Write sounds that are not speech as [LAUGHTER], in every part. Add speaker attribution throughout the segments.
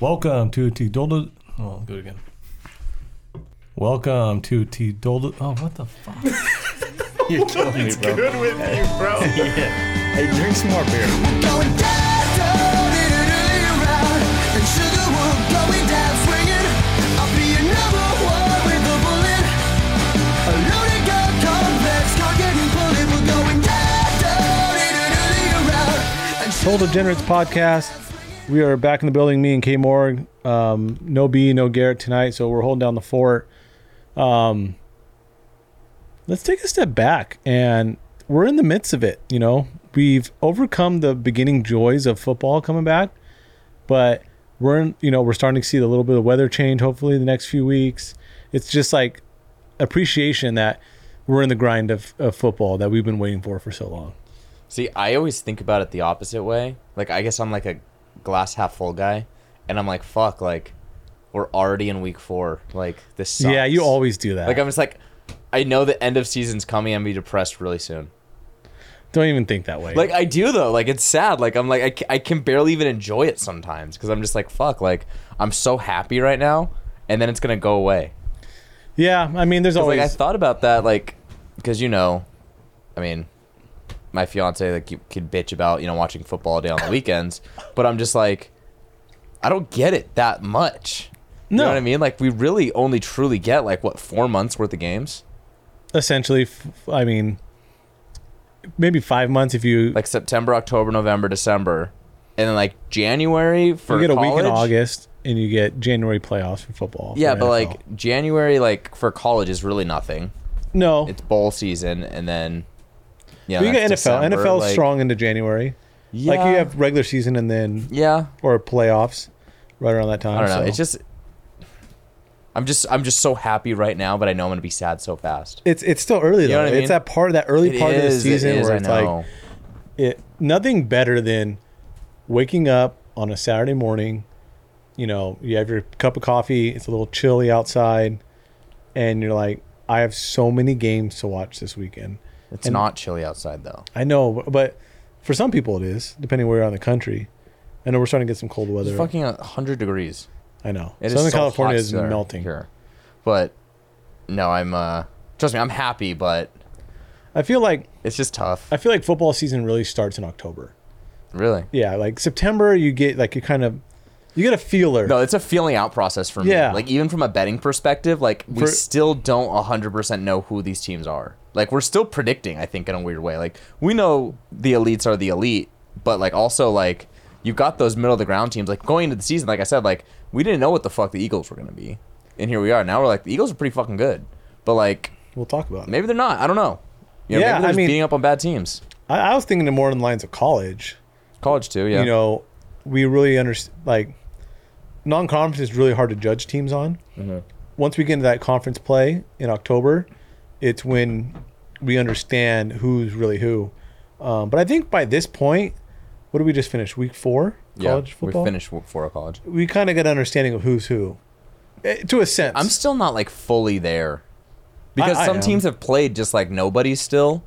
Speaker 1: Welcome to Tidolda. Oh, I'll do it again. Welcome to Tidolda. Oh, what the fuck?
Speaker 2: [LAUGHS]
Speaker 3: You're killing me, bro.
Speaker 2: Good with you,
Speaker 3: [LAUGHS]
Speaker 2: bro.
Speaker 3: Hey, drink some more beer.
Speaker 4: Total Degenerates podcast. We are back in the building, me and K Morg. Um, no B, no Garrett tonight, so we're holding down the fort. Um, let's take a step back, and we're in the midst of it. You know, we've overcome the beginning joys of football coming back, but we're in, you know we're starting to see a little bit of weather change. Hopefully, the next few weeks, it's just like appreciation that we're in the grind of, of football that we've been waiting for for so long.
Speaker 3: See, I always think about it the opposite way. Like, I guess I'm like a glass half full guy, and I'm like, fuck, like, we're already in week four. Like, this sucks.
Speaker 4: Yeah, you always do that.
Speaker 3: Like, I'm just like, I know the end of season's coming. I'm gonna be depressed really soon.
Speaker 4: Don't even think that way.
Speaker 3: Like, I do though. Like, it's sad. Like, I'm like, I, ca- I can barely even enjoy it sometimes because I'm just like, fuck, like, I'm so happy right now, and then it's gonna go away.
Speaker 4: Yeah, I mean, there's
Speaker 3: 'Cause,
Speaker 4: always
Speaker 3: Like I thought about that, like, because you know, I mean, my fiance like you could bitch about you know watching football all day on the weekends, but I'm just like, I don't get it that much. You know
Speaker 4: No.
Speaker 3: what I mean? Like we really only truly get like what four months worth of games,
Speaker 4: essentially. f- I mean, maybe five months if you
Speaker 3: like September, October, November, December, and then like January for
Speaker 4: you get a week in
Speaker 3: college-
Speaker 4: August and you get January playoffs for football.
Speaker 3: Yeah,
Speaker 4: for
Speaker 3: but
Speaker 4: NFL.
Speaker 3: like January, like for college is really nothing.
Speaker 4: no,
Speaker 3: It's bowl season, and then yeah,
Speaker 4: But you get NFL.
Speaker 3: that's December,
Speaker 4: NFL's
Speaker 3: like-
Speaker 4: strong into January.
Speaker 3: Yeah,
Speaker 4: Like you have regular season and then
Speaker 3: yeah,
Speaker 4: or playoffs right around that time.
Speaker 3: I don't know.
Speaker 4: so-
Speaker 3: It's just I'm just I'm just so happy right now, but I know I'm gonna be sad so fast.
Speaker 4: it's it's still early though.
Speaker 3: know what I mean?
Speaker 4: It's that part that early
Speaker 3: It
Speaker 4: part of the
Speaker 3: is, it
Speaker 4: season
Speaker 3: is,
Speaker 4: where
Speaker 3: I
Speaker 4: it's
Speaker 3: know.
Speaker 4: like it nothing better than waking up on a Saturday morning. You know, you have your cup of coffee. It's a little chilly outside, and you're like, I have so many games to watch this weekend.
Speaker 3: it's not chilly outside though.
Speaker 4: I know, but for some people it is, depending where you're on the country. I know we're starting to get some cold weather.
Speaker 3: It's fucking a hundred degrees.
Speaker 4: I know.
Speaker 3: It is
Speaker 4: Southern
Speaker 3: so
Speaker 4: California
Speaker 3: hot
Speaker 4: is
Speaker 3: there-
Speaker 4: melting.
Speaker 3: here. But no, I'm uh trust me, I'm happy, but
Speaker 4: I feel like
Speaker 3: it's just tough.
Speaker 4: I feel like football season really starts in October.
Speaker 3: Really.
Speaker 4: Yeah, like September you get like you kind of you get a feeler.
Speaker 3: No, it's a feeling out process for me.
Speaker 4: Yeah.
Speaker 3: Like even from a betting perspective, like we
Speaker 4: For-
Speaker 3: still don't 100% know who these teams are. Like we're still predicting, I think in a weird way. Like we know the elites are the elite, but like also like you've got those middle of the ground teams like going into the season, like I said, like we didn't know what the fuck the Eagles were going to be. And here we are. Now we're like the Eagles are pretty fucking good. But like
Speaker 4: We'll talk about it.
Speaker 3: maybe they're not. I don't know. You know,
Speaker 4: Yeah,
Speaker 3: maybe they're
Speaker 4: I
Speaker 3: just
Speaker 4: mean-
Speaker 3: beating up on bad teams.
Speaker 4: I, I was thinking more in the lines of college.
Speaker 3: College too, yeah.
Speaker 4: You know, we really understand like non-conference is really hard to judge teams on.
Speaker 3: Mm-hmm.
Speaker 4: Once we get into that conference play in October, it's when we understand who's really who. Um, but I think by this point, what did we just finish? Week four,
Speaker 3: yeah,
Speaker 4: college football.
Speaker 3: We finished for a college.
Speaker 4: We kind of get an understanding of who's who, Eh, to a sense.
Speaker 3: I'm still not like fully there because
Speaker 4: I
Speaker 3: some
Speaker 4: am.
Speaker 3: teams have played just like nobody still.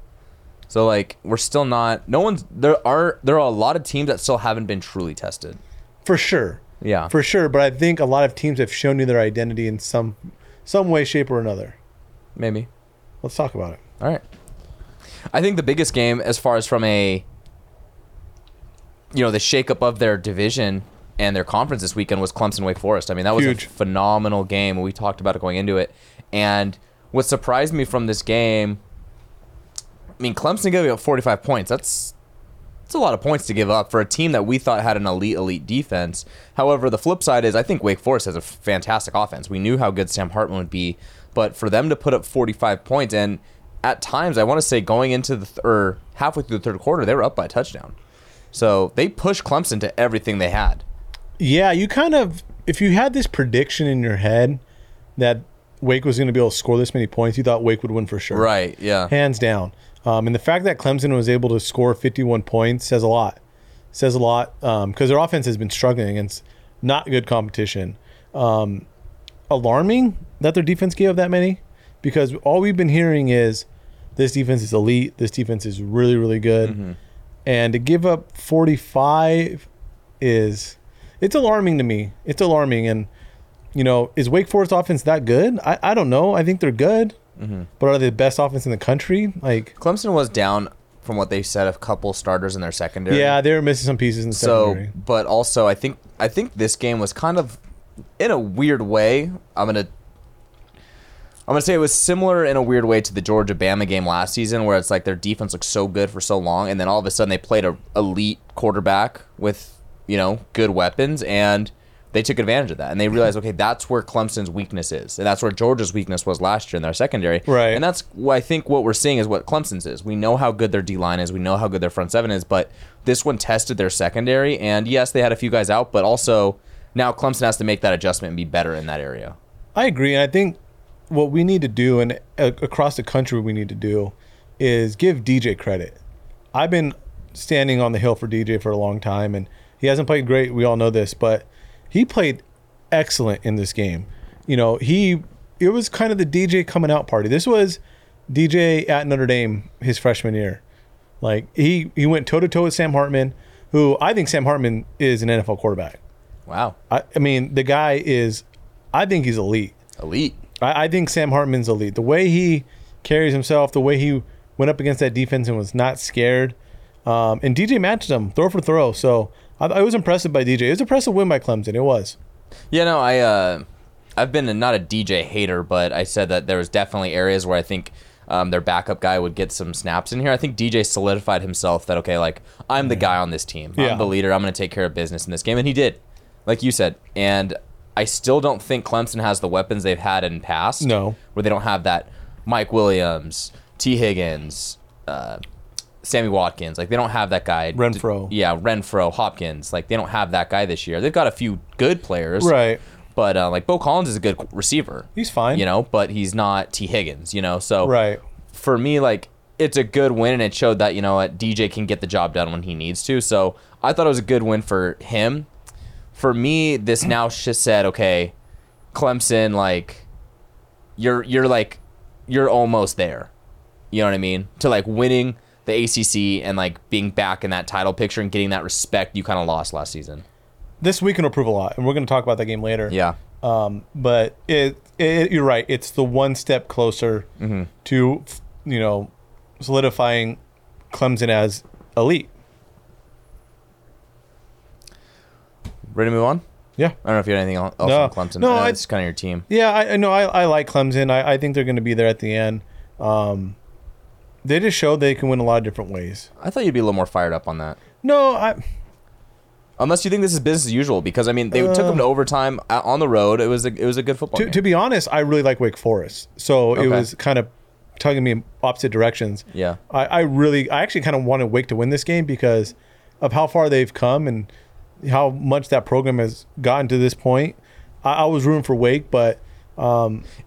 Speaker 3: So like we're still not. No one's there are there are a lot of teams that still haven't been truly tested.
Speaker 4: for sure.
Speaker 3: Yeah.
Speaker 4: for sure. But I think a lot of teams have shown you their identity in some some way, shape, or another.
Speaker 3: maybe.
Speaker 4: Let's talk about it.
Speaker 3: All right. I think the biggest game, as far as from a, you know, the shakeup of their division and their conference this weekend was Clemson Wake Forest. I mean, that was
Speaker 4: Huge.
Speaker 3: a phenomenal game. We talked about it going into it, and what surprised me from this game, I mean, Clemson gave up 45 points. That's it's a lot of points to give up for a team that we thought had an elite, elite defense. However, the flip side is I think Wake Forest has a fantastic offense. We knew how good Sam Hartman would be, but for them to put up 45 points, and at times, I want to say going into the th- or halfway through the third quarter, they were up by a touchdown. So they pushed Clemson to everything they had.
Speaker 4: Yeah, you kind of if you had this prediction in your head that Wake was going to be able to score this many points, you thought Wake would win for sure,
Speaker 3: Right, yeah.
Speaker 4: Hands down. Um, and the fact that Clemson was able to score 51 points says a lot. Says a lot because their offense has been struggling against not good competition. Um, alarming that their defense gave up that many because all we've been hearing is this defense is elite. This defense is really, really good. And to give up 45 is it's alarming to me. It's alarming, and you know, is Wake Forest offense that good? I, I don't know. I think they're good, but are they the best offense in the country? Like,
Speaker 3: Clemson was down from what they said a couple starters in their secondary.
Speaker 4: yeah, they were missing some pieces in the
Speaker 3: So,
Speaker 4: secondary.
Speaker 3: but also I think I think this game was kind of in a weird way. I'm gonna I'm gonna say it was similar in a weird way to the Georgia Bama game last season, where it's like their defense looked so good for so long, and then all of a sudden they played a elite quarterback with you know good weapons, and they took advantage of that, and they realized okay that's where Clemson's weakness is, and that's where Georgia's weakness was last year in their secondary,
Speaker 4: Right.
Speaker 3: And that's what I think what we're seeing is what Clemson's is. We know how good their D line is, we know how good their front seven is, but this one tested their secondary, and yes they had a few guys out, but also now Clemson has to make that adjustment and be better in that area.
Speaker 4: I agree, and I think what we need to do, and a- across the country, we need to do, is give DJ credit. I've been standing on the hill for DJ for a long time, and he hasn't played great. We all know this, but he played excellent in this game. You know, he it was kind of the DJ coming out party. This was DJ at Notre Dame his freshman year. Like he he went toe to toe with Sam Hartman, who I think Sam Hartman is an NFL quarterback.
Speaker 3: Wow,
Speaker 4: I, I mean, the guy is, I think he's elite.
Speaker 3: elite.
Speaker 4: I, I think Sam Hartman's elite. The way he carries himself, the way he went up against that defense and was not scared, um, and DJ matched him throw for throw. So I, I was impressed by DJ. It was an impressive win by Clemson. It was.
Speaker 3: Yeah, no, I uh, I've been a, not a DJ hater, but I said that there was definitely areas where I think um, their backup guy would get some snaps in here. I think DJ solidified himself that okay, like I'm the guy on this team.
Speaker 4: Yeah.
Speaker 3: I'm the leader. I'm going to take care of business in this game, and he did, like you said. And I still don't think Clemson has the weapons they've had in past.
Speaker 4: No.
Speaker 3: where they don't have that Mike Williams, T Higgins. Uh, Sammy Watkins, like they don't have that guy.
Speaker 4: Renfro.
Speaker 3: yeah, Renfro, Hopkins, like they don't have that guy this year. They've got a few good players,
Speaker 4: Right.
Speaker 3: but uh, like Bo Collins is a good qu- receiver.
Speaker 4: He's fine.
Speaker 3: you know, but he's not T Higgins. You know, so
Speaker 4: Right.
Speaker 3: for me, like it's a good win, and it showed that you know what DJ can get the job done when he needs to. So I thought it was a good win for him. For me, this [CLEARS THROAT] now just said, okay, Clemson, like you're you're like you're almost there. You know what I mean? To like winning the ACC and like being back in that title picture and getting that respect you kind of lost last season.
Speaker 4: This weekend will prove a lot, and we're going to talk about that game later.
Speaker 3: Yeah.
Speaker 4: Um, but it, it, you're right. It's the one step closer to, you know, solidifying Clemson as elite.
Speaker 3: Ready to move on?
Speaker 4: Yeah.
Speaker 3: I don't know if you had anything else
Speaker 4: No.
Speaker 3: on Clemson.
Speaker 4: No,
Speaker 3: I know
Speaker 4: I-
Speaker 3: it's kind of your team.
Speaker 4: Yeah, I I know. I, I like Clemson. I, I think they're going to be there at the end. Um, they just showed they can win a lot of different ways.
Speaker 3: I thought you'd be a little more fired up on that.
Speaker 4: No, I
Speaker 3: Unless you think this is business as usual, because I mean they took them to overtime uh, on the road. It was a, it was a good football
Speaker 4: to,
Speaker 3: game.
Speaker 4: to be honest, I really like Wake Forest. So
Speaker 3: Okay.
Speaker 4: it was kind of tugging me in opposite directions.
Speaker 3: Yeah.
Speaker 4: I, I really, I actually kind of wanted Wake to win this game because of how far they've come and how much that program has gotten to this point. I, I was rooting for Wake, but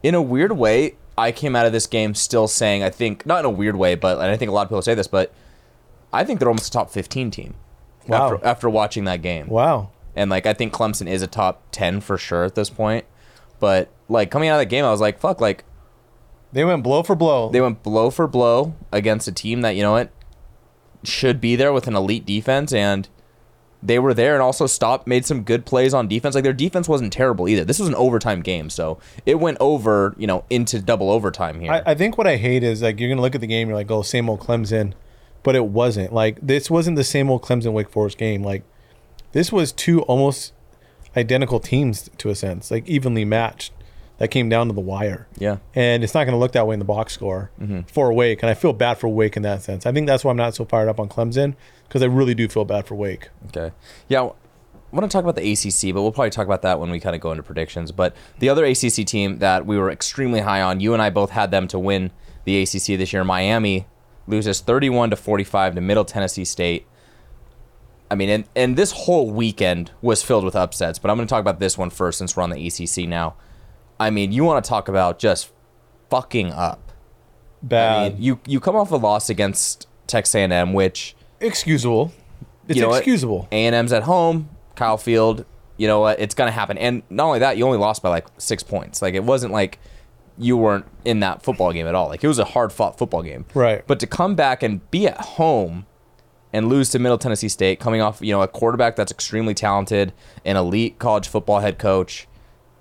Speaker 3: in a weird way, I came out of this game still saying I think not in a weird way, but and I think a lot of people say this, but I think they're almost a top fifteen team.
Speaker 4: Wow.
Speaker 3: After, after watching that game,
Speaker 4: wow.
Speaker 3: and like I think Clemson is a top ten for sure at this point. But like coming out of that game, I was like, fuck, like
Speaker 4: They went blow for blow.
Speaker 3: they went blow for blow against a team that you know what should be there with an elite defense and they were there and also stopped made some good plays on defense like their defense wasn't terrible either this was an overtime game so it went over you know into double overtime here
Speaker 4: I, I think what I hate is like you're gonna look at the game, you're like, oh, same old Clemson, but it wasn't. Like this wasn't the same old Clemson Wake Forest game. Like this was two almost identical teams to a sense, like evenly matched. That came down to the wire.
Speaker 3: Yeah.
Speaker 4: and it's not gonna look that way in the box score for Wake, and I feel bad for Wake in that sense. I think that's why I'm not so fired up on Clemson because I really do feel bad for Wake.
Speaker 3: Okay. Yeah. I want to talk about the ACC, but we'll probably talk about that when we kind of go into predictions. But the other ACC team that we were extremely high on, you and I both had them to win the ACC this year. Miami loses 31 to 45 to Middle Tennessee State. I mean, and, and this whole weekend was filled with upsets, but I'm going to talk about this one first since we're on the ACC now. I mean, you want to talk about just fucking up. I
Speaker 4: Bad,
Speaker 3: mean, you you come off a loss against Texas A&M, which
Speaker 4: excusable. It's
Speaker 3: you know what?
Speaker 4: excusable.
Speaker 3: A&M's at home, Kyle Field. You know what? It's gonna happen. And not only that, you only lost by like six points. Like it wasn't like you weren't in that football game at all. Like it was a hard fought football game.
Speaker 4: Right.
Speaker 3: But to come back and be at home and lose to Middle Tennessee State, coming off you know a quarterback that's extremely talented, an elite college football head coach,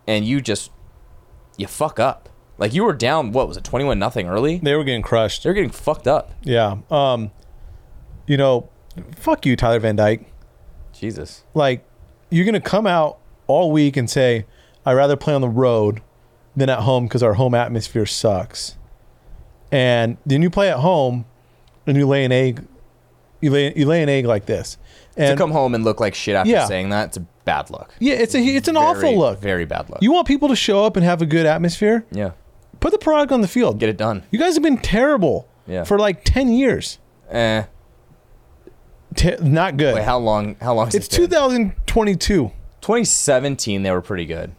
Speaker 3: and you just you fuck up. Like you were down what was it twenty one nothing early?
Speaker 5: They were getting crushed.
Speaker 3: They're getting fucked up.
Speaker 5: Yeah. Um, you know, fuck you, Tyler Van Dyke.
Speaker 3: Jesus.
Speaker 5: Like, you're gonna come out all week and say, "I'd rather play on the road than at home because our home atmosphere sucks." And then you play at home, and you lay an egg. You lay you lay an egg like this, and
Speaker 3: to come home and look like shit after
Speaker 5: Yeah.
Speaker 3: saying that, it's a bad look.
Speaker 5: yeah, it's a it's an
Speaker 3: Very,
Speaker 5: awful look.
Speaker 3: Very bad look.
Speaker 5: You want people to show up and have a good atmosphere?
Speaker 3: yeah.
Speaker 5: Put the product on the field.
Speaker 3: Get it done.
Speaker 5: You guys have been terrible
Speaker 3: Yeah.
Speaker 5: for like ten years.
Speaker 3: Eh.
Speaker 5: Te- not good.
Speaker 3: Wait, how long? How long? has
Speaker 5: it's
Speaker 3: this been?
Speaker 5: 2022.
Speaker 3: 2017. They were pretty good.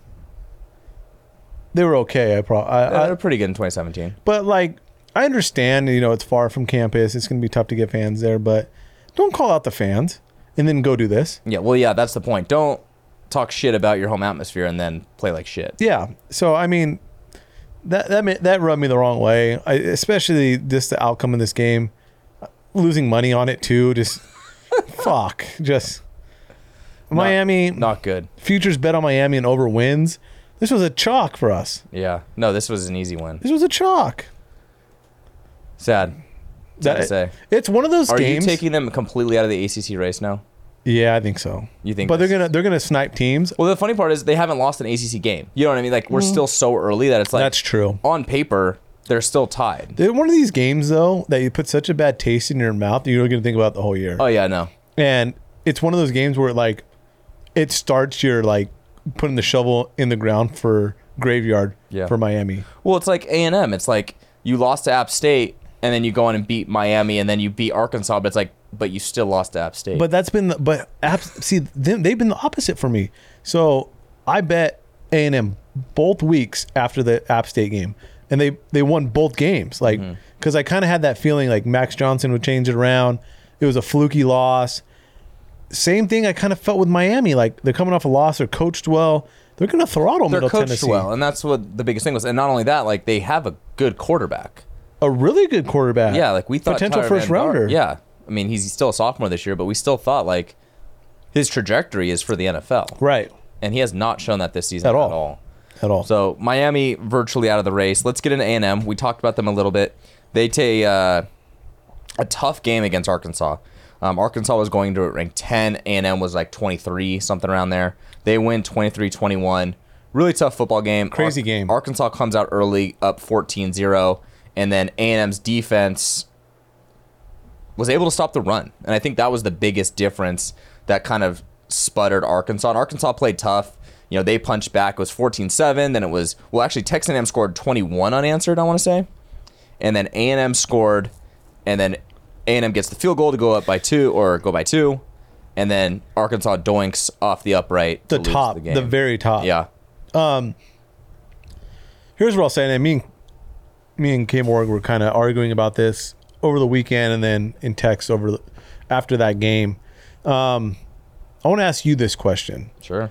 Speaker 5: They were okay. I probably.
Speaker 3: They
Speaker 5: I,
Speaker 3: were pretty good in 2017.
Speaker 5: But like, I understand, you know, it's far from campus. It's gonna be tough to get fans there, but don't call out the fans and then go do this.
Speaker 3: Yeah. Well, yeah. That's the point. Don't talk shit about your home atmosphere and then play like shit.
Speaker 5: Yeah. So I mean, that that ma- that rubbed me the wrong way. I, especially this the outcome of this game, losing money on it too.
Speaker 3: [LAUGHS]
Speaker 5: Just fuck. Just Miami
Speaker 3: Not good.
Speaker 5: futures bet on Miami and over wins. This was a chalk for us.
Speaker 3: Yeah. No, this was an easy one.
Speaker 5: This was a chalk.
Speaker 3: Sad. Sad to
Speaker 5: That-
Speaker 3: say.
Speaker 5: It's one of those
Speaker 3: Are
Speaker 5: games.
Speaker 3: you taking them completely out of the ACC race now?
Speaker 5: yeah, I think so.
Speaker 3: You think?
Speaker 5: But they're
Speaker 3: this-
Speaker 5: gonna they're gonna snipe teams.
Speaker 3: Well, the funny part is they haven't lost an ACC game. You know what I mean? Like
Speaker 5: Mm-hmm.
Speaker 3: we're still so early that it's like
Speaker 5: That's true.
Speaker 3: on paper they're still tied.
Speaker 5: They're one of these games though that you put such a bad taste in your mouth that you're going to think about the whole year.
Speaker 3: Oh yeah, no.
Speaker 5: And it's one of those games where like it starts your like putting the shovel in the ground for graveyard
Speaker 3: Yeah.
Speaker 5: for Miami.
Speaker 3: Well, it's like A and M. It's like you lost to App State, and then you go on and beat Miami, and then you beat Arkansas. But it's like, but you still lost to App State.
Speaker 5: But that's been the, but abs- see them, they've been the opposite for me. So I bet A and M both weeks after the App State game, and they they won both games. Like
Speaker 3: Mm-hmm.
Speaker 5: because I kind of had that feeling like Max Johnson would change it around. It was a fluky loss. Same thing I kind of felt with Miami. Like they're coming off a loss. They're coached well. They're going to throttle
Speaker 3: they're
Speaker 5: Middle
Speaker 3: coached
Speaker 5: Tennessee.
Speaker 3: well, and that's what the biggest thing was. And not only that, like they have a good quarterback.
Speaker 5: A really good quarterback.
Speaker 3: Yeah, like we thought
Speaker 5: potential
Speaker 3: Tyler
Speaker 5: first
Speaker 3: Van Dar-
Speaker 5: rounder.
Speaker 3: Yeah, I mean he's still a sophomore this year, but we still thought like his trajectory is for the NFL,
Speaker 5: right.
Speaker 3: and he has not shown that this season
Speaker 5: At all.
Speaker 3: At all.
Speaker 5: At all.
Speaker 3: So Miami virtually out of the race. Let's get into A and M. We talked about them a little bit. They take uh, a tough game against Arkansas. Um, Arkansas was going to rank 10. A and M was like 23, something around there. They win 23-21. Really tough football game.
Speaker 5: Crazy game.
Speaker 3: Arkansas comes out early, up 14-0, and then A and M's defense was able to stop the run. And I think that was the biggest difference that kind of sputtered Arkansas. And Arkansas played tough. You know, they punched back. It was 14-7. Then it was, well, actually, Texas A&M scored 21 unanswered, I want to say. And then A&M scored. And then A&M gets the field goal to go up by two or go by two. And then Arkansas doinks off the upright.
Speaker 5: the
Speaker 3: to lose
Speaker 5: top, the,
Speaker 3: game.
Speaker 5: very top.
Speaker 3: Yeah.
Speaker 5: here's what I'll say. And me and me and K Morg were kind of arguing about this over the weekend, and then in text over the, after that game. Um, I want to ask you this question:
Speaker 3: Sure.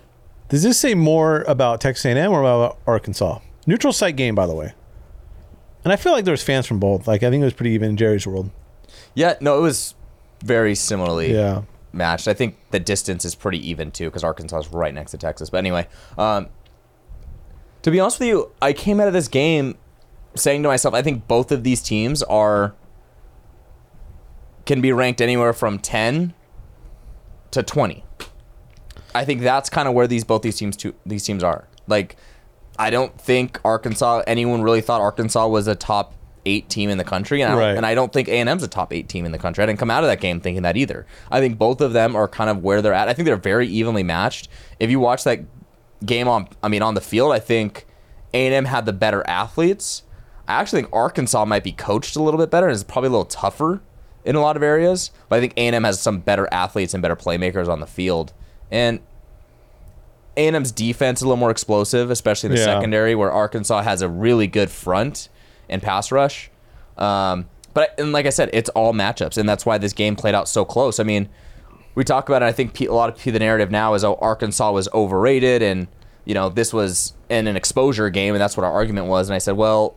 Speaker 5: Does this say more about Texas A&M or about Arkansas? Neutral site game, by the way. And I feel like there was fans from both. Like I think it was pretty even in Jerry's world.
Speaker 3: Yeah, no, it was very similarly
Speaker 5: Yeah.
Speaker 3: matched. I think the distance is pretty even too because Arkansas is right next to Texas. But anyway, um, to be honest with you, I came out of this game saying to myself, I think both of these teams are can be ranked anywhere from ten to twenty. I think that's kind of where these both these teams two these teams are. Like, I don't think Arkansas anyone really thought Arkansas was a top eight team in the country, and I,
Speaker 5: Right.
Speaker 3: and I don't think A and M's a top eight team in the country. I didn't come out of that game thinking that either. I think both of them are kind of where they're at. I think they're very evenly matched. If you watch that game on, I mean, on the field, I think A and M had the better athletes. I actually think Arkansas might be coached a little bit better and is probably a little tougher in a lot of areas. But I think A&M has some better athletes and better playmakers on the field. And A&M's defense is a little more explosive, especially in the
Speaker 5: Yeah.
Speaker 3: secondary, where Arkansas has a really good front and pass rush. Um, but and like I said, it's all matchups, and that's why this game played out so close. I mean, we talk about it. I think pe- a lot of pe- the narrative now is oh Arkansas was overrated, and you know this was in an exposure game, and that's what our argument was. And I said, well,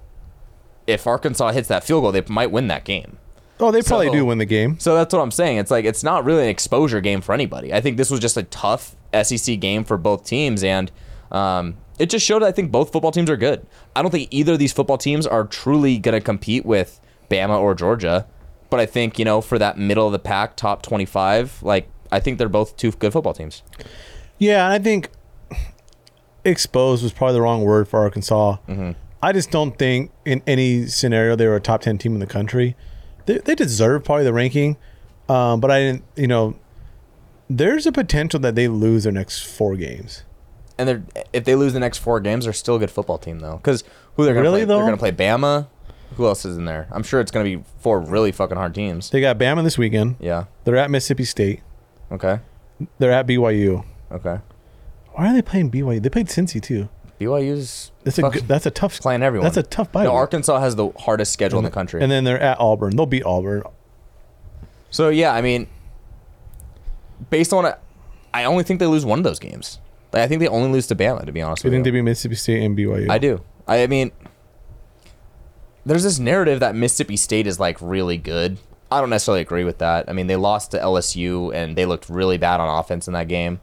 Speaker 3: if Arkansas hits that field goal, they might win that game.
Speaker 5: Oh, they probably
Speaker 3: So-
Speaker 5: do win the game.
Speaker 3: So that's what I'm saying. It's like it's not really an exposure game for anybody. I think this was just a tough SEC game for both teams, and um, it just showed. I think both football teams are good. I don't think either of these football teams are truly going to compete with Bama or Georgia, but I think you know for that middle of the pack, top 25, like I think they're both two good football teams.
Speaker 5: Yeah, and I think exposed was probably the wrong word for Arkansas.
Speaker 3: Mm-hmm.
Speaker 5: I just don't think in any scenario they were a top ten team in the country. They, they deserve probably the ranking, um, but I didn't. You know, there's a potential that they lose their next four games.
Speaker 3: And they're if they lose the next four games, they're still a good football team though. Because who they're going to
Speaker 5: Really,
Speaker 3: play? They're
Speaker 5: though?
Speaker 3: going to play Bama. Who else is in there? I'm sure it's going to be four really fucking hard teams.
Speaker 5: They got Bama this weekend.
Speaker 3: yeah.
Speaker 5: They're at Mississippi State.
Speaker 3: Okay.
Speaker 5: They're at BYU.
Speaker 3: Okay.
Speaker 5: Why are they playing BYU? They played Cincy too.
Speaker 3: BYU's
Speaker 5: That's a
Speaker 3: fuck-
Speaker 5: good, that's a tough
Speaker 3: playing everyone.
Speaker 5: That's a tough bye.
Speaker 3: No,
Speaker 5: week.
Speaker 3: Arkansas has the hardest schedule in the country.
Speaker 5: And then they're at Auburn. They'll beat Auburn.
Speaker 3: so yeah, I mean, based on it, I only think they lose one of those games. Like, I think they only lose to Bama. To be honest
Speaker 5: I
Speaker 3: with
Speaker 5: think they
Speaker 3: you,
Speaker 5: beat Mississippi State and BYU.
Speaker 3: I do. I, I mean, there's this narrative that Mississippi State is like really good. I don't necessarily agree with that. I mean, they lost to LSU and they looked really bad on offense in that game,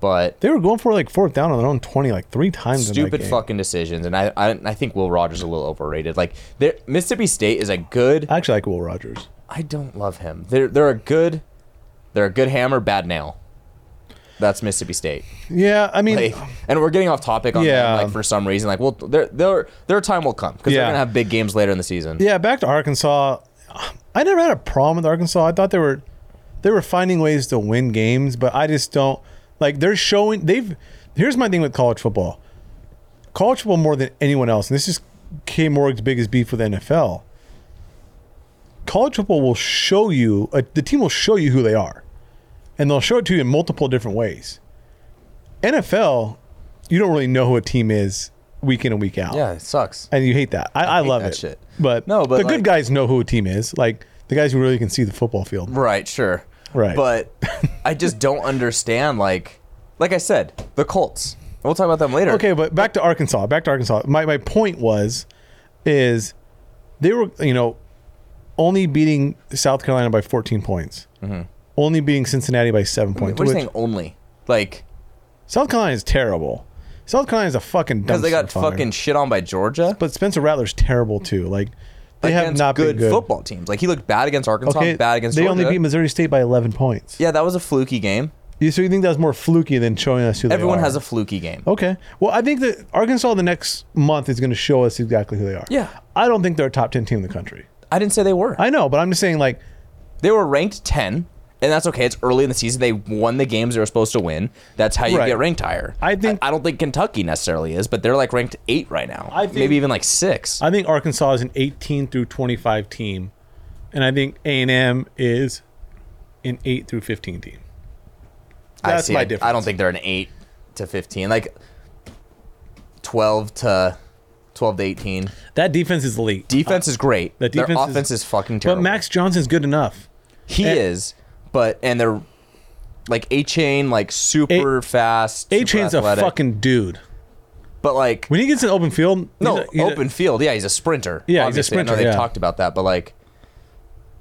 Speaker 3: but
Speaker 5: They were going for like fourth down on their own twenty like three times. in that
Speaker 3: stupid
Speaker 5: game.
Speaker 3: fucking decisions. And I, I, I think Will Rogers is a little overrated. Like, they're- Mississippi State is a good
Speaker 5: I actually like Will Rogers.
Speaker 3: I don't love him. They're they're a good they're a good hammer, bad nail. That's Mississippi State.
Speaker 5: Yeah, I mean,
Speaker 3: Like, and we're getting off topic on
Speaker 5: Yeah.
Speaker 3: them, like for some reason. Like, well, their their their time will come because
Speaker 5: Yeah.
Speaker 3: they're gonna have big games later in the season.
Speaker 5: yeah. Back to Arkansas. I never had a problem with Arkansas. I thought they were they were finding ways to win games, but I just don't like they're showing they've. Here's my thing with college football. College football more than anyone else, and this is K Morg's biggest beef with NFL. College football will show you uh, the team will show you who they are, and they'll show it to you in multiple different ways. NFL, you don't really know who a team is week in and week out.
Speaker 3: Yeah, it sucks.
Speaker 5: and you hate that. I, I,
Speaker 3: hate
Speaker 5: love
Speaker 3: that
Speaker 5: it.
Speaker 3: shit.
Speaker 5: But
Speaker 3: No, but
Speaker 5: the
Speaker 3: like-
Speaker 5: good guys know who a team is. Like the guys who really can see the football field.
Speaker 3: Right, sure.
Speaker 5: Right.
Speaker 3: But I just don't understand. Like, like I said, the Colts. We'll talk about them later.
Speaker 5: Okay, but back to Arkansas. Back to Arkansas. My my point was, is they were you know only beating South Carolina by 14 points. Only beating Cincinnati by seven points.
Speaker 3: Mm-hmm. What are you
Speaker 5: which-
Speaker 3: saying? Only like
Speaker 5: South Carolina is terrible. South Carolina is a fucking
Speaker 3: because
Speaker 5: because
Speaker 3: they got fucking shit on by Georgia.
Speaker 5: But Spencer Rattler's terrible too. Like they have
Speaker 3: against
Speaker 5: not
Speaker 3: good,
Speaker 5: been good.
Speaker 3: football teams. Like he looked bad against Arkansas,
Speaker 5: Okay,
Speaker 3: bad against
Speaker 5: they
Speaker 3: Georgia.
Speaker 5: only beat Missouri State by 11 points.
Speaker 3: yeah, that was a fluky game.
Speaker 5: You So you think that was more fluky than showing us who they
Speaker 3: Everyone
Speaker 5: are?
Speaker 3: has a fluky game.
Speaker 5: Okay. Well, I think that Arkansas the next month is going to show us exactly who they are.
Speaker 3: Yeah.
Speaker 5: I don't think they're a top 10 team in the country.
Speaker 3: I didn't say they were.
Speaker 5: I know, but I'm just saying, like,
Speaker 3: they were ranked 10, and that's okay. It's early in the season. They won the games they were supposed to win. That's how you
Speaker 5: Right.
Speaker 3: get ranked higher.
Speaker 5: I think-
Speaker 3: I, don't think Kentucky necessarily is, but they're like ranked 8 right now.
Speaker 5: I think-
Speaker 3: Maybe even like 6.
Speaker 5: I think Arkansas is an 18 through 25 team, and I think A&M is an 8 through 15 team.
Speaker 3: I
Speaker 5: That's
Speaker 3: see
Speaker 5: my
Speaker 3: it.
Speaker 5: difference.
Speaker 3: I don't think they're an 8 to 15. Like 12 to 12 to 18.
Speaker 5: That defense is elite.
Speaker 3: Defense is great.
Speaker 5: that
Speaker 3: Their
Speaker 5: defense is-
Speaker 3: offense is, fucking
Speaker 5: but
Speaker 3: terrible.
Speaker 5: Max Johnson's good enough.
Speaker 3: he
Speaker 5: and-
Speaker 3: is, but and they're like A Chain, like super fast. super
Speaker 5: A Chain's a
Speaker 3: athletic.
Speaker 5: fucking dude.
Speaker 3: But like
Speaker 5: When he gets in open field, he's
Speaker 3: No,
Speaker 5: a- he's a-
Speaker 3: open field. Yeah, he's a sprinter.
Speaker 5: Yeah, he's a
Speaker 3: obviously. I
Speaker 5: sprinter,
Speaker 3: know
Speaker 5: yeah.
Speaker 3: they've talked about that, but like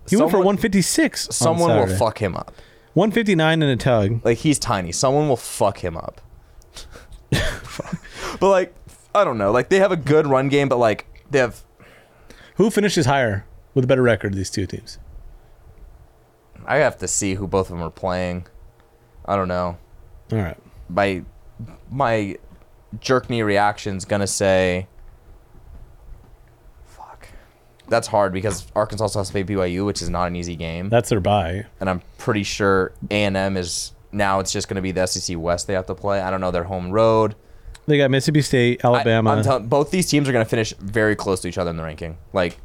Speaker 5: he went for
Speaker 3: someone-
Speaker 5: 156. on
Speaker 3: [LAUGHS] someone will
Speaker 5: Saturday.
Speaker 3: fuck him up.
Speaker 5: 159 in a tug.
Speaker 3: Like he's tiny. Someone will fuck him up. [LAUGHS] but like I don't know. Like they have a good run game, but like they have
Speaker 5: Who finishes higher with a better record? These two teams.
Speaker 3: I have to see who both of them are playing. I don't know.
Speaker 5: All right.
Speaker 3: My my jerk knee reaction's gonna say Fuck. That's hard because Arkansas also has to play BYU, which is not an easy game.
Speaker 5: That's their bye.
Speaker 3: and I'm pretty sure A and M is now it's just going to be the SEC West they have to play. I don't know their home road.
Speaker 5: They got Mississippi State,
Speaker 3: I-
Speaker 5: Alabama.
Speaker 3: I'm telling both these teams are going to finish very close to each other in the ranking. Like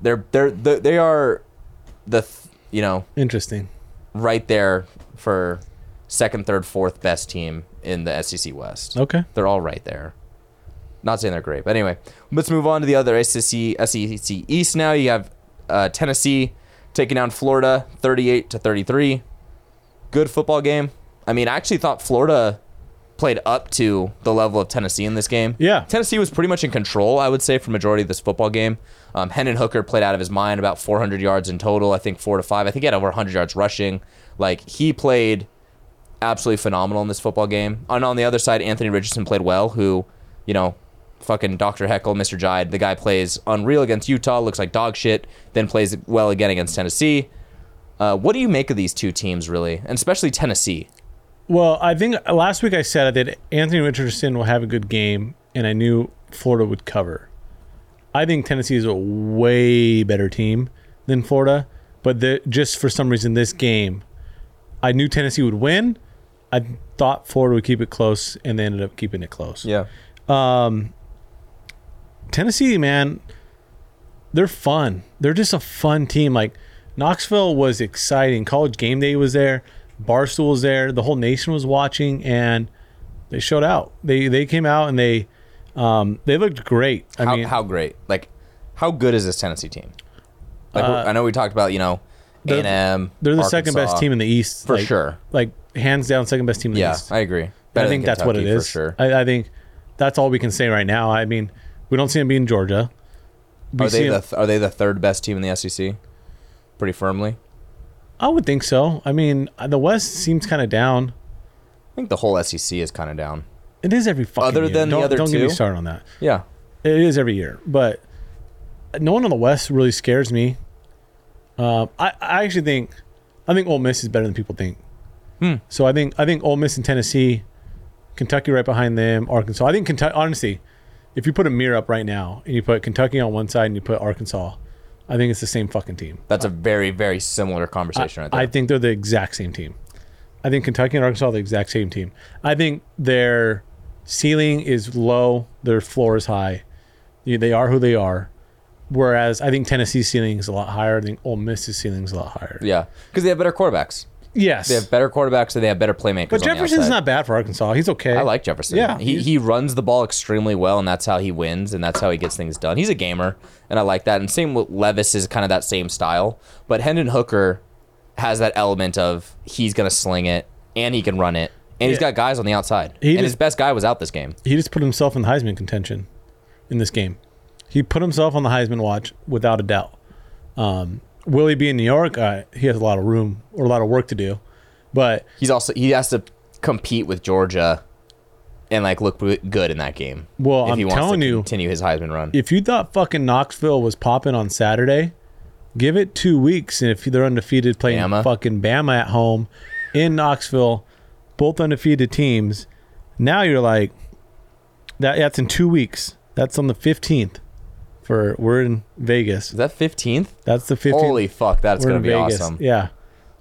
Speaker 3: they're they're they they are the th- you know
Speaker 5: Interesting.
Speaker 3: right there for second, third, fourth best team in the SEC West.
Speaker 5: Okay.
Speaker 3: They're all right there. Not saying they're great, but anyway, let's move on to the other E SEC, SEC East now. You have uh, Tennessee taking down Florida, thirty-eight to thirty-three. Good football game. I mean, I actually thought Florida played up to the level of Tennessee in this game.
Speaker 5: Yeah.
Speaker 3: Tennessee was pretty much in control, I would say, for majority of this football game. Um, Hendon Hooker played out of his mind, about 400 yards in total. I think four to five. I think he had over 100 yards rushing. Like he played absolutely phenomenal in this football game. And on the other side, Anthony Richardson played well, who, you know, fucking Dr. Heckle, Mr. Jide, the guy plays unreal against Utah, looks like dog shit, then plays well again against Tennessee. Uh, what do you make of these two teams, really? And especially Tennessee.
Speaker 5: Well, I think last week I said that Anthony Richardson will have a good game, and I knew Florida would cover. I think Tennessee is a way better team than Florida, but the, just for some reason, this game, I knew Tennessee would win. I thought Florida would keep it close, and they ended up keeping it close.
Speaker 3: Yeah.
Speaker 5: Tennessee, man, they're fun. They're just a fun team. Like Knoxville was exciting. College game day was there. Barstool was there. The whole nation was watching, and they showed out. They they came out and they um, they looked great. I
Speaker 3: how,
Speaker 5: mean,
Speaker 3: how great? Like, how good is this Tennessee team? Like, we're- I know we talked about, you know,
Speaker 5: Uh, They're-
Speaker 3: A&M.
Speaker 5: they're the second best
Speaker 3: Arkansas.
Speaker 5: team in the East
Speaker 3: For
Speaker 5: like-
Speaker 3: sure.
Speaker 5: Like hands down, second best team in the
Speaker 3: Yeah,
Speaker 5: East.
Speaker 3: I agree.
Speaker 5: I
Speaker 3: Better
Speaker 5: think
Speaker 3: than
Speaker 5: that's what it
Speaker 3: Kentucky,
Speaker 5: is.
Speaker 3: For sure.
Speaker 5: I, I think that's all we can say right now. I mean, we don't see them being Georgia. We
Speaker 3: Are
Speaker 5: see
Speaker 3: they,
Speaker 5: 'em-
Speaker 3: the th- are they the third best team in the SEC? Pretty firmly.
Speaker 5: I would think so. I mean, the West seems kind of down.
Speaker 3: I think the whole SEC is kind of down.
Speaker 5: It is every fucking
Speaker 3: Other
Speaker 5: year.
Speaker 3: than the
Speaker 5: don't,
Speaker 3: other
Speaker 5: don't get me
Speaker 3: two?
Speaker 5: started on that.
Speaker 3: Yeah.
Speaker 5: It is every year, but no one on the West really scares me. Um, I, I actually think I think Ole Miss is better than people think.
Speaker 3: Hmm.
Speaker 5: So I think I think Ole Miss and Tennessee, Kentucky right behind them, Arkansas. I think Kentucky. Honestly, if you put a mirror up right now and you put Kentucky on one side and you put Arkansas, I think it's the same fucking team.
Speaker 3: That's a very, very similar conversation right there.
Speaker 5: I think they're the exact same team. I think Kentucky and Arkansas are the exact same team. I think their ceiling is low, their floor is high. They- They are who they are. Whereas I think Tennessee's ceiling is a lot higher. I think Ole Miss's ceiling is a lot higher.
Speaker 3: yeah. Because they have better quarterbacks.
Speaker 5: Yes.
Speaker 3: They have better quarterbacks and they have better playmakers.
Speaker 5: but
Speaker 3: on the
Speaker 5: Jefferson's
Speaker 3: outside.
Speaker 5: not bad for Arkansas. He's okay.
Speaker 3: I like Jefferson.
Speaker 5: Yeah,
Speaker 3: He,
Speaker 5: he's-
Speaker 3: he runs the ball extremely well, and that's how he wins, and that's how he gets things done. He's a gamer, and I like that. And same with Levis is kind of that same style. But Hendon Hooker has that element of he's going to sling it, and he can run it, and he's
Speaker 5: Yeah.
Speaker 3: got guys on the outside.
Speaker 5: He
Speaker 3: and
Speaker 5: just-
Speaker 3: his best guy was out this game.
Speaker 5: He just put himself in the Heisman contention in this game. He put himself on the Heisman watch without a doubt. Um, will he be in New York? Uh, he has a lot of room or a lot of work to do. But
Speaker 3: He's also he has to compete with Georgia, and like look good in that game.
Speaker 5: Well,
Speaker 3: if
Speaker 5: I'm
Speaker 3: he wants
Speaker 5: telling
Speaker 3: to
Speaker 5: you-
Speaker 3: continue his Heisman run.
Speaker 5: if you thought fucking Knoxville was popping on Saturday, give it two weeks, and if they're undefeated playing
Speaker 3: Bama.
Speaker 5: fucking Bama at home in Knoxville, both undefeated teams, now you're like, that that's in two weeks. That's on the fifteenth. For we're in Vegas.
Speaker 3: is that fifteenth?
Speaker 5: That's the fifteenth.
Speaker 3: Holy fuck, that's
Speaker 5: we're
Speaker 3: gonna
Speaker 5: in
Speaker 3: be
Speaker 5: Vegas.
Speaker 3: awesome.
Speaker 5: Yeah,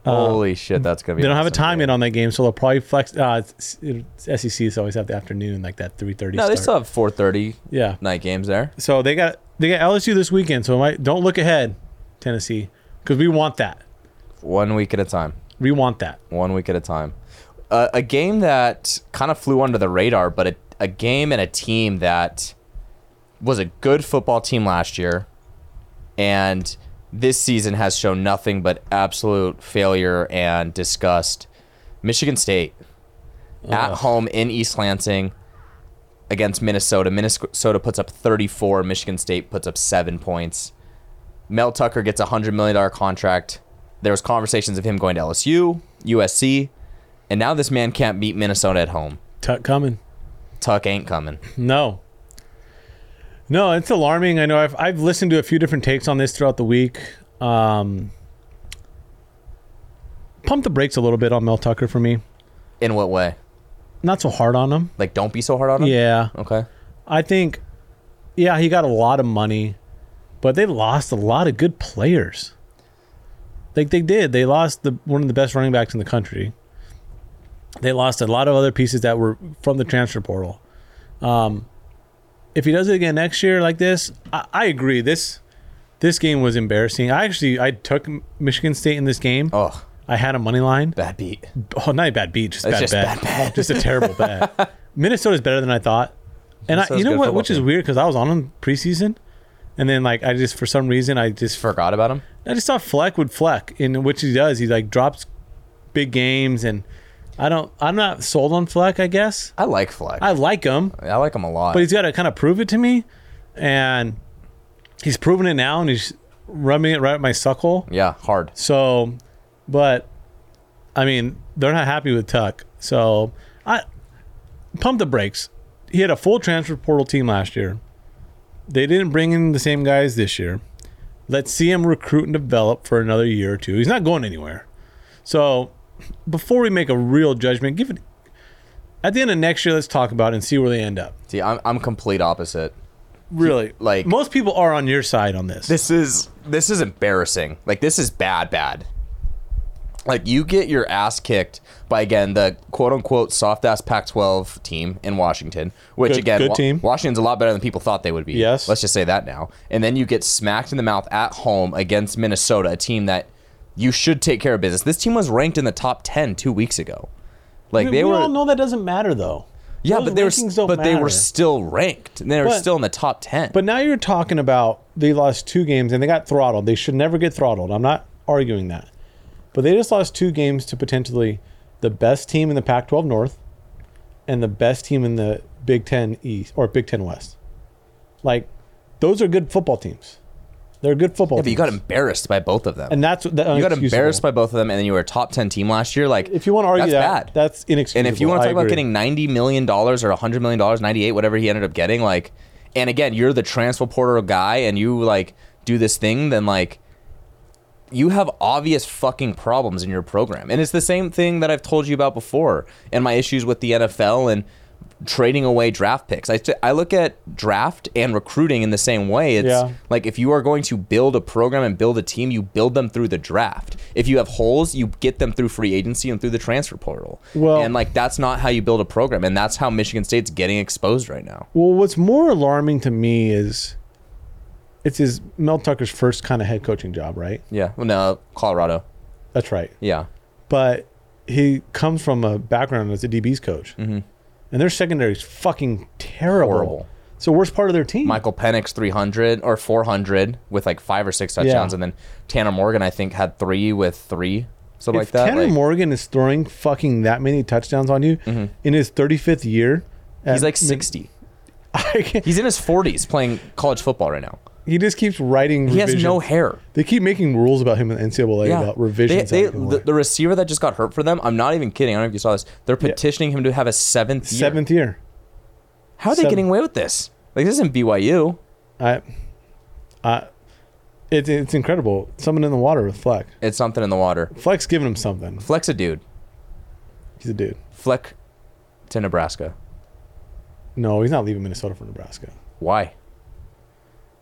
Speaker 3: Holy shit, that's gonna be.
Speaker 5: they don't have a
Speaker 3: awesome,
Speaker 5: time
Speaker 3: dude.
Speaker 5: in on that game, so they'll probably flex. Uh, it's, it's SECs E always have the afternoon, like that three thirty.
Speaker 3: No, they still have four thirty
Speaker 5: yeah.
Speaker 3: night games there.
Speaker 5: So they got they got LSU this weekend. So might, don't look ahead, Tennessee, because we want that.
Speaker 3: One week at a time.
Speaker 5: We want that.
Speaker 3: One week at a time. Uh, a game that kind of flew under the radar, but a, a game and a team that was a good football team last year and this season has shown nothing but absolute failure and disgust. Michigan State at home in East Lansing against Minnesota. Minnesota puts up 34, Michigan State puts up 7 points. Mel Tucker gets a $100 million contract. There was conversations of him going to LSU, USC, and now this man can't beat Minnesota at home.
Speaker 5: Tuck coming.
Speaker 3: Tuck ain't coming.
Speaker 5: No. No, it's alarming. I know I've I've listened to a few different takes on this throughout the week. Um, pump the brakes a little bit on Mel Tucker for me.
Speaker 3: In what way?
Speaker 5: Not so hard on him.
Speaker 3: Like, don't be so hard on him?
Speaker 5: Yeah.
Speaker 3: Okay.
Speaker 5: I think, yeah, he got a lot of money, but they lost a lot of good players. Like they did, they lost the one of the best running backs in the country. They lost a lot of other pieces that were from the transfer portal. Um, if he does it again next year like this, I, I agree. This this game was embarrassing. I actually I took Michigan State in this game.
Speaker 3: Oh,
Speaker 5: I had a money line.
Speaker 3: bad beat.
Speaker 5: Oh, not a bad beat, just
Speaker 3: It's
Speaker 5: bad
Speaker 3: just
Speaker 5: bet.
Speaker 3: bad bet.
Speaker 5: just a terrible
Speaker 3: [LAUGHS]
Speaker 5: bet. Minnesota's better than I thought, and I,
Speaker 3: Minnesota's
Speaker 5: you know
Speaker 3: good
Speaker 5: what?
Speaker 3: football
Speaker 5: Which is
Speaker 3: team.
Speaker 5: weird because I was on them preseason, and then like I just for some reason I just
Speaker 3: Forgot about him.
Speaker 5: I just thought Fleck would Fleck, in which he does. He like drops big games and I don't. I'm not sold on Fleck. I guess
Speaker 3: I like Fleck.
Speaker 5: I
Speaker 3: I,
Speaker 5: like him,
Speaker 3: like him a lot.
Speaker 5: but he's got to kind of prove it to me, and he's proven it now, and he's rubbing it right at my suckle.
Speaker 3: yeah, hard.
Speaker 5: So, but I mean, they're not happy with Tuck. So I pump the brakes. He had a full transfer portal team last year. They didn't bring in the same guys this year. Let's see him recruit and develop for another year or two. He's not going anywhere. So before we make a real judgment, give it at the end of next year. Let's talk about it and see where they end up.
Speaker 3: See, I'm I'm complete opposite.
Speaker 5: Really,
Speaker 3: Like-
Speaker 5: most people are on your side on this.
Speaker 3: This is this is embarrassing. Like this is bad, bad. Like you get your ass kicked by again the quote unquote soft ass Pac-12 team in Washington, which
Speaker 5: Good-
Speaker 3: again
Speaker 5: good
Speaker 3: Wa-
Speaker 5: team.
Speaker 3: Washington's a lot better than people thought they would be.
Speaker 5: Yes.
Speaker 3: let's just say that now. And then you get smacked in the mouth at home against Minnesota, a team that you should take care of business. This team was ranked in the top ten two weeks ago. Like
Speaker 5: we
Speaker 3: they
Speaker 5: we
Speaker 3: were,
Speaker 5: all know that doesn't matter though.
Speaker 3: yeah,
Speaker 5: Those
Speaker 3: but they were,
Speaker 5: rankings
Speaker 3: but
Speaker 5: don't
Speaker 3: they were
Speaker 5: matter.
Speaker 3: still ranked. And they were
Speaker 5: But-
Speaker 3: still in the top ten.
Speaker 5: But now you're talking about they lost two games and they got throttled. They should never get throttled. I'm not arguing that. But they just lost two games to potentially the best team in the Pac 12 North and the best team in the Big 10 East or Big 10 West. Like, those are good football teams. They're good football
Speaker 3: yeah, but you
Speaker 5: teams.
Speaker 3: got embarrassed by both of them.
Speaker 5: and that's what
Speaker 3: you got embarrassed by both of them, and then you were a top ten team last year. Like,
Speaker 5: If you want to argue
Speaker 3: that's
Speaker 5: that,
Speaker 3: bad.
Speaker 5: that's inexcusable.
Speaker 3: and if you want
Speaker 5: I
Speaker 3: to talk about
Speaker 5: agree.
Speaker 3: getting ninety million dollars or hundred million dollars, ninety eight, whatever he ended up getting, like, and again, you're the transfer portal guy, and you like do this thing, then like, you have obvious fucking problems in your program, and it's the same thing that I've told you about before, and my issues with the NFL and trading away draft picks. I I look at draft and recruiting in the same way. It's
Speaker 5: Yeah.
Speaker 3: like if you are going to build a program and build a team, you build them through the draft. If you have holes, you get them through free agency and through the transfer portal.
Speaker 5: Well-
Speaker 3: and like that's not how you build a program, and that's how Michigan State's getting exposed right now.
Speaker 5: Well, what's more alarming to me is it's his Mel Tucker's first kind of head coaching job, right?
Speaker 3: Yeah, well, no, Colorado.
Speaker 5: That's right.
Speaker 3: Yeah,
Speaker 5: but he comes from a background as a DB's coach, mm-hmm. and their secondary is fucking terrible.
Speaker 3: Horrible.
Speaker 5: It's the worst part of their team.
Speaker 3: Michael Penix 300 or 400 with like five or six touchdowns,
Speaker 5: Yeah.
Speaker 3: and then Tanner Morgan I think had three with three, something
Speaker 5: if
Speaker 3: like that.
Speaker 5: Tanner
Speaker 3: like,
Speaker 5: Morgan is throwing fucking that many touchdowns on you in his 35th year,
Speaker 3: Mm-hmm. he's
Speaker 5: at
Speaker 3: like
Speaker 5: mid-
Speaker 3: 60.
Speaker 5: [LAUGHS] I can't-
Speaker 3: He's in his 40s playing college football right now.
Speaker 5: he just keeps writing.
Speaker 3: He has
Speaker 5: revisions.
Speaker 3: no hair.
Speaker 5: They keep making rules about him in the NCAA about revisions. that
Speaker 3: They, they,
Speaker 5: he can
Speaker 3: the,
Speaker 5: wear.
Speaker 3: the receiver that just got hurt for them, I'm not even kidding. I don't know if you saw this. They're petitioning him to have a seventh year.
Speaker 5: Seventh year.
Speaker 3: How are they
Speaker 5: seven-
Speaker 3: getting away with this? Like, this isn't BYU.
Speaker 5: I, I, it's it's incredible. Someone in the water with Fleck.
Speaker 3: It's something in the water.
Speaker 5: Fleck's giving him something.
Speaker 3: Flex a dude.
Speaker 5: He's a dude.
Speaker 3: Fleck to Nebraska.
Speaker 5: No, he's not leaving Minnesota for Nebraska.
Speaker 3: Why?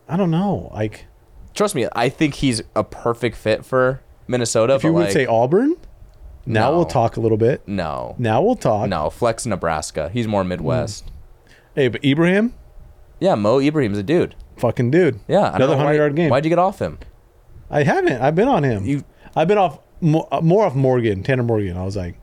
Speaker 5: I don't know. Like,
Speaker 3: Trust me, I think he's a perfect fit for Minnesota.
Speaker 5: if you
Speaker 3: but,
Speaker 5: would
Speaker 3: like,
Speaker 5: say Auburn, now
Speaker 3: No.
Speaker 5: we'll talk a little bit.
Speaker 3: No.
Speaker 5: Now we'll talk.
Speaker 3: No, Flex Nebraska. He's more Midwest.
Speaker 5: Hmm. Hey, but Ibrahim,
Speaker 3: Yeah, Mo Ibrahim's a dude.
Speaker 5: fucking dude.
Speaker 3: Yeah, I don't
Speaker 5: another
Speaker 3: know
Speaker 5: hundred
Speaker 3: why-
Speaker 5: yard game.
Speaker 3: Why'd you get off him?
Speaker 5: I haven't. I've been on him.
Speaker 3: You-
Speaker 5: I've been off more, more off Morgan, Tanner Morgan. I was like,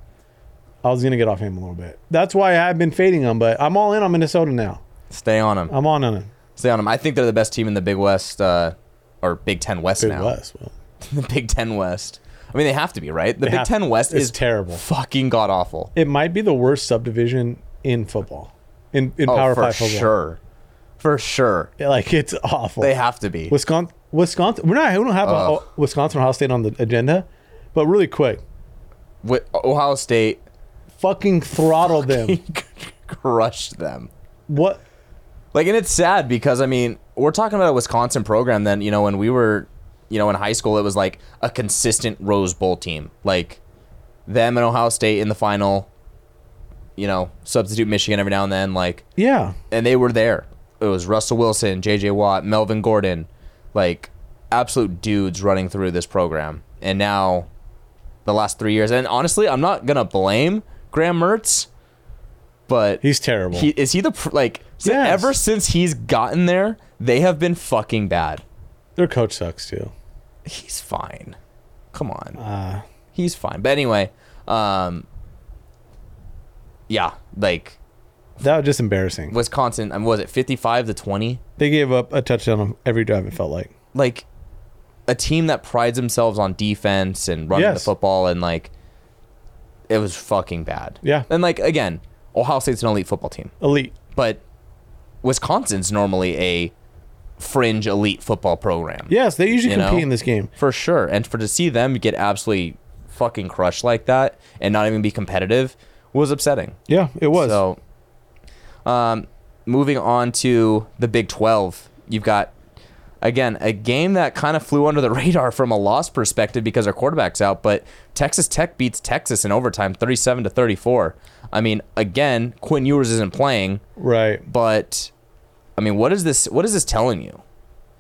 Speaker 5: I was gonna get off him a little bit. That's why I've been fading him. But I'm all in on Minnesota now.
Speaker 3: Stay on him.
Speaker 5: I'm on on him.
Speaker 3: Stay on him. I think they're the best team in the Big West uh, or Big Ten West
Speaker 5: Big
Speaker 3: now.
Speaker 5: West. Well,
Speaker 3: [LAUGHS] the Big Ten West. I mean, they have to be right. The
Speaker 5: They
Speaker 3: Big
Speaker 5: have-
Speaker 3: Ten West
Speaker 5: it's
Speaker 3: is
Speaker 5: terrible.
Speaker 3: fucking god awful.
Speaker 5: it might be the worst subdivision in football, in in
Speaker 3: Oh,
Speaker 5: Power
Speaker 3: for
Speaker 5: Five football.
Speaker 3: sure, for sure,
Speaker 5: Yeah, Like it's awful.
Speaker 3: they have to be.
Speaker 5: Wisconsin, Wisconsin. We're not. We don't have
Speaker 3: Ugh.
Speaker 5: a, Wisconsin, Ohio State on the agenda, but really quick,
Speaker 3: Wi- Ohio State
Speaker 5: fucking throttled
Speaker 3: [LAUGHS]
Speaker 5: them.
Speaker 3: crushed them.
Speaker 5: What?
Speaker 3: Like, and it's sad because I mean, we're talking about a Wisconsin program. Then you know, when we were, you know, in high school, it was like a consistent Rose Bowl team, like them and Ohio State in the final. You know, substitute Michigan every now and then, like,
Speaker 5: Yeah,
Speaker 3: and they were there. It was Russell Wilson, J.J. Watt, Melvin Gordon, like absolute dudes running through this program. And now, the last three years, and honestly, I'm not gonna blame Graham Mertz, but
Speaker 5: he's terrible.
Speaker 3: he is he the pr- like si-
Speaker 5: Yes.
Speaker 3: ever since he's gotten there, they have been fucking bad.
Speaker 5: Their coach sucks too.
Speaker 3: He's fine. Come on.
Speaker 5: Uh.
Speaker 3: he's fine. But anyway, um yeah, like
Speaker 5: That was just embarrassing.
Speaker 3: Wisconsin, I mean, was it 55 to 20?
Speaker 5: They gave up a touchdown on every drive. It felt like.
Speaker 3: Like a team that prides themselves on defense and running
Speaker 5: Yes.
Speaker 3: the football and like it was fucking bad.
Speaker 5: Yeah.
Speaker 3: And like again, Ohio State's an elite football team,
Speaker 5: Elite.
Speaker 3: but Wisconsin's normally a fringe elite football program.
Speaker 5: Yes, they usually
Speaker 3: You
Speaker 5: compete
Speaker 3: know?
Speaker 5: in this game.
Speaker 3: For sure. And for to see them get absolutely fucking crushed like that and not even be competitive was upsetting.
Speaker 5: Yeah, it was.
Speaker 3: So um moving on to the Big 12, you've got again a game that kind of flew under the [LAUGHS] radar from a loss perspective because our quarterback's out, but Texas Tech beats Texas in overtime 37 to 34. I mean, again, Quinn Ewers isn't playing,
Speaker 5: right.
Speaker 3: but I mean, what is this? What is this telling you?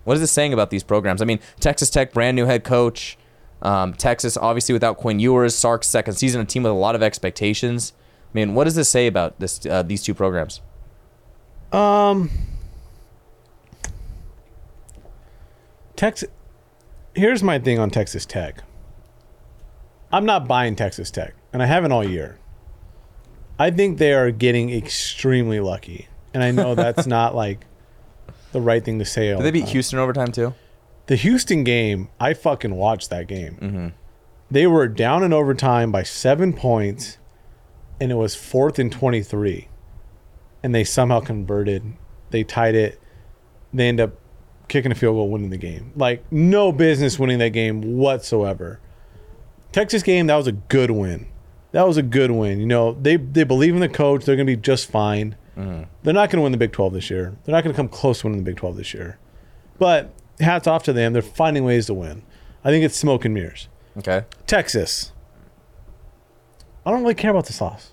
Speaker 3: What is this saying about these programs? I mean, Texas Tech, brand new head coach. Um, Texas, obviously, without Quinn Ewers, Sark's second season, a team with a lot of expectations. I mean, what does this say about this uh, these two programs?
Speaker 5: Um, Texas. Here's my thing on Texas Tech. I'm not buying Texas Tech, and I haven't all year. I think they are getting extremely lucky, and I know
Speaker 3: [LAUGHS]
Speaker 5: that's not like the right thing to say. all
Speaker 3: Did they
Speaker 5: the
Speaker 3: beat
Speaker 5: time.
Speaker 3: Houston overtime too?
Speaker 5: The Houston game, I fucking watched that game. They were down in overtime by seven points, and it was fourth and 23. And they somehow converted. They tied it. They end up kicking a field goal, winning the game. Like, no business winning that game whatsoever. Texas game, that was a good win. That was a good win. You know, they, they believe in the coach. They're going to be just fine. They're not going to win the Big 12 this year. They're not going to come close to winning the Big 12 this year. But hats off to them. They're finding ways to win. I think it's smoke and mirrors.
Speaker 3: Okay,
Speaker 5: Texas. I don't really care about the sauce.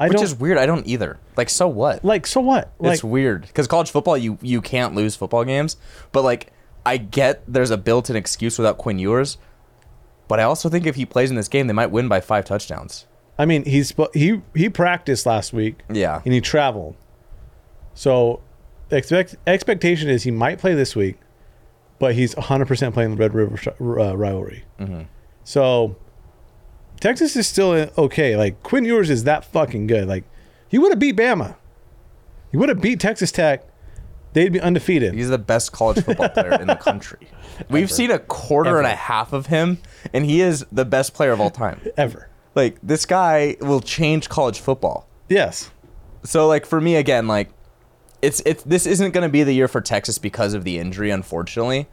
Speaker 5: I
Speaker 3: which
Speaker 5: don't
Speaker 3: is weird. I don't either. Like, so what?
Speaker 5: like. So what? Like
Speaker 3: it's weird because college football, you you can't lose football games, but like I get there's a built-in excuse without Quinn Ewers, but I also think if he plays in this game, they might win by five touchdowns.
Speaker 5: I mean, he's spo- he he practiced last week
Speaker 3: Yeah,
Speaker 5: and he traveled. So expect expectation is he might play this week, but he's 100 percent playing the Red River sh- uh, rivalry.
Speaker 3: Mm-hmm.
Speaker 5: So Texas is still in- okay. Like Quinn Ewers is that fucking good. Like he would have beat Bama. He would have beat Texas Tech. They'd be undefeated.
Speaker 3: He's the best college football player in
Speaker 5: [LAUGHS]
Speaker 3: the country. We've seen a quarter and a
Speaker 5: Ever.
Speaker 3: half of him, and he is the best player of
Speaker 5: [LAUGHS]
Speaker 3: all time.
Speaker 5: ever.
Speaker 3: Like this guy will change college football.
Speaker 5: Yes.
Speaker 3: So like for me again, like it's it's this isn't going to be the year for Texas because of the injury, unfortunately.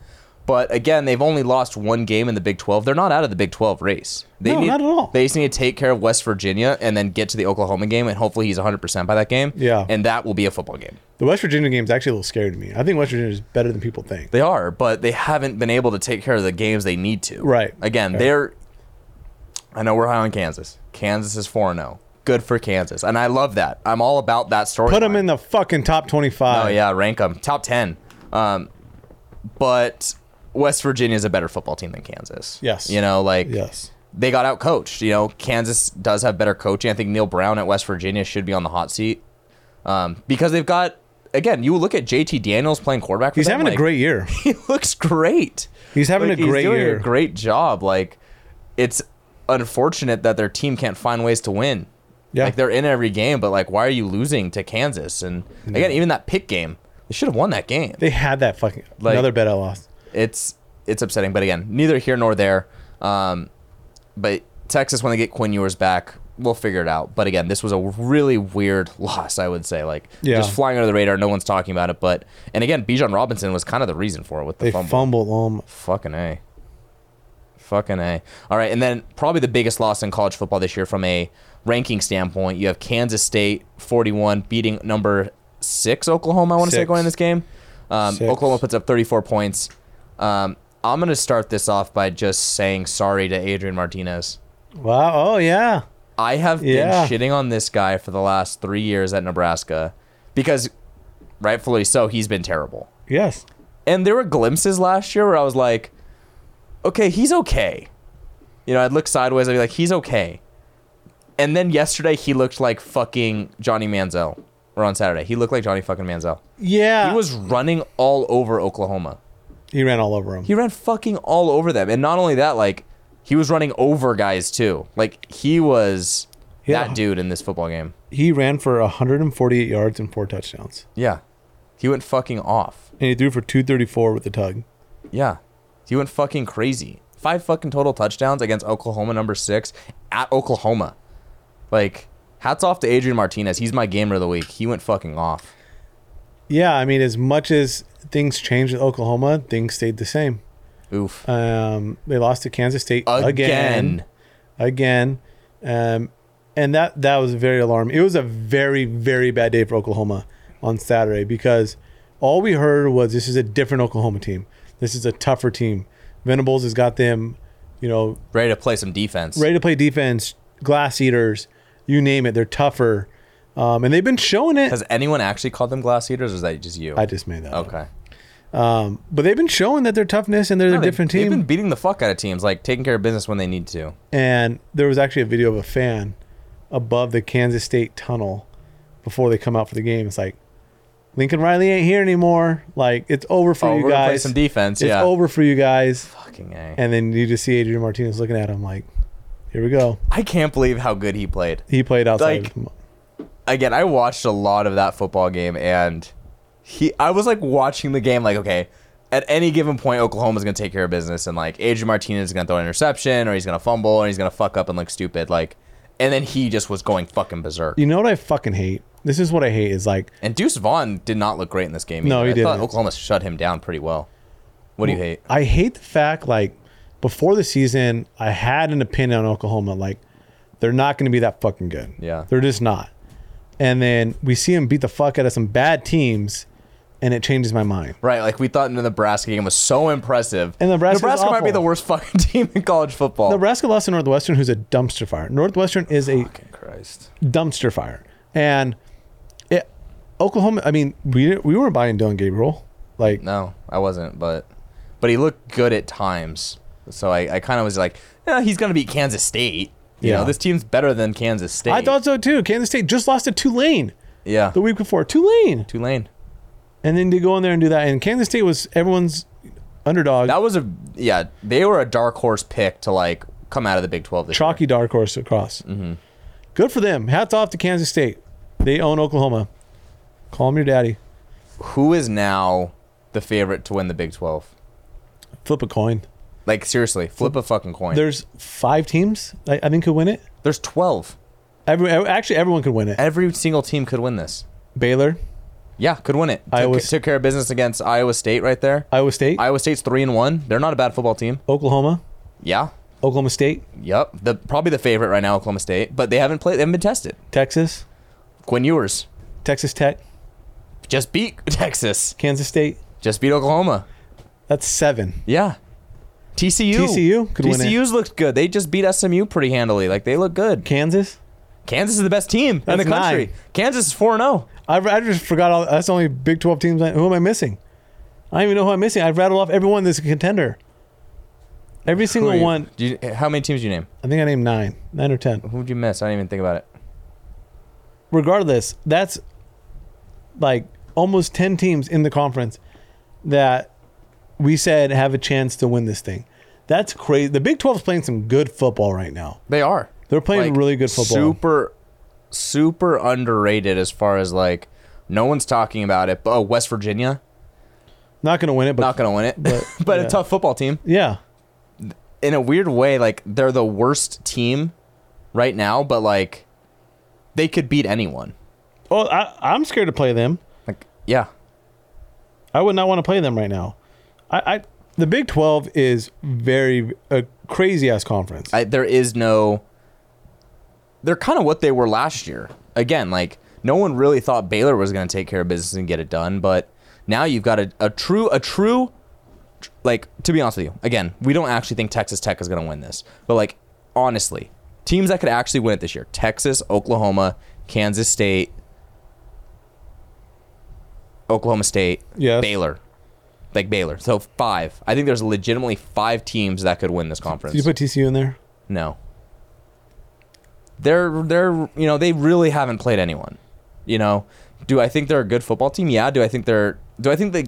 Speaker 3: But again, they've only lost one game in the Big 12. They're not out of the Big 12 race. They
Speaker 5: No,
Speaker 3: need,
Speaker 5: not at all.
Speaker 3: They just need to take care of West Virginia and then get to the Oklahoma game, and hopefully he's 100% by that game.
Speaker 5: Yeah.
Speaker 3: And that will be a football game.
Speaker 5: The West Virginia game is actually a little scary to me. I think West Virginia is better than people think.
Speaker 3: They are, but they haven't been able to take care of the games they need to.
Speaker 5: Right.
Speaker 3: Again,
Speaker 5: Right.
Speaker 3: they're. I know we're high on Kansas. Kansas is 4 0. Good for Kansas. And I love that. I'm all about that story.
Speaker 5: Put them in the fucking top 25.
Speaker 3: Oh, yeah. Rank them. Top 10. Um, but West Virginia is a better football team than Kansas.
Speaker 5: Yes.
Speaker 3: You know, like.
Speaker 5: Yes.
Speaker 3: They got out coached. You know, Kansas does have better coaching. I think Neil Brown at West Virginia should be on the hot seat um, because they've got, again, you look at JT Daniels playing quarterback for
Speaker 5: He's
Speaker 3: them,
Speaker 5: having a
Speaker 3: like-
Speaker 5: great year.
Speaker 3: [LAUGHS] he looks great.
Speaker 5: He's having
Speaker 3: Like,
Speaker 5: a great
Speaker 3: he's doing
Speaker 5: year.
Speaker 3: A great job. Like it's unfortunate that their team can't find ways to win.
Speaker 5: Yeah.
Speaker 3: Like they're in every game, but like why are you losing to Kansas? And
Speaker 5: Mm-hmm.
Speaker 3: again, even that pick game, they should have won that game.
Speaker 5: They had that fucking
Speaker 3: Like-
Speaker 5: another bet I lost.
Speaker 3: It's it's upsetting, but again, neither here nor there. Um, but Texas when they get Quinn Ewers back, we'll figure it out. But again, this was a really weird [LAUGHS] loss, I would say. Like
Speaker 5: Yeah.
Speaker 3: just flying under the radar, no one's talking about it. But and again, Bijan Robinson was kind of the reason for it with the
Speaker 5: They
Speaker 3: fumble.
Speaker 5: fumbled um
Speaker 3: Fucking A. Fucking A. All right, and then probably the biggest loss in college football this year from a ranking standpoint, you have Kansas State 41 beating number 6 Oklahoma, I want to say
Speaker 5: Six.
Speaker 3: going in this game. Um,
Speaker 5: Six.
Speaker 3: Oklahoma puts up 34 points. Um, I'm going to start this off by just saying sorry to Adrian Martinez.
Speaker 5: Wow. Oh yeah.
Speaker 3: I have
Speaker 5: Yeah.
Speaker 3: been shitting on this guy for the last 3 years at Nebraska because rightfully so, he's been terrible.
Speaker 5: Yes.
Speaker 3: And there were glimpses last year where I was like, okay, he's okay. You know, I'd look sideways, I'd be like, he's okay. And then yesterday he looked like fucking Johnny Manziel. Or on Saturday, he looked like Johnny fucking Manziel.
Speaker 5: Yeah.
Speaker 3: He was running all over Oklahoma.
Speaker 5: he ran all over him.
Speaker 3: He ran fucking all over them. And not only that, like, he was running over guys too. Like, he was
Speaker 5: Yeah.
Speaker 3: that dude in this football game.
Speaker 5: he ran for 148 yards and four touchdowns.
Speaker 3: Yeah. He went fucking off.
Speaker 5: And he threw for 234 with the tug.
Speaker 3: Yeah. He went fucking crazy. Five fucking total touchdowns against Oklahoma, number six at Oklahoma. Like, hats off to Adrian Martinez. He's my gamer of the week. He went fucking off.
Speaker 5: Yeah, I mean, as much as things changed with Oklahoma, things stayed the same.
Speaker 3: Oof.
Speaker 5: Um, they lost to Kansas State
Speaker 3: Again.
Speaker 5: again, again, um, and that that was very alarming. It was a very very bad day for Oklahoma on Saturday because all we heard was this is a different Oklahoma team. This is a tougher team. Venables has got them, you know,
Speaker 3: Ready to play some defense.
Speaker 5: ready to play defense, glass eaters, you name it. They're tougher, um, and they've been showing it.
Speaker 3: Has anyone actually called them glass eaters, or is that just you?
Speaker 5: I just made that. up.
Speaker 3: okay.
Speaker 5: Um, but they've been showing that their toughness and they're a
Speaker 3: No, they-
Speaker 5: different
Speaker 3: They've
Speaker 5: team.
Speaker 3: been beating the fuck out of teams, like taking care of business when they need to.
Speaker 5: and there was actually a video of a fan above the Kansas State tunnel before they come out for the game. It's like Lincoln Riley ain't here anymore. Like it's over for
Speaker 3: Oh,
Speaker 5: you
Speaker 3: we're gonna
Speaker 5: guys.
Speaker 3: play some defense.
Speaker 5: it's
Speaker 3: yeah.
Speaker 5: over for you guys.
Speaker 3: Fucking A.
Speaker 5: And then you just see Adrian Martinez looking at him like, "Here we go."
Speaker 3: I can't believe how good he played.
Speaker 5: He played outside.
Speaker 3: Like- Again, I watched a lot of that football game, and he. I was like watching the game, like okay. At any given point, Oklahoma's gonna take care of business, and like Adrian Martinez is gonna throw an interception, or he's gonna fumble, and he's gonna fuck up and look stupid, like. And then he just was going fucking berserk.
Speaker 5: you know what I fucking hate? This is what I hate. Is like
Speaker 3: And Deuce Vaughn did not look great in this game.
Speaker 5: No,
Speaker 3: either.
Speaker 5: he
Speaker 3: I thought
Speaker 5: didn't.
Speaker 3: Oklahoma shut him down pretty well. What do you hate?
Speaker 5: I hate the fact like before the season, I had an opinion on Oklahoma like they're not going to be that fucking good.
Speaker 3: Yeah.
Speaker 5: they're just not. And then we see them beat the fuck out of some bad teams, and it changes my mind.
Speaker 3: Right, like we thought the Nebraska game was so impressive.
Speaker 5: And Nebraska was
Speaker 3: might be
Speaker 5: awful.
Speaker 3: the worst fucking [LAUGHS] team in college football.
Speaker 5: Nebraska lost to Northwestern, who's a dumpster fire. Northwestern is a
Speaker 3: fucking Christ.
Speaker 5: dumpster fire, and it, Oklahoma. I mean, we we weren't buying Dylan Gabriel. Like
Speaker 3: No, I wasn't, but but he looked good at times. So I, I kind of was like, eh, he's gonna beat Kansas State. You
Speaker 5: Yeah.
Speaker 3: know, this team's better than Kansas State.
Speaker 5: I thought so too. Kansas State just lost to Tulane
Speaker 3: yeah,
Speaker 5: the week before. Tulane.
Speaker 3: Tulane.
Speaker 5: and then to go in there and do that. And Kansas State was everyone's underdog,
Speaker 3: That was a yeah. They were a dark horse pick to like come out of the Big Twelve this year.
Speaker 5: chalky dark horse across.
Speaker 3: Mm-hmm.
Speaker 5: Good for them. Hats off to Kansas State. They own Oklahoma. Call him your daddy.
Speaker 3: Who is now the favorite to win the Big Twelve?
Speaker 5: Flip a coin.
Speaker 3: Like seriously, flip a fucking coin.
Speaker 5: There's five teams I, I think could win it.
Speaker 3: There's 12.
Speaker 5: Every, actually, everyone could win it.
Speaker 3: Every single team could win this.
Speaker 5: Baylor,
Speaker 3: Yeah, could win it. Took,
Speaker 5: Iowa-
Speaker 3: took care of business against Iowa State right there.
Speaker 5: Iowa State,
Speaker 3: Iowa State's three and one. They're not a bad football team.
Speaker 5: Oklahoma,
Speaker 3: Yeah.
Speaker 5: Oklahoma State,
Speaker 3: Yep. The probably the favorite right now, Oklahoma State, but they haven't played. They haven't been tested.
Speaker 5: Texas,
Speaker 3: Quinn Ewers
Speaker 5: Texas Tech,
Speaker 3: just beat [LAUGHS] Texas.
Speaker 5: Kansas State.
Speaker 3: Just beat Oklahoma.
Speaker 5: That's seven.
Speaker 3: Yeah. TCU.
Speaker 5: TCU could win it.
Speaker 3: TCU's looked good. They just beat SMU pretty handily. Like they look good.
Speaker 5: Kansas.
Speaker 3: Kansas is the best team in
Speaker 5: That's
Speaker 3: the country.
Speaker 5: nine.
Speaker 3: Kansas is four and oh. zero.
Speaker 5: I, I just forgot all. That's the only Big Twelve teams. I, who am I missing? I don't even know who I'm missing. I've rattled off everyone that's a contender. Every
Speaker 3: Who are
Speaker 5: single
Speaker 3: you-
Speaker 5: one.
Speaker 3: do you- eh, How many teams do you name?
Speaker 5: I think I named nine, nine or ten.
Speaker 3: Who'd you miss? I didn't even think about it.
Speaker 5: Regardless, that's like almost ten teams in the conference that we said have a chance to win this thing. That's crazy. The Big 12 is playing some good football right now.
Speaker 3: They are.
Speaker 5: They're playing really good football.
Speaker 3: Super, super underrated as far as like no one's talking about it. But oh, West Virginia
Speaker 5: Not going to win it, but
Speaker 3: not gonna win it,
Speaker 5: but-
Speaker 3: [LAUGHS] but,
Speaker 5: yeah.
Speaker 3: a tough football team.
Speaker 5: yeah.
Speaker 3: In a weird way, like they're the worst team right now, but like they could beat anyone.
Speaker 5: Oh, I, I'm scared to play them.
Speaker 3: Like yeah,
Speaker 5: I would not want to play them right now. I, I the Big Twelve is very a crazy ass conference.
Speaker 3: I, there is no. They're kind of what they were last year. Again, like no one really thought Baylor was going to take care of business and get it done, but now you've got a, a true a true tr- like to be honest with you. Again, we don't actually think Texas Tech is going to win this, but like honestly, teams that could actually win it this year: Texas, Oklahoma, Kansas State, Oklahoma State,
Speaker 5: Yes.
Speaker 3: Baylor. Like Baylor, so five. I think there's legitimately five teams that could win this conference.
Speaker 5: Did you put TCU in there?
Speaker 3: No. They're they're you know they really haven't played anyone. You know, do I think they're a good football team? Yeah. Do I think they're do I think they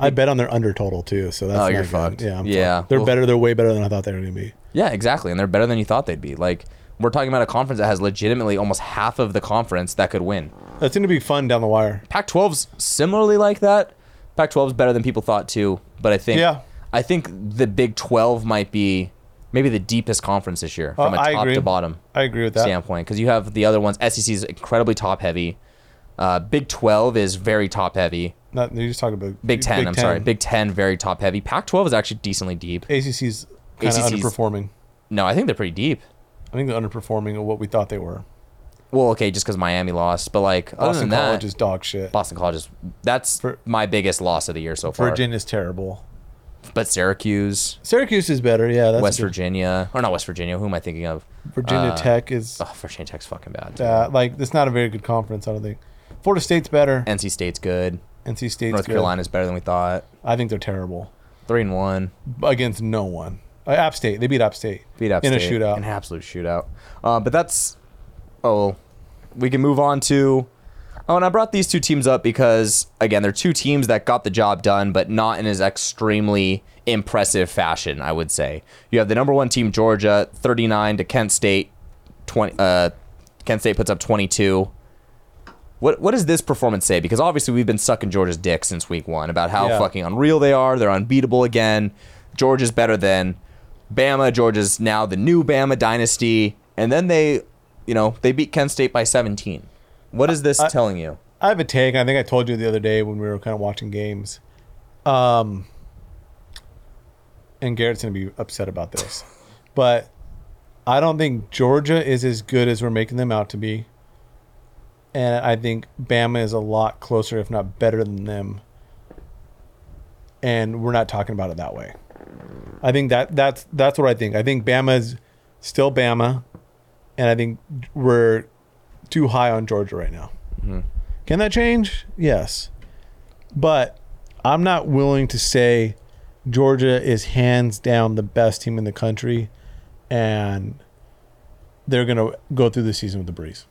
Speaker 5: I bet on their under total too, so that's
Speaker 3: Oh,
Speaker 5: not
Speaker 3: you're
Speaker 5: good.
Speaker 3: fucked.
Speaker 5: Yeah, I'm
Speaker 3: Yeah,
Speaker 5: fucked. they're
Speaker 3: well-
Speaker 5: better. They're way better than I thought they were gonna be.
Speaker 3: Yeah, exactly. And they're better than you thought they'd be. Like we're talking about a conference that has legitimately almost half of the conference that could win.
Speaker 5: That's gonna be fun down the wire.
Speaker 3: Pac-12's similarly like that. Pac-12's better than people thought too, but I think
Speaker 5: Yeah.
Speaker 3: I think the Big 12 might be maybe the deepest conference this year from
Speaker 5: Uh,
Speaker 3: a
Speaker 5: I
Speaker 3: top
Speaker 5: agree.
Speaker 3: to bottom
Speaker 5: I agree with that.
Speaker 3: standpoint because you have the other ones. SEC is incredibly top heavy. Uh, Big 12 is very top heavy.
Speaker 5: Not, you're just talking about
Speaker 3: Big 10, I'm sorry. Big 10, very top heavy. Pac 12 is actually decently deep.
Speaker 5: ACC's kind of
Speaker 3: ACC's
Speaker 5: underperforming.
Speaker 3: No, I think they're pretty deep.
Speaker 5: I think they're underperforming of what we thought they were.
Speaker 3: Well, okay, just because Miami lost, but like other
Speaker 5: Boston
Speaker 3: than that,
Speaker 5: College is dog shit.
Speaker 3: Boston College is that's
Speaker 5: For-
Speaker 3: my biggest loss of the year so far.
Speaker 5: Virginia's terrible.
Speaker 3: But Syracuse,
Speaker 5: Syracuse is better. Yeah, that's
Speaker 3: West
Speaker 5: a good-
Speaker 3: Virginia, or not West Virginia. Who am I thinking of?
Speaker 5: Virginia
Speaker 3: Uh,
Speaker 5: Tech is
Speaker 3: Oh, Virginia Tech's fucking bad.
Speaker 5: uh, like it's not a very good conference. I don't think. Florida State's better.
Speaker 3: NC State's good.
Speaker 5: NC State's
Speaker 3: North
Speaker 5: good.
Speaker 3: Carolina's better than we thought.
Speaker 5: I think they're terrible
Speaker 3: Three and one.
Speaker 5: against no one. Uh, App State. They beat App State.
Speaker 3: Beat App
Speaker 5: in
Speaker 3: State
Speaker 5: a shootout.
Speaker 3: An absolute shootout. Uh, but that's oh, we can move on to. Oh, and I brought these two teams up because again, they're two teams that got the job done, but not in as extremely impressive fashion. I would say you have the number one team Georgia, thirty nine to Kent State, twenty. Uh, Kent State puts up twenty two. What, what does this performance say? Because obviously we've been sucking Georgia's dick since week one about how
Speaker 5: Yeah.
Speaker 3: fucking unreal they are. They're unbeatable again. Georgia's better than Bama. Georgia's now the new Bama dynasty. And then they, you know, they beat Kent State by 17. What is this telling you?
Speaker 5: I have a take. I think I told you the other day when we were kind of watching games. Um, and Garrett's going to be upset about this, but I don't think Georgia is as good as we're making them out to be. And I think Bama is a lot closer, if not better than them. And we're not talking about it that way. I think that that's that's what I think. I think Bama's still Bama, and I think we're too high on Georgia right now. Can that change? Yes. But I'm not willing to say Georgia is hands down the best team in the country and they're going to go through the season with the breeze.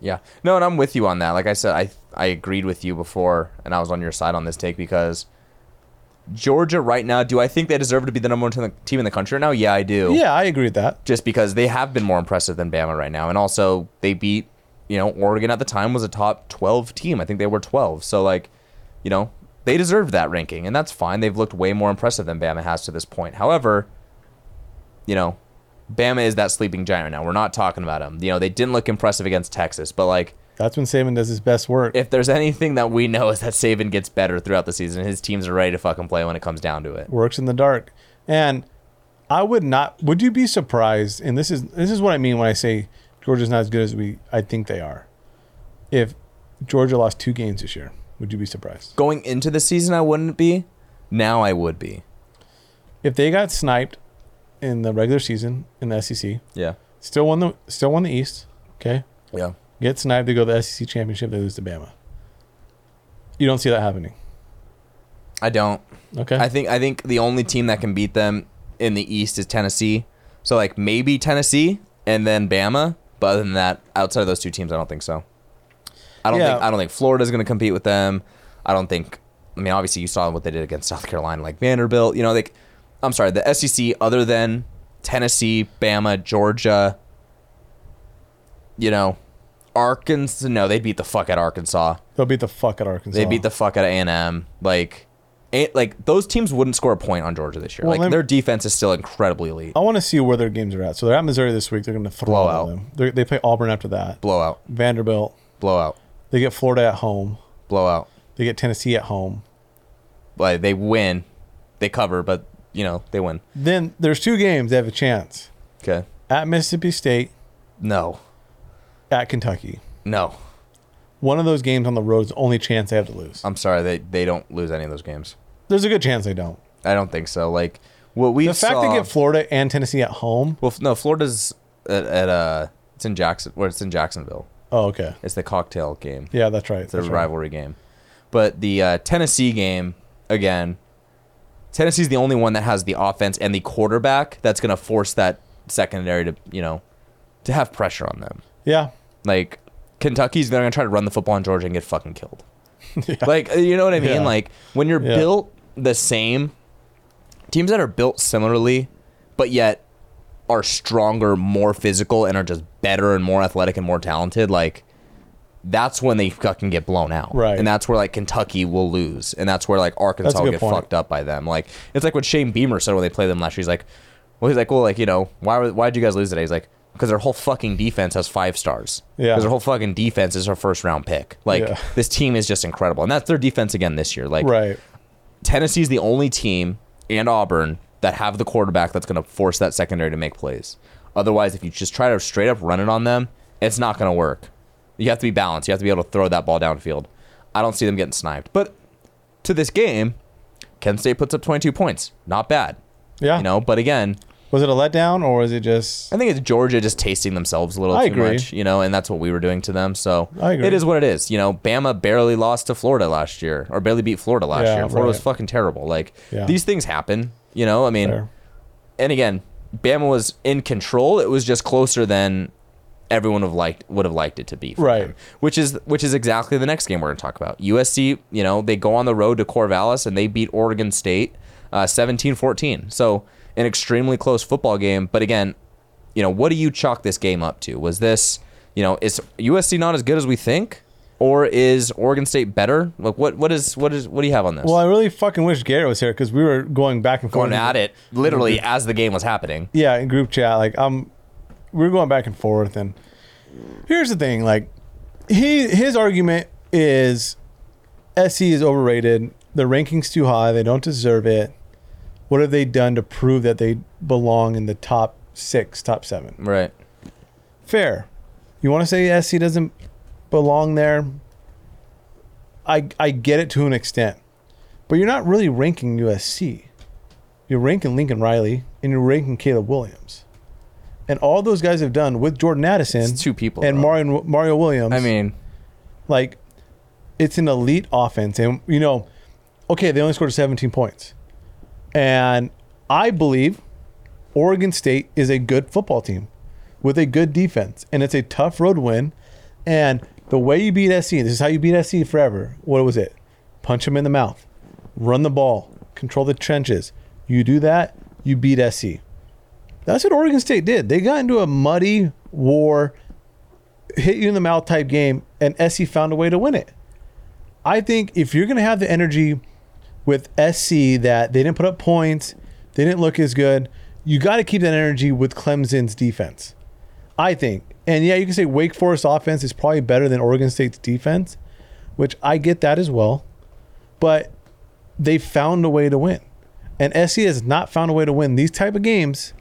Speaker 3: Yeah. No, and I'm with you on that. Like I said, I I agreed with you before and I was on your side on this take because Georgia right now, do I think they deserve to be the number one te- team in the country right now? Yeah, I do.
Speaker 5: Yeah, I agree with that.
Speaker 3: just because they have been more impressive than Bama right now. And also, they beat, you know, Oregon at the time was a top 12 team. I think they were 12. So, like, you know, they deserved that ranking, and that's fine. They've looked way more impressive than Bama has to this point. However, you know, Bama is that sleeping giant right now. We're not talking about them. You know, they didn't look impressive against Texas, but like,
Speaker 5: That's when Saban does his best work.
Speaker 3: if there's anything that we know [LAUGHS] is that Saban gets better throughout the season, his teams are ready to fucking play when it comes down to it.
Speaker 5: works in the dark. And I would not would you be surprised and this is this is what I mean when I say Georgia's not as good as we I think they are. If Georgia lost two games this year, would you be surprised?
Speaker 3: Going into the season, I wouldn't be. Now I would be.
Speaker 5: If they got sniped in the regular season in the SEC,
Speaker 3: Yeah.
Speaker 5: Still won the still won the East. Okay,
Speaker 3: Yeah.
Speaker 5: get sniped. They go to the SEC championship. They lose to Bama. You don't see that happening.
Speaker 3: I don't.
Speaker 5: Okay,
Speaker 3: I think I think the only team that can beat them in the East is Tennessee. So like maybe Tennessee and then Bama, but other than that, outside of those two teams, I don't think so. I don't
Speaker 5: Yeah.
Speaker 3: think I don't think Florida's going to compete with them. I don't think. I mean, obviously you saw what they did against South Carolina, like Vanderbilt. You know, like I'm sorry, the SEC other than Tennessee, Bama, Georgia. You know, Arkansas. No, they beat the fuck out of Arkansas.
Speaker 5: they'll beat the fuck out of Arkansas.
Speaker 3: They beat the fuck out of A&M. Like, a- like those teams wouldn't score a point on Georgia this year.
Speaker 5: Well,
Speaker 3: like
Speaker 5: lem-
Speaker 3: their defense is still incredibly elite.
Speaker 5: I want to see where their games are at. So they're at Missouri this week. They're going to throw
Speaker 3: Blowout.
Speaker 5: them. They're, they play Auburn after that.
Speaker 3: Blowout,
Speaker 5: Vanderbilt.
Speaker 3: blowout,
Speaker 5: They get Florida at home.
Speaker 3: blowout.
Speaker 5: They get Tennessee at home.
Speaker 3: Like they win, they cover, but you know they win.
Speaker 5: Then there's two games they have a chance
Speaker 3: Okay.
Speaker 5: at Mississippi State,
Speaker 3: No,
Speaker 5: at Kentucky.
Speaker 3: no.
Speaker 5: One of those games on the road is the only chance they have to lose.
Speaker 3: I'm sorry. They they don't lose any of those games.
Speaker 5: There's a good chance they don't.
Speaker 3: I don't think so. Like what we
Speaker 5: The fact
Speaker 3: saw.
Speaker 5: they get Florida and Tennessee at home.
Speaker 3: well, f- no. Florida's at, at uh, it's in Jackson. Where it's in Jacksonville.
Speaker 5: Oh, okay.
Speaker 3: It's the cocktail game.
Speaker 5: Yeah, that's right.
Speaker 3: It's a
Speaker 5: that's right.
Speaker 3: rivalry game. But the uh, Tennessee game, again, Tennessee's the only one that has the offense and the quarterback that's going to force that secondary to, you know, to have pressure on them.
Speaker 5: Yeah.
Speaker 3: Like, Kentucky's, they're going to try to run the football on Georgia and get
Speaker 5: [LAUGHS]
Speaker 3: fucking killed. Like, you know what I mean?
Speaker 5: Yeah.
Speaker 3: Like, when you're
Speaker 5: Yeah.
Speaker 3: built the same, teams that are built similarly, but yet are stronger, more physical, and are just better and more athletic and more talented, like, that's when they fucking get blown out.
Speaker 5: Right.
Speaker 3: And that's where like Kentucky will lose. And that's where like
Speaker 5: That's
Speaker 3: Arkansas
Speaker 5: a
Speaker 3: will
Speaker 5: good
Speaker 3: get
Speaker 5: point.
Speaker 3: fucked up by them. Like it's like what Shane Beamer said when they played them last year. He's like, well, he's like, well, like, you know, why were, why'd you guys lose today? He's like, because their whole fucking defense has five stars.
Speaker 5: Yeah.
Speaker 3: Because their whole fucking defense is our first round pick. Like
Speaker 5: Yeah.
Speaker 3: this team is just incredible. And that's their defense again this year. Like
Speaker 5: Right.
Speaker 3: Tennessee's the only team and Auburn that have the quarterback that's going to force that secondary to make plays. Otherwise, if you just try to straight up run it on them, it's not going to work. You have to be balanced. You have to be able to throw that ball downfield. I don't see them getting sniped. But to this game, Kent State puts up 22 points. Not bad,
Speaker 5: Yeah.
Speaker 3: you know. But again,
Speaker 5: Was it a letdown or was it just
Speaker 3: I think it's Georgia just tasting themselves a little
Speaker 5: I
Speaker 3: too
Speaker 5: agree.
Speaker 3: much, you know, and that's what we were doing to them. So
Speaker 5: I agree.
Speaker 3: it is what it is. You know, Bama barely lost to Florida last year, or barely beat Florida last
Speaker 5: Yeah,
Speaker 3: year. Florida was
Speaker 5: right.
Speaker 3: fucking terrible. Like
Speaker 5: Yeah.
Speaker 3: these things happen. You know, I mean,
Speaker 5: Fair.
Speaker 3: and again, Bama was in control. It was just closer than everyone would have liked would have liked it to be. for
Speaker 5: Right.
Speaker 3: them. Which is which is exactly the next game we're going to talk about. USC, you know, they go on the road to Corvallis and they beat Oregon State uh 17-14. So, an extremely close football game, but again, you know, what do you chalk this game up to? Was this, you know, is USC not as good as we think? Or is Oregon State better? Like what what is what is what do you have on this?
Speaker 5: Well, I really fucking wish Garrett was here because we were going back and forth.
Speaker 3: going at it literally as the game was happening.
Speaker 5: Yeah, in group chat. Like I'm we were going back and forth and here's the thing, like he his argument is SC is overrated, the rankings too high, they don't deserve it. What have they done to prove that they belong in the top six, top seven?
Speaker 3: Right.
Speaker 5: fair. You want to say SC doesn't belong there? I I get it to an extent, but you're not really ranking USC. You're ranking Lincoln Riley and you're ranking Caleb Williams, and all those guys have done with Jordan Addison
Speaker 3: It's two people.
Speaker 5: and
Speaker 3: though.
Speaker 5: Mario Mario Williams.
Speaker 3: I mean,
Speaker 5: like it's an elite offense, and you know, okay, they only scored 17 points, and I believe Oregon State is a good football team with a good defense, and it's a tough road win. And the way you beat SC, this is how you beat SC forever. What was it? Punch them in the mouth, run the ball, control the trenches. You do that, you beat SC. That's what Oregon State did. They got into a muddy war, hit you in the mouth type game, and SC found a way to win it. I think if you're going to have the energy with SC that they didn't put up points, they didn't look as good, you got to keep that energy with Clemson's defense. I think. And yeah, you can say Wake Forest offense is probably better than Oregon State's defense, which I get that as well. But they found a way to win. And SC has not found a way to win these type of games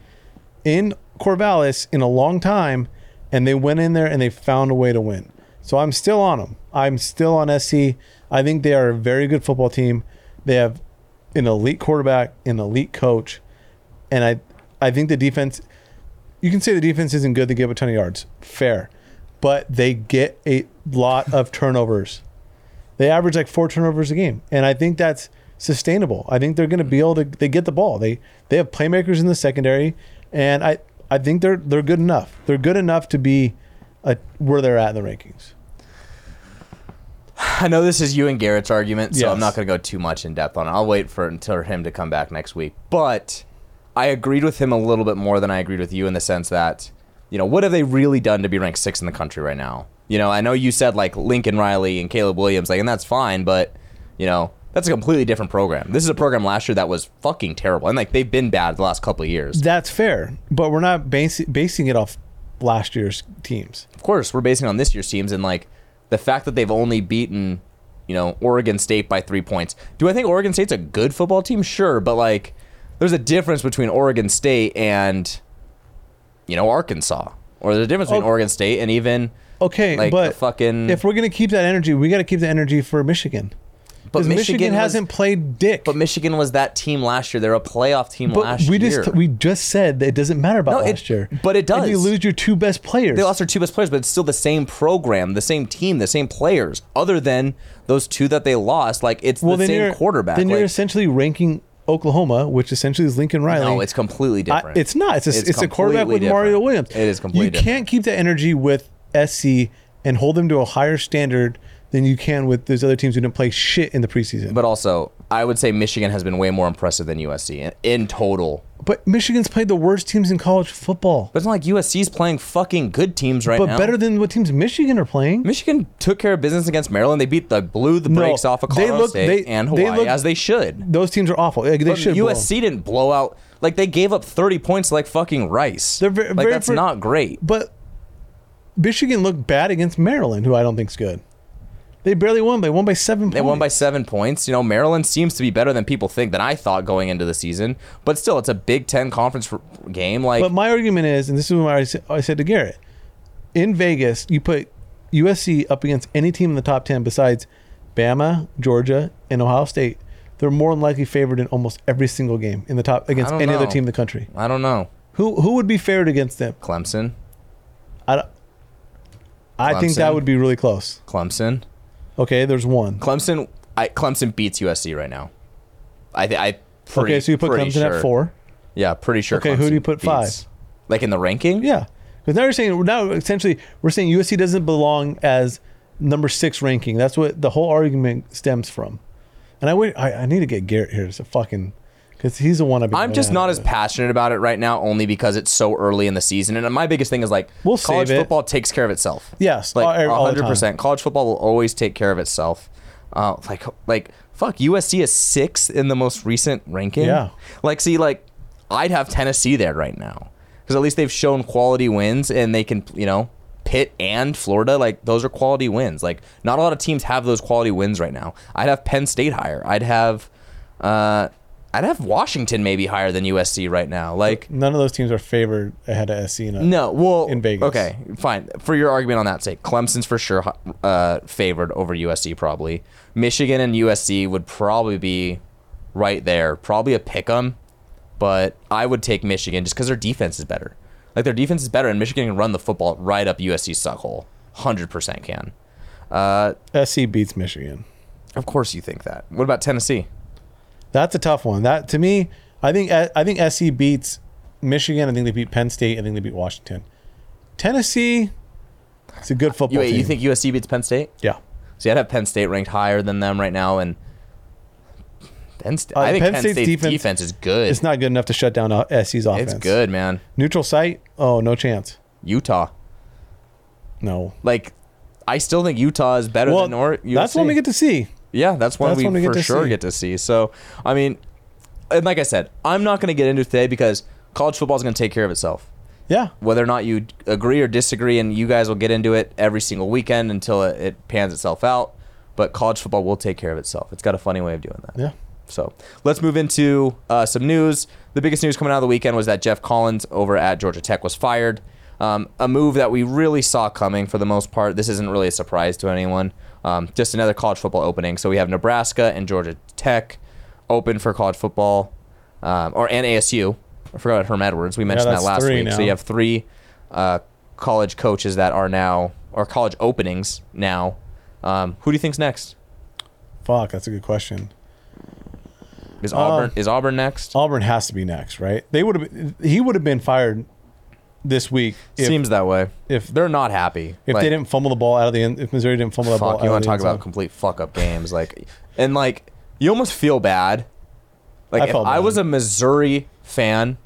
Speaker 5: in Corvallis in a long time, and they went in there and they found a way to win. So I'm still on them. I'm still on SC. I think they are a very good football team. They have an elite quarterback, an elite coach, and I I think the defense. You can say the defense isn't good. They give up a ton of yards, fair, but they get a lot of turnovers. They average like four turnovers a game, and I think that's sustainable. I think they're going to be able to. They get the ball. They they have playmakers in the secondary, and I I think they're they're good enough. They're good enough to be a, where they're at in the rankings.
Speaker 3: I know this is you and Garrett's argument, so I'm
Speaker 5: Yes.
Speaker 3: not going to go too much in depth on it. I'll wait for until him to come back next week. But I agreed with him a little bit more than I agreed with you in the sense that, you know, what have they really done to be ranked sixth in the country right now? You know, I know you said like Lincoln Riley and Caleb Williams, like, and that's fine, but you know, that's a completely different program. This is a program last year that was fucking terrible, and like they've been bad the last couple of years.
Speaker 5: That's fair, but we're not basi- basing it off last year's teams.
Speaker 3: of course, we're basing it on this year's teams and like the fact that they've only beaten, you know, Oregon State by three points. Do I think Oregon State's a good football team? Sure, but like there's a difference between Oregon State and, you know, Arkansas, or there's a difference between
Speaker 5: Oh.
Speaker 3: Oregon State and even
Speaker 5: Okay,
Speaker 3: like the
Speaker 5: but
Speaker 3: fucking.
Speaker 5: if we're going to keep that energy, we got to keep the energy for Michigan.
Speaker 3: but
Speaker 5: Because Michigan,
Speaker 3: was-
Speaker 5: hasn't played dick.
Speaker 3: But Michigan was that team last year. They're a playoff team
Speaker 5: But
Speaker 3: last
Speaker 5: we
Speaker 3: year.
Speaker 5: just we just said that it doesn't matter about
Speaker 3: No, it-
Speaker 5: last year.
Speaker 3: but it
Speaker 5: And you
Speaker 3: does.
Speaker 5: lose your two best players.
Speaker 3: They lost their two best players, but it's still the same program, the same team, the same players, other than those two that they lost. Like it's the same
Speaker 5: you're,
Speaker 3: quarterback.
Speaker 5: Then you're
Speaker 3: Like,
Speaker 5: essentially ranking Oklahoma, which essentially is Lincoln Riley.
Speaker 3: No, it's completely
Speaker 5: I-
Speaker 3: different.
Speaker 5: it's not. It's a, it's a quarterback with
Speaker 3: completely
Speaker 5: Mario
Speaker 3: different.
Speaker 5: Williams.
Speaker 3: It is completely
Speaker 5: You can't keep that energy with SC and hold them to a higher standard than you can with those other teams who didn't play shit in the preseason.
Speaker 3: But also, I would say Michigan has been way more impressive than USC in, in total
Speaker 5: But Michigan's played the worst teams in college football,
Speaker 3: But it's not like USC's playing fucking good teams right
Speaker 5: but
Speaker 3: now.
Speaker 5: better than what teams Michigan are playing.
Speaker 3: Michigan took care of business against Maryland. They beat the blew the
Speaker 5: No,
Speaker 3: brakes off of
Speaker 5: they
Speaker 3: Colorado
Speaker 5: looked-
Speaker 3: State
Speaker 5: they-
Speaker 3: and
Speaker 5: they
Speaker 3: Hawaii
Speaker 5: looked-
Speaker 3: as they should.
Speaker 5: Those teams are awful. Like, they
Speaker 3: But
Speaker 5: should blow 'em.
Speaker 3: USC didn't blow out. Like they gave up 30 points to, like fucking Rice.
Speaker 5: They're ver-
Speaker 3: like
Speaker 5: very
Speaker 3: that's
Speaker 5: ver-
Speaker 3: not great.
Speaker 5: But Michigan looked bad against Maryland, who I don't think's good. They barely won. They won by seven.
Speaker 3: They won by seven points. You know, Maryland seems to be better than people think than I thought going into the season. But still, it's a Big Ten conference r- game. Like
Speaker 5: But my argument is, and this is what I said, I said to Garrett, in Vegas, you put USC up against any team in the top ten besides Bama, Georgia, and Ohio State. They're more than likely favored in almost every single game in the top against
Speaker 3: don't
Speaker 5: any other
Speaker 3: know.
Speaker 5: team in the country.
Speaker 3: I don't know,
Speaker 5: Who who would be favored against them?
Speaker 3: Clemson,
Speaker 5: I, don't- I think that
Speaker 3: Clemson.
Speaker 5: would be really close.
Speaker 3: Clemson,
Speaker 5: Okay, there's one.
Speaker 3: Clemson. I Clemson beats USC right now. I th- I pretty,
Speaker 5: okay, so you put
Speaker 3: pretty
Speaker 5: Clemson
Speaker 3: sure.
Speaker 5: at four.
Speaker 3: Yeah, pretty sure.
Speaker 5: Okay, who do
Speaker 3: Clemson
Speaker 5: you put
Speaker 3: beats-
Speaker 5: five?
Speaker 3: Like in the ranking?
Speaker 5: Yeah, because now you're saying now essentially we're saying USC doesn't belong as number six ranking. That's what the whole argument stems from. And I wait, I, I need to get Garrett here to fucking because he's the one I've been.
Speaker 3: I'm just not as
Speaker 5: mad at.
Speaker 3: passionate about it right now, only because it's so early in the season. And my biggest thing is like
Speaker 5: We'll
Speaker 3: college
Speaker 5: save it.
Speaker 3: football takes care of itself.
Speaker 5: Yes,
Speaker 3: like
Speaker 5: all- all the time.
Speaker 3: 100. percent College football will always take care of itself. Uh, like like fuck, USC is sixth in the most recent ranking.
Speaker 5: Yeah.
Speaker 3: Like see, like I'd have Tennessee there right now because at least they've shown quality wins and they can you know. Pitt and Florida, like those are quality wins. Like not a lot of teams have those quality wins right now. I'd have Penn State higher. I'd have, uh, I'd have Washington maybe higher than USC right now. Like
Speaker 5: None of those teams are favored ahead of SC. No.
Speaker 3: no, well,
Speaker 5: in Vegas.
Speaker 3: Okay, fine. For your argument on that sake, Clemson's for sure uh, favored over USC probably. Michigan and USC would probably be right there, probably a pick 'em, but I would take Michigan just because their defense is better. Like their defense is better, and Michigan can run the football right up USC's suck hole. Hundred percent can. Uh,
Speaker 5: SC beats Michigan.
Speaker 3: of course you think that. What about Tennessee?
Speaker 5: That's a tough one. That to me, I think uh, I think SC beats Michigan. I think they beat Penn State. I think they beat Washington. Tennessee, it's a good football
Speaker 3: You, wait, you
Speaker 5: team.
Speaker 3: think USC beats Penn State?
Speaker 5: Yeah.
Speaker 3: See, I'd have Penn State ranked higher than them right now, and Penn State.
Speaker 5: Uh,
Speaker 3: I think
Speaker 5: Penn
Speaker 3: Penn,
Speaker 5: State's
Speaker 3: State's,
Speaker 5: defense-
Speaker 3: defense, is good.
Speaker 5: It's not good enough to shut down uh, SC's offense.
Speaker 3: It's good, man.
Speaker 5: Neutral site? Oh, no chance.
Speaker 3: Utah.
Speaker 5: No.
Speaker 3: Like, I still think Utah is better
Speaker 5: Well,
Speaker 3: than North.
Speaker 5: that's when we get to see.
Speaker 3: Yeah, that's one
Speaker 5: that's
Speaker 3: we
Speaker 5: one we get
Speaker 3: for
Speaker 5: to
Speaker 3: sure
Speaker 5: see.
Speaker 3: get to see. So, I mean, and like I said, I'm not going to get into it today because college football is going to take care of itself.
Speaker 5: Yeah.
Speaker 3: Whether or not you agree or disagree, and you guys will get into it every single weekend until it, it pans itself out. But college football will take care of itself. It's got a funny way of doing that.
Speaker 5: Yeah.
Speaker 3: So let's move into uh, some news. The biggest news coming out of the weekend was that Jeff Collins over at Georgia Tech was fired. Um, a move that we really saw coming for the most part. This isn't really a surprise to anyone. Um, just another college football opening. So we have Nebraska and Georgia Tech open for college football, um, or and ASU. I forgot about Herm Edwards. We mentioned
Speaker 5: that's
Speaker 3: that last
Speaker 5: three
Speaker 3: week. So you
Speaker 5: now.
Speaker 3: have three uh, college coaches that are now or college openings now. Um, who do you think's next?
Speaker 5: Fuck, that's a good question. Uh,
Speaker 3: Is Auburn is Auburn next?
Speaker 5: Auburn has to be next, right? They would have he would have been fired this week if,
Speaker 3: Seems that way.
Speaker 5: if-
Speaker 3: If they're not happy,
Speaker 5: if
Speaker 3: Like,
Speaker 5: they didn't fumble the ball out of the end if Missouri didn't fumble that ball
Speaker 3: fuck,
Speaker 5: out
Speaker 3: you
Speaker 5: want
Speaker 3: want to talk about complete fuck up games, like, and like you almost feel bad. Like
Speaker 5: I
Speaker 3: if
Speaker 5: felt
Speaker 3: I
Speaker 5: bad.
Speaker 3: was a Missouri fan,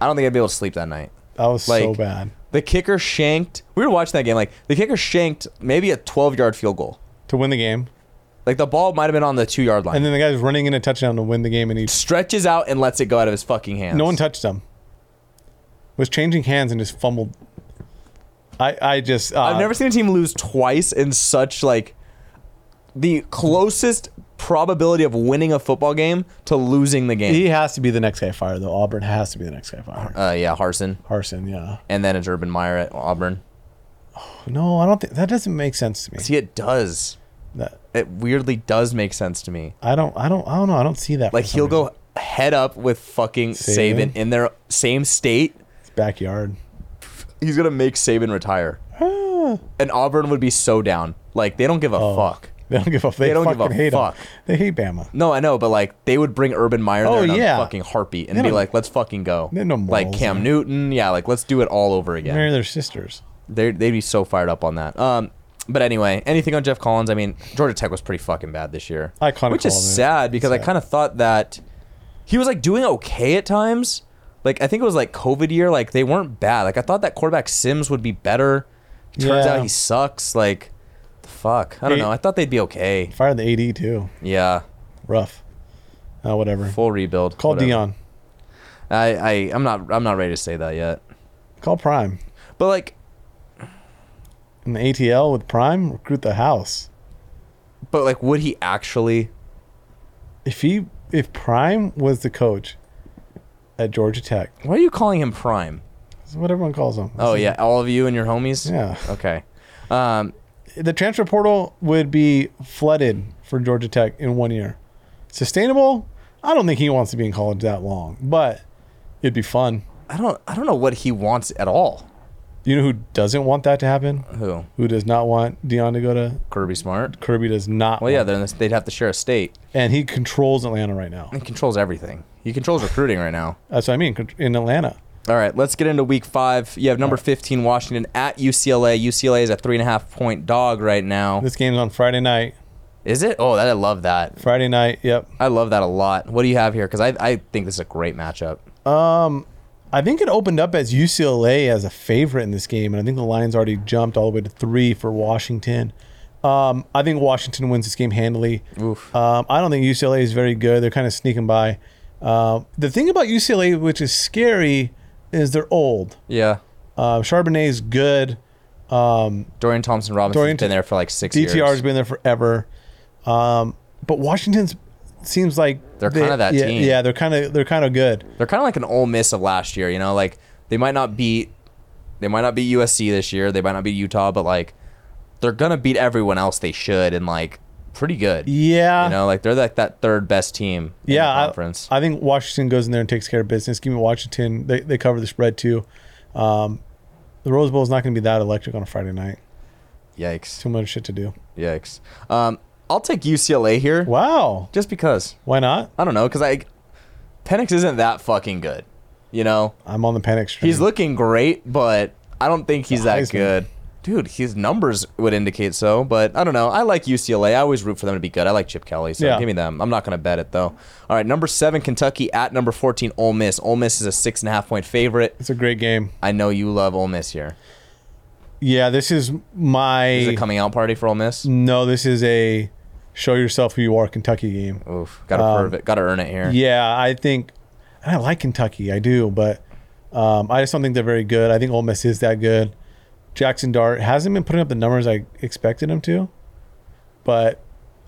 Speaker 3: I don't think I'd be able to sleep that night.
Speaker 5: that was so
Speaker 3: like-
Speaker 5: bad.
Speaker 3: The kicker shanked. We were watching that game. Like the kicker shanked maybe a 12 yard field goal.
Speaker 5: To win the game.
Speaker 3: Like the ball might have been on the two yard line.
Speaker 5: And
Speaker 3: And
Speaker 5: then the guy was running in a touchdown to win the game and he
Speaker 3: stretches out and lets it go out of his fucking hands.
Speaker 5: no one touched him. Was changing hands and just fumbled. I I just uh,
Speaker 3: I've never seen a team lose twice in such like the closest probability of winning a football game to losing the game.
Speaker 5: he has to be the next guy fired though. Auburn has to be the next guy fired.
Speaker 3: Uh, yeah, Harson,
Speaker 5: Harson, yeah.
Speaker 3: and then it's Urban Meyer at Auburn.
Speaker 5: No, I don't think that doesn't make sense to me.
Speaker 3: See, it does.
Speaker 5: That
Speaker 3: It weirdly does make sense to me.
Speaker 5: I don't, I don't, I don't know. I don't see that. for
Speaker 3: Like
Speaker 5: some
Speaker 3: he'll
Speaker 5: reason.
Speaker 3: go head up with fucking
Speaker 5: Saban?
Speaker 3: Saban, in their same state.
Speaker 5: It's backyard. [LAUGHS]
Speaker 3: He's gonna make Saban retire, and Auburn would be so down. Like they don't give a fuck.
Speaker 5: They don't give a. They,
Speaker 3: They don't
Speaker 5: fucking
Speaker 3: give a
Speaker 5: hate 'em.
Speaker 3: fuck.
Speaker 5: They hate Bama.
Speaker 3: No, I know, but like they would bring Urban Meyer
Speaker 5: Oh,
Speaker 3: there in a
Speaker 5: yeah.
Speaker 3: fucking heartbeat and
Speaker 5: They
Speaker 3: be
Speaker 5: don't-
Speaker 3: like, "Let's fucking go."
Speaker 5: they know
Speaker 3: like
Speaker 5: morals,
Speaker 3: Cam
Speaker 5: man.
Speaker 3: Newton, yeah, like let's do it all over
Speaker 5: Marry
Speaker 3: again.
Speaker 5: their sisters.
Speaker 3: They they'd be so fired up on that. Um, but anyway, anything on Jeff Collins? I mean, Georgia Tech was pretty fucking bad this year,
Speaker 5: Iconic
Speaker 3: which is
Speaker 5: call, man.
Speaker 3: sad because I
Speaker 5: Sad.
Speaker 3: kind of thought that he was like doing okay at times. Like I think it was like COVID year. Like they weren't bad. Like I thought that quarterback Sims would be better. Turns
Speaker 5: Yeah.
Speaker 3: out he sucks. Like fuck. I don't
Speaker 5: He-
Speaker 3: know. I thought they'd be okay.
Speaker 5: Fired the AD too.
Speaker 3: Yeah.
Speaker 5: Rough. Uh, whatever.
Speaker 3: Full rebuild.
Speaker 5: Call
Speaker 3: whatever.
Speaker 5: Dion.
Speaker 3: I, I I'm not I'm not ready to say that yet.
Speaker 5: Call Prime.
Speaker 3: But like
Speaker 5: In the ATL with Prime, recruit the house.
Speaker 3: but like would he actually
Speaker 5: If he, if Prime was the coach at Georgia Tech,
Speaker 3: why are you calling him prime?
Speaker 5: that's what everyone calls him.
Speaker 3: Oh yeah, all of you and your homies?
Speaker 5: Yeah.
Speaker 3: Okay. Um
Speaker 5: The transfer portal would be flooded for Georgia Tech in one year. Sustainable? I don't think he wants to be in college that long, but it'd be fun.
Speaker 3: I don't I don't know what he wants at all.
Speaker 5: You know who doesn't want that to happen?
Speaker 3: Who?
Speaker 5: Who does not want Dion to go to
Speaker 3: Kirby Smart?
Speaker 5: Kirby? Does not.
Speaker 3: Well yeah,
Speaker 5: want-
Speaker 3: then they'd have to share a state.
Speaker 5: and he controls Atlanta right now.
Speaker 3: He controls everything. He controls recruiting right now.
Speaker 5: That's what I mean. con- In Atlanta,
Speaker 3: All right, let's get into week five. You have number 15, Washington at UCLA. UCLA is a three and a half point dog right now.
Speaker 5: this game's on Friday night.
Speaker 3: Is it? Oh, that I love that.
Speaker 5: Friday night. Yep.
Speaker 3: I love that a lot. What do you have here? Because I, I think this is a great matchup.
Speaker 5: I think it opened up as UCLA as a favorite in this game, and I think the Lions already jumped all the way to three for Washington. Um, I think Washington wins this game handily.
Speaker 3: Oof.
Speaker 5: Um, I don't think UCLA is very good. They're kind of sneaking by. Um the thing about UCLA, which is scary, is they're old.
Speaker 3: Yeah.
Speaker 5: Uh, Charbonnet is good.
Speaker 3: Dorian Thompson Robinson's
Speaker 5: Dorian-
Speaker 3: been there for like six years.
Speaker 5: DTR has been there forever. Um, but Washington's seems like
Speaker 3: They're
Speaker 5: they-
Speaker 3: kinda that
Speaker 5: yeah,
Speaker 3: team.
Speaker 5: Yeah, they're kind of they're kind of good.
Speaker 3: They're kind of like an Ole Miss of last year, you know? Like, they might not beat. They might not beat USC this year. They might not beat Utah, but like, they're gonna beat everyone else they should, and like, pretty good.
Speaker 5: Yeah,
Speaker 3: You know, like they're like that third best team. In
Speaker 5: yeah,
Speaker 3: the
Speaker 5: I-
Speaker 3: conference.
Speaker 5: I, think Washington goes in there and takes care of business. Give me Washington. They, they cover the spread too. Um, the Rose Bowl is not going to be that electric on a Friday night.
Speaker 3: Yikes!
Speaker 5: Too much shit to do.
Speaker 3: Yikes! Um, I'll take UCLA here,
Speaker 5: Wow.
Speaker 3: just because.
Speaker 5: Why not?
Speaker 3: I don't know, because I, Penix isn't that fucking good. You know,
Speaker 5: I'm on the panic stream.
Speaker 3: he's looking great, but I don't think he's that
Speaker 5: Heisman.
Speaker 3: good. Dude, his numbers would indicate so, but I don't know. I like UCLA. I always root for them to be good. I like Chip Kelly, so
Speaker 5: Yeah.
Speaker 3: give me them. I'm not going to bet it though. All right, number seven Kentucky at number fourteen Ole Miss. Ole Miss is a six and a half point favorite.
Speaker 5: It's a great game.
Speaker 3: I know you love Ole Miss here.
Speaker 5: Yeah, this is my.
Speaker 3: Is it coming out party for Ole Miss?
Speaker 5: no, this is a show yourself who you are Kentucky game.
Speaker 3: Oof, gotta prove it. Gotta earn it here.
Speaker 5: Um, Yeah, I think and I like Kentucky. I do, but um, I just don't think they're very good. I think Ole Miss is that good. Jackson Dart hasn't been putting up the numbers I expected him to, but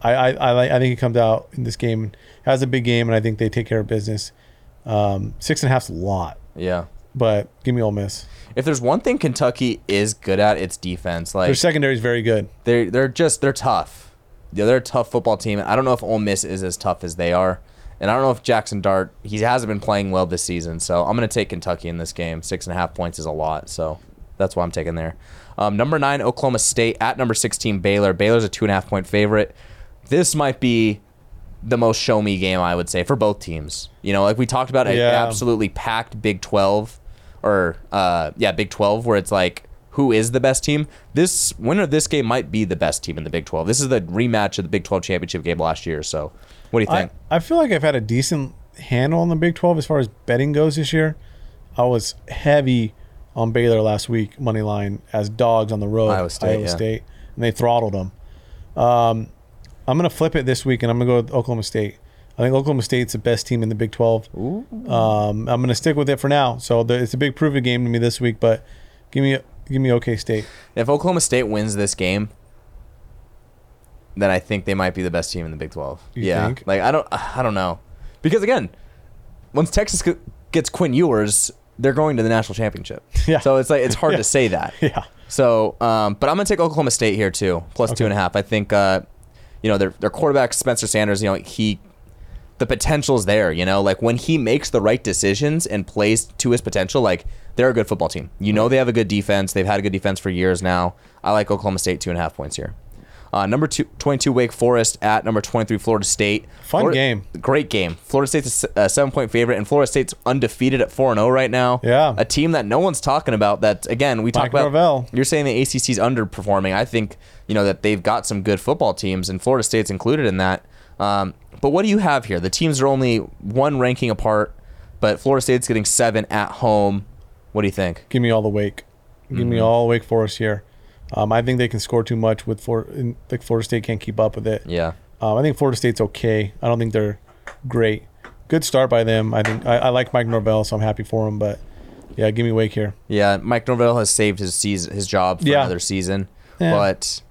Speaker 5: I I, I, like, I think he comes out in this game and has a big game, and I think they take care of business. Um, six and a half's a lot,
Speaker 3: yeah.
Speaker 5: but give me Ole Miss.
Speaker 3: If there's one thing Kentucky is good at, it's defense.
Speaker 5: Their
Speaker 3: Like
Speaker 5: secondary is very good.
Speaker 3: they're they're just they're tough. Yeah, they're a tough football team. I don't know if Ole Miss is as tough as they are, and I don't know if Jackson Dart he hasn't been playing well this season. So I'm gonna take Kentucky in this game. Six and a half points is a lot, so that's why I'm taking there. Um, number nine Oklahoma State at number sixteen Baylor. Baylor's a two and a half point favorite. This might be the most show me game I would say for both teams. You know, like we talked about an
Speaker 5: Yeah.
Speaker 3: absolutely packed Big Twelve or uh yeah, Big Twelve where it's like who is the best team? This winner of this game might be the best team in the Big Twelve. This is the rematch of the Big Twelve championship game last year, so what do you
Speaker 5: I,
Speaker 3: think?
Speaker 5: I feel like I've had a decent handle on the Big 12 as far as betting goes this year. I was heavy on Baylor last week, money line as dogs on the road,
Speaker 3: Iowa State, yeah.
Speaker 5: State, and they throttled them. Um, I'm going to flip it this week, and I'm going to go with Oklahoma State. I think Oklahoma State's the best team in the Big 12. Um, I'm going to stick with it for now. So the, it's a big prove it game to me this week, but give me give me OK State. [LAUGHS]
Speaker 3: if Oklahoma State wins this game, then I think they might be the best team in the Big Twelve.
Speaker 5: You
Speaker 3: yeah,
Speaker 5: think?
Speaker 3: like I don't, I don't know, because again, once Texas g- gets Quinn Ewers, they're going to the national championship.
Speaker 5: [LAUGHS] Yeah.
Speaker 3: So it's like it's
Speaker 5: [LAUGHS]
Speaker 3: hard
Speaker 5: Yeah.
Speaker 3: to say that.
Speaker 5: Yeah.
Speaker 3: So, um, but I'm gonna take Oklahoma State here too, plus two and a half. I think, uh, you know, their their quarterback Spencer Sanders. You know, he the potential's there. You know, like when he makes the right decisions and plays to his potential, like they're a good football team. You know, they have a good defense. They've had a good defense for years now. I like Oklahoma State two and a half points here. Uh, number two, 22 Wake Forest at number 23 Florida State.
Speaker 5: Fun
Speaker 3: Florida-
Speaker 5: game.
Speaker 3: Great game. Florida State's a se- a seven point favorite, and Florida State's undefeated at 4 0 right now.
Speaker 5: Yeah.
Speaker 3: A team that no one's talking about that, again, we talk
Speaker 5: Mike
Speaker 3: about.
Speaker 5: Norvell.
Speaker 3: You're saying the ACC's underperforming. I think you know that they've got some good football teams, and Florida State's included in that. Um, but what do you have here? The teams are only one ranking apart, but Florida State's getting seven at home. What do you think?
Speaker 5: Give me all the Wake. Give me
Speaker 3: Mm-hmm.
Speaker 5: all Wake Forest here. Um, I think they can score too much with Florida. Like Florida State can't keep up with it.
Speaker 3: Yeah.
Speaker 5: Um, I think Florida State's okay. I don't think they're great. Good start by them. I think I, I like Mike Norvell, so I'm happy for him. But yeah, give me Wake here.
Speaker 3: Yeah, Mike Norvell has saved his season, his job for
Speaker 5: Yeah.
Speaker 3: another season.
Speaker 5: Yeah.
Speaker 3: But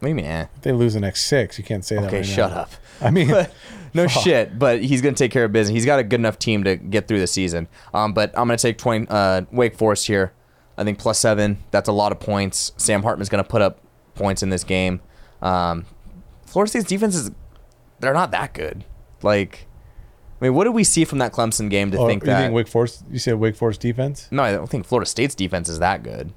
Speaker 3: what do you mean? eh?
Speaker 5: If they lose the next six, you can't say that.
Speaker 3: Okay,
Speaker 5: right now.
Speaker 3: shut up.
Speaker 5: I mean,
Speaker 3: [LAUGHS] No shit, but he's gonna take care of business. He's got a good enough team to get through the season. Um, but I'm gonna take 20, uh, Wake Forest here. I think plus seven. That's a lot of points. Sam Hartman's gonna put up points in this game. Um, Florida State's defense is they're not that good. Like, I mean, what did we see from that Clemson game to
Speaker 5: oh,
Speaker 3: think
Speaker 5: you
Speaker 3: that?
Speaker 5: think Wake Forest? You said Wake Forest defense?
Speaker 3: no, I don't think Florida State's defense is that good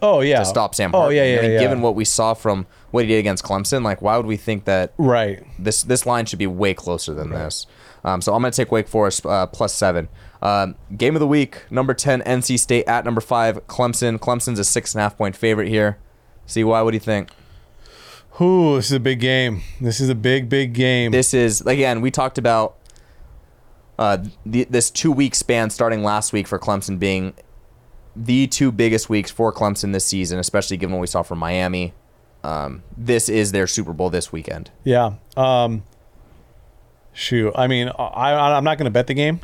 Speaker 5: Oh yeah.
Speaker 3: to stop Sam.
Speaker 5: Oh
Speaker 3: Hartman.
Speaker 5: yeah,
Speaker 3: I
Speaker 5: yeah,
Speaker 3: mean,
Speaker 5: yeah.
Speaker 3: Given what we saw from what he did against Clemson, like, why would we think that
Speaker 5: Right.
Speaker 3: this this line should be way closer than this. Um, so I'm going to take Wake Forest uh, plus seven. Um, game of the week, number ten, NC State at number five, Clemson. Clemson's a six and a half point favorite here. See why? What do you think?
Speaker 5: Ooh, this is a big game. This is a big, big game.
Speaker 3: This is again we talked about uh, the, this two week span starting last week for Clemson being the two biggest weeks for Clemson this season, especially given what we saw from Miami. Um, this is their Super Bowl this weekend.
Speaker 5: Yeah. Um, shoot. I mean, I, I I'm not going to bet the game.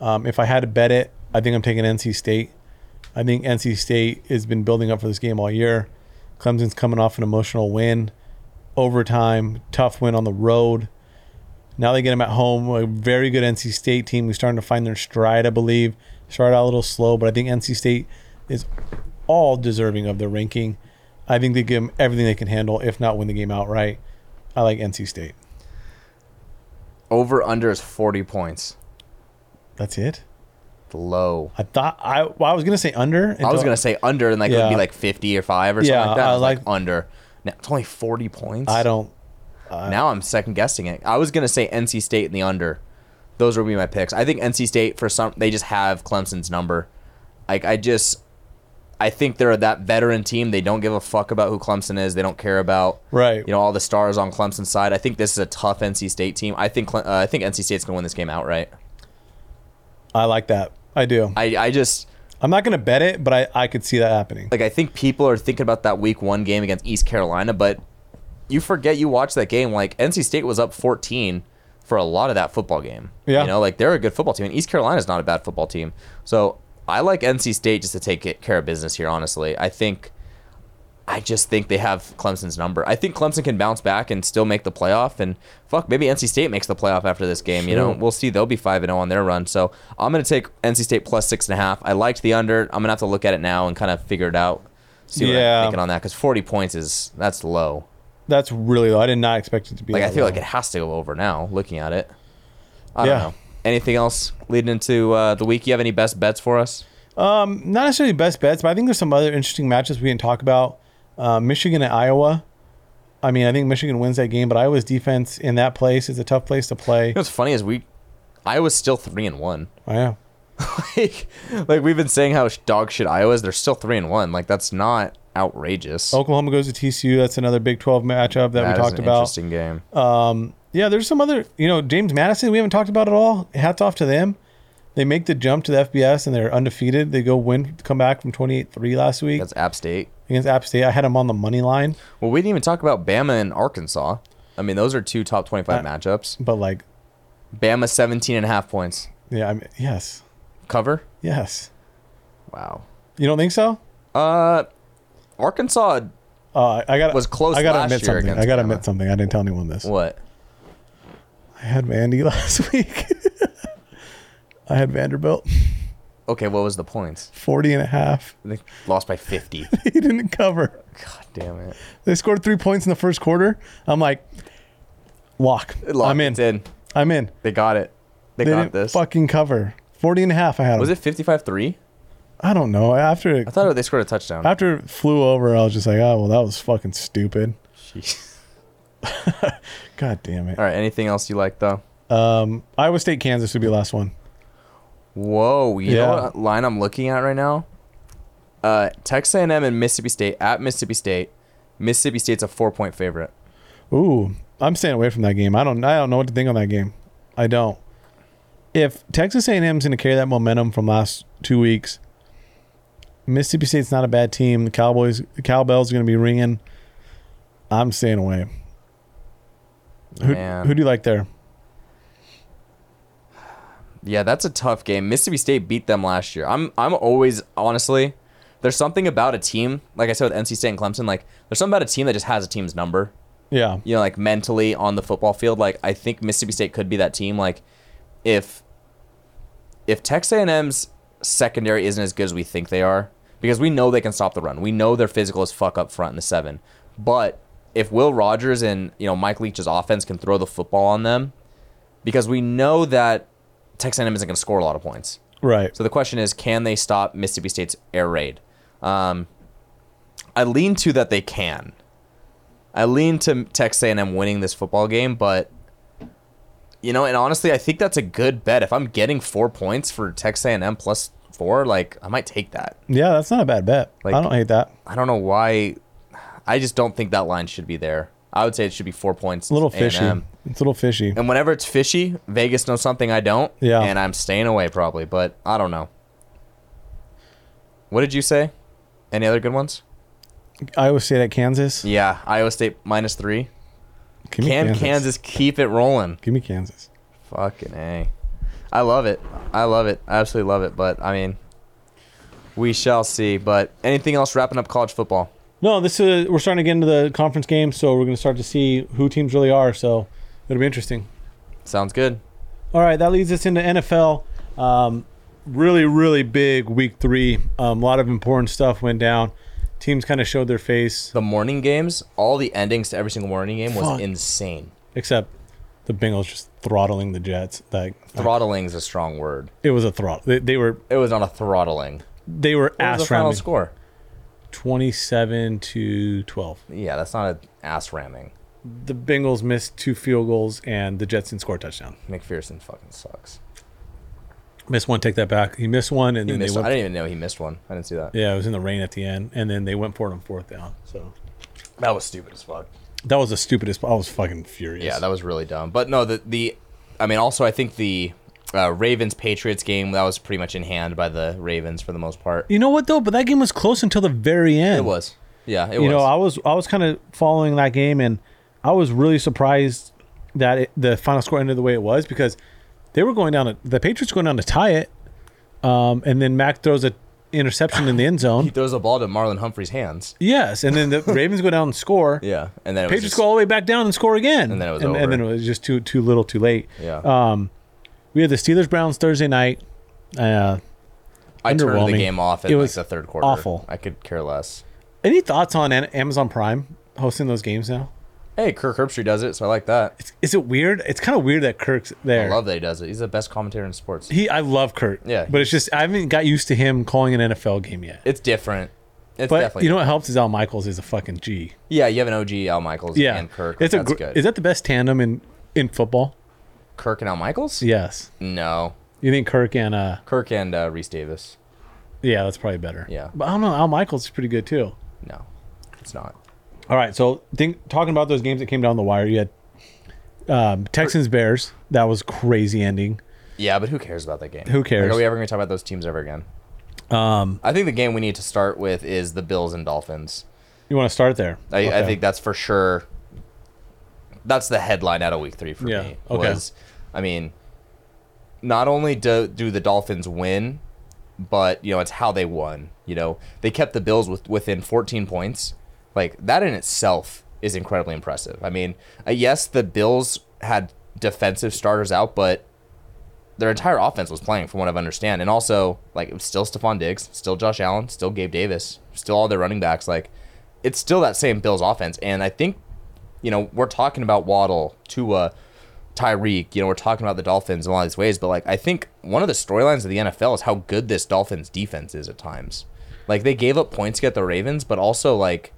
Speaker 5: Um, if I had to bet it, I think I'm taking NC State. I think NC State has been building up for this game all year. Clemson's coming off an emotional win, overtime, tough win on the road. Now they get them at home. A very good NC State team who's starting to find their stride, I believe. Started out a little slow, but I think NC State is all deserving of their ranking. I think they give them everything they can handle, if not win the game outright. I like NC State.
Speaker 3: Over under is 40 points.
Speaker 5: That's it.
Speaker 3: Low.
Speaker 5: I thought I well, I was gonna say under.
Speaker 3: I was
Speaker 5: until-
Speaker 3: gonna say under, and like it would be
Speaker 5: Yeah.
Speaker 3: like fifty or five or something
Speaker 5: Yeah,
Speaker 3: like that.
Speaker 5: I
Speaker 3: I was like,
Speaker 5: like-
Speaker 3: under. Now it's only forty points.
Speaker 5: I don't.
Speaker 3: Now I'm second guessing it. I was gonna say NC State and the under. Those would be my picks. I think NC State for some they just have Clemson's number. Like I just, I think they're that veteran team. They don't give a fuck about who Clemson is. They don't care about
Speaker 5: Right.
Speaker 3: you know all the stars on Clemson's side. I think this is a tough NC State team. I think Cle- uh, I think NC State's gonna win this game outright.
Speaker 5: I like that. I do. I,
Speaker 3: I I just
Speaker 5: am not gonna bet it, but I I could see that happening.
Speaker 3: like I think people are thinking about that week one game against East Carolina, but you forget you watched that game. Like NC State was up 14 for a lot of that football game.
Speaker 5: Yeah.
Speaker 3: You know, like they're a good football team, and East Carolina's not a bad football team. So I like NC State just to take it- care of business here, honestly. I think I just think they have Clemson's number. I think Clemson can bounce back and still make the playoff. And fuck, maybe NC State makes the playoff after this game. You know,
Speaker 5: Sure.
Speaker 3: we'll see. They'll be five and zero on their run. So I'm gonna take NC State plus six and a half. I liked the under. I'm gonna have to look at it now and kind of figure it out. See what
Speaker 5: Yeah.
Speaker 3: I'm thinking on that because 40 points is that's low.
Speaker 5: That's really low. I did not expect it to be.
Speaker 3: Like I
Speaker 5: that
Speaker 3: feel
Speaker 5: low.
Speaker 3: like it has to go over now. Looking at it, I
Speaker 5: Yeah.
Speaker 3: don't know. Anything else leading into uh, the week? You have any best bets for us?
Speaker 5: not necessarily best bets, but I think there's some other interesting matches we didn't talk about. Uh, Michigan at Iowa. I mean, I think Michigan wins that game, but Iowa's defense in that place is a tough place to play. Oh,
Speaker 3: [LAUGHS] You know what's funny is we, Iowa's still three and one.
Speaker 5: Yeah.
Speaker 3: like, like we've been saying how sh- dog shit Iowa is. They're still three and one. Like that's not outrageous.
Speaker 5: Oklahoma goes to TCU. That's another Big 12 matchup that,
Speaker 3: That
Speaker 5: we
Speaker 3: is
Speaker 5: talked
Speaker 3: an
Speaker 5: about. Uh,
Speaker 3: interesting game.
Speaker 5: Yeah, there's some other, you know, James Madison we haven't talked about at all. Hats off to them. They make the jump to the FBS and they're undefeated. They go win, come back from 28-3 last week
Speaker 3: That's App State.
Speaker 5: against App State. I had them on the money line,
Speaker 3: Well, we didn't even talk about Bama and Arkansas. I mean, those are two top twenty-five
Speaker 5: Uh,
Speaker 3: matchups.
Speaker 5: but like,
Speaker 3: Bama 17 and a half points.
Speaker 5: yeah, I mean, yes,
Speaker 3: Cover.
Speaker 5: yes.
Speaker 3: Wow.
Speaker 5: You don't think so?
Speaker 3: Uh, Arkansas.
Speaker 5: Uh, I got
Speaker 3: Was close
Speaker 5: I gotta
Speaker 3: last
Speaker 5: admit
Speaker 3: year
Speaker 5: something.
Speaker 3: against
Speaker 5: I gotta
Speaker 3: Bama.
Speaker 5: admit something. I didn't tell anyone this.
Speaker 3: What?
Speaker 5: I had Vandy [LAUGHS] last week. I had Vanderbilt
Speaker 3: Okay, what was the points?
Speaker 5: 40 and a half. [LAUGHS]
Speaker 3: They lost by 50.
Speaker 5: He didn't cover.
Speaker 3: God damn it.
Speaker 5: They scored three points in the first quarter. I'm like, lock.
Speaker 3: Lock,
Speaker 5: I'm in.
Speaker 3: It's in.
Speaker 5: I'm in.
Speaker 3: They got it. They,
Speaker 5: They
Speaker 3: got
Speaker 5: didn't
Speaker 3: this.
Speaker 5: fucking cover. 40 and a half I had
Speaker 3: Was
Speaker 5: them.
Speaker 3: it 55-3?
Speaker 5: I don't know. After it,
Speaker 3: I thought they scored a touchdown.
Speaker 5: after it flew over, I was just like, oh, well, that was fucking stupid.
Speaker 3: Jeez.
Speaker 5: [LAUGHS] God damn it.
Speaker 3: All right. Anything else you like though?
Speaker 5: Um, Iowa State, Kansas would be the last one.
Speaker 3: Whoa, you know
Speaker 5: Yeah.
Speaker 3: what line I'm looking at right now? Uh, Texas A&M and Mississippi State at Mississippi State. Mississippi State's a four point favorite.
Speaker 5: Ooh. I'm staying away from that game. I don't I don't know what to think on that game. I don't. If Texas A&M's going to carry that momentum from last two weeks, Mississippi State's not a bad team. The Cowboys, the cowbell's going to be ringing. I'm staying away. Who,
Speaker 3: Man.
Speaker 5: who do you like there?
Speaker 3: Yeah, that's a tough game. Mississippi State beat them last year. I'm I'm always honestly, there's something about a team, like I said with NC State and Clemson, like there's something about a team that just has a team's number.
Speaker 5: Yeah,
Speaker 3: You know, like mentally on the football field. Like I think Mississippi State could be that team. Like if if Texas A&M's secondary isn't as good as we think they are, because we know they can stop the run. We know they're physical as fuck up front in the seven. But if Will Rogers and you know Mike Leach's offense can throw the football on them, because we know that Texas A&M isn't going to score a lot of points.
Speaker 5: right.
Speaker 3: So the question is, can they stop Mississippi State's air raid? Um, I lean to that they can. I lean to Texas A&M winning this football game, but you know, and honestly, I think that's a good bet. If I'm getting four points for Texas A&M plus four, like I might take that.
Speaker 5: Yeah, that's not a bad bet.
Speaker 3: Like-
Speaker 5: I don't hate that.
Speaker 3: I don't know why. I just don't think that line should be there. I would say it should be four points.
Speaker 5: It's a little fishy.
Speaker 3: A&M.
Speaker 5: It's a little fishy.
Speaker 3: And whenever it's fishy, Vegas knows something I don't.
Speaker 5: Yeah.
Speaker 3: And I'm staying away probably, but I don't know. What did you say? Any other good ones?
Speaker 5: Iowa State at Kansas.
Speaker 3: Yeah, Iowa State
Speaker 5: [LAUGHS]
Speaker 3: minus three.
Speaker 5: Give me
Speaker 3: Can Kansas. keep it rolling?
Speaker 5: Give me Kansas.
Speaker 3: Fucking A. I love it. I love it. I absolutely love it. But I mean we shall see. But anything else wrapping up college football?
Speaker 5: No, this is we're starting to get into the conference games, so we're going to start to see who teams really are. So it'll be interesting.
Speaker 3: Sounds good.
Speaker 5: All right, that leads us into NFL. Um, really, really big week three. Um, a lot of important stuff went down. Teams kind of showed their face,
Speaker 3: The morning games, all the endings to every single morning game was
Speaker 5: Fuck.
Speaker 3: insane.
Speaker 5: except the Bengals just throttling the Jets. Like
Speaker 3: Throttling is a strong word.
Speaker 5: it was a throttle. They, they were
Speaker 3: It was on a throttling.
Speaker 5: they were
Speaker 3: What was the
Speaker 5: ass
Speaker 3: final
Speaker 5: rounding.
Speaker 3: score?
Speaker 5: Twenty seven to twelve.
Speaker 3: Yeah, that's not an ass ramming.
Speaker 5: The Bengals missed two field goals, and the Jets didn't score a touchdown.
Speaker 3: McPherson fucking sucks.
Speaker 5: Missed one, take that back. He missed one, and
Speaker 3: He
Speaker 5: then they
Speaker 3: missed,
Speaker 5: went
Speaker 3: I didn't even know he missed one. I didn't see that.
Speaker 5: Yeah, it was in the rain at the end, and then they went for it on fourth down. So
Speaker 3: That was stupid as fuck.
Speaker 5: that was the stupidest. I was fucking furious.
Speaker 3: Yeah, that was really dumb. But no, the the, I mean, also I think the uh, Ravens Patriots game that was pretty much in hand by the Ravens for the most part.
Speaker 5: you know what though? But that game was close until the very end.
Speaker 3: It was. Yeah, it
Speaker 5: You
Speaker 3: was.
Speaker 5: know, I was I was kind of following that game, and I was really surprised that it, the final score ended the way it was because they were going down. To, the Patriots were going down to tie it, um, and then Mac throws a interception in the end
Speaker 3: he
Speaker 5: zone.
Speaker 3: throws the ball to Marlon Humphrey's hands.
Speaker 5: Yes, and then
Speaker 3: [LAUGHS]
Speaker 5: the Ravens go down and score.
Speaker 3: Yeah, and then it
Speaker 5: Patriots
Speaker 3: was just-
Speaker 5: go all the way back down and score again.
Speaker 3: And then it was
Speaker 5: and,
Speaker 3: over.
Speaker 5: and then it was just too too little, too late.
Speaker 3: Yeah,
Speaker 5: Uh, We had the Steelers Browns Thursday night. Uh,
Speaker 3: I turned the
Speaker 5: underwhelming.
Speaker 3: game off in
Speaker 5: It
Speaker 3: like
Speaker 5: was
Speaker 3: the third quarter.
Speaker 5: awful.
Speaker 3: I could care less.
Speaker 5: any thoughts on An- Amazon Prime hosting those games now?
Speaker 3: Hey, Kirk Herbstreit does it, so I like that.
Speaker 5: It's, is it weird? It's kind of weird that Kirk's there.
Speaker 3: I love that he does it. He's the best commentator in sports.
Speaker 5: he, I love Kirk.
Speaker 3: Yeah.
Speaker 5: but it's just I haven't got used to him calling an NFL game yet.
Speaker 3: It's different. It's
Speaker 5: But
Speaker 3: definitely
Speaker 5: you know what helps is Al Michaels is a fucking G.
Speaker 3: Yeah, you have an OG Al Michaels
Speaker 5: Yeah,
Speaker 3: and Kirk.
Speaker 5: It's a
Speaker 3: that's
Speaker 5: gr-
Speaker 3: good.
Speaker 5: is that the best tandem in in football?
Speaker 3: Kirk and Al Michaels?
Speaker 5: Yes.
Speaker 3: No.
Speaker 5: You think Kirk and uh
Speaker 3: Kirk and uh, Reese Davis.
Speaker 5: yeah, that's probably better.
Speaker 3: Yeah.
Speaker 5: but I don't know. Al Michaels is pretty good too.
Speaker 3: No, it's not.
Speaker 5: All right, so think talking about those games that came down the wire. You had um, Texans Bears. That was crazy ending.
Speaker 3: Yeah, but who cares about that game?
Speaker 5: Who cares?
Speaker 3: Like, are we ever going to talk about those teams ever again? Um, I think the game we need to start with is the Bills and Dolphins.
Speaker 5: You want to start there?
Speaker 3: I, I
Speaker 5: Okay.
Speaker 3: think that's for sure. That's the headline out of week three for
Speaker 5: Yeah,
Speaker 3: me.
Speaker 5: okay.
Speaker 3: Was, I mean, not only do do the Dolphins win, but you know it's how they won. You know they kept the Bills with within 14 points. Like that in itself is incredibly impressive. I mean, uh, yes, the Bills had defensive starters out, but their entire offense was playing, from what I've understand. And also, like, it was still Stephon Diggs, still Josh Allen, still Gabe Davis, still all their running backs. Like, it's still that same Bills offense. And I think, you know, we're talking about Waddle, Tua, Tyreek. You know, we're talking about the Dolphins in a lot of these ways. But like, I think one of the storylines of the NFL is how good this Dolphins defense is at times. Like, they gave up points to get the Ravens, but also like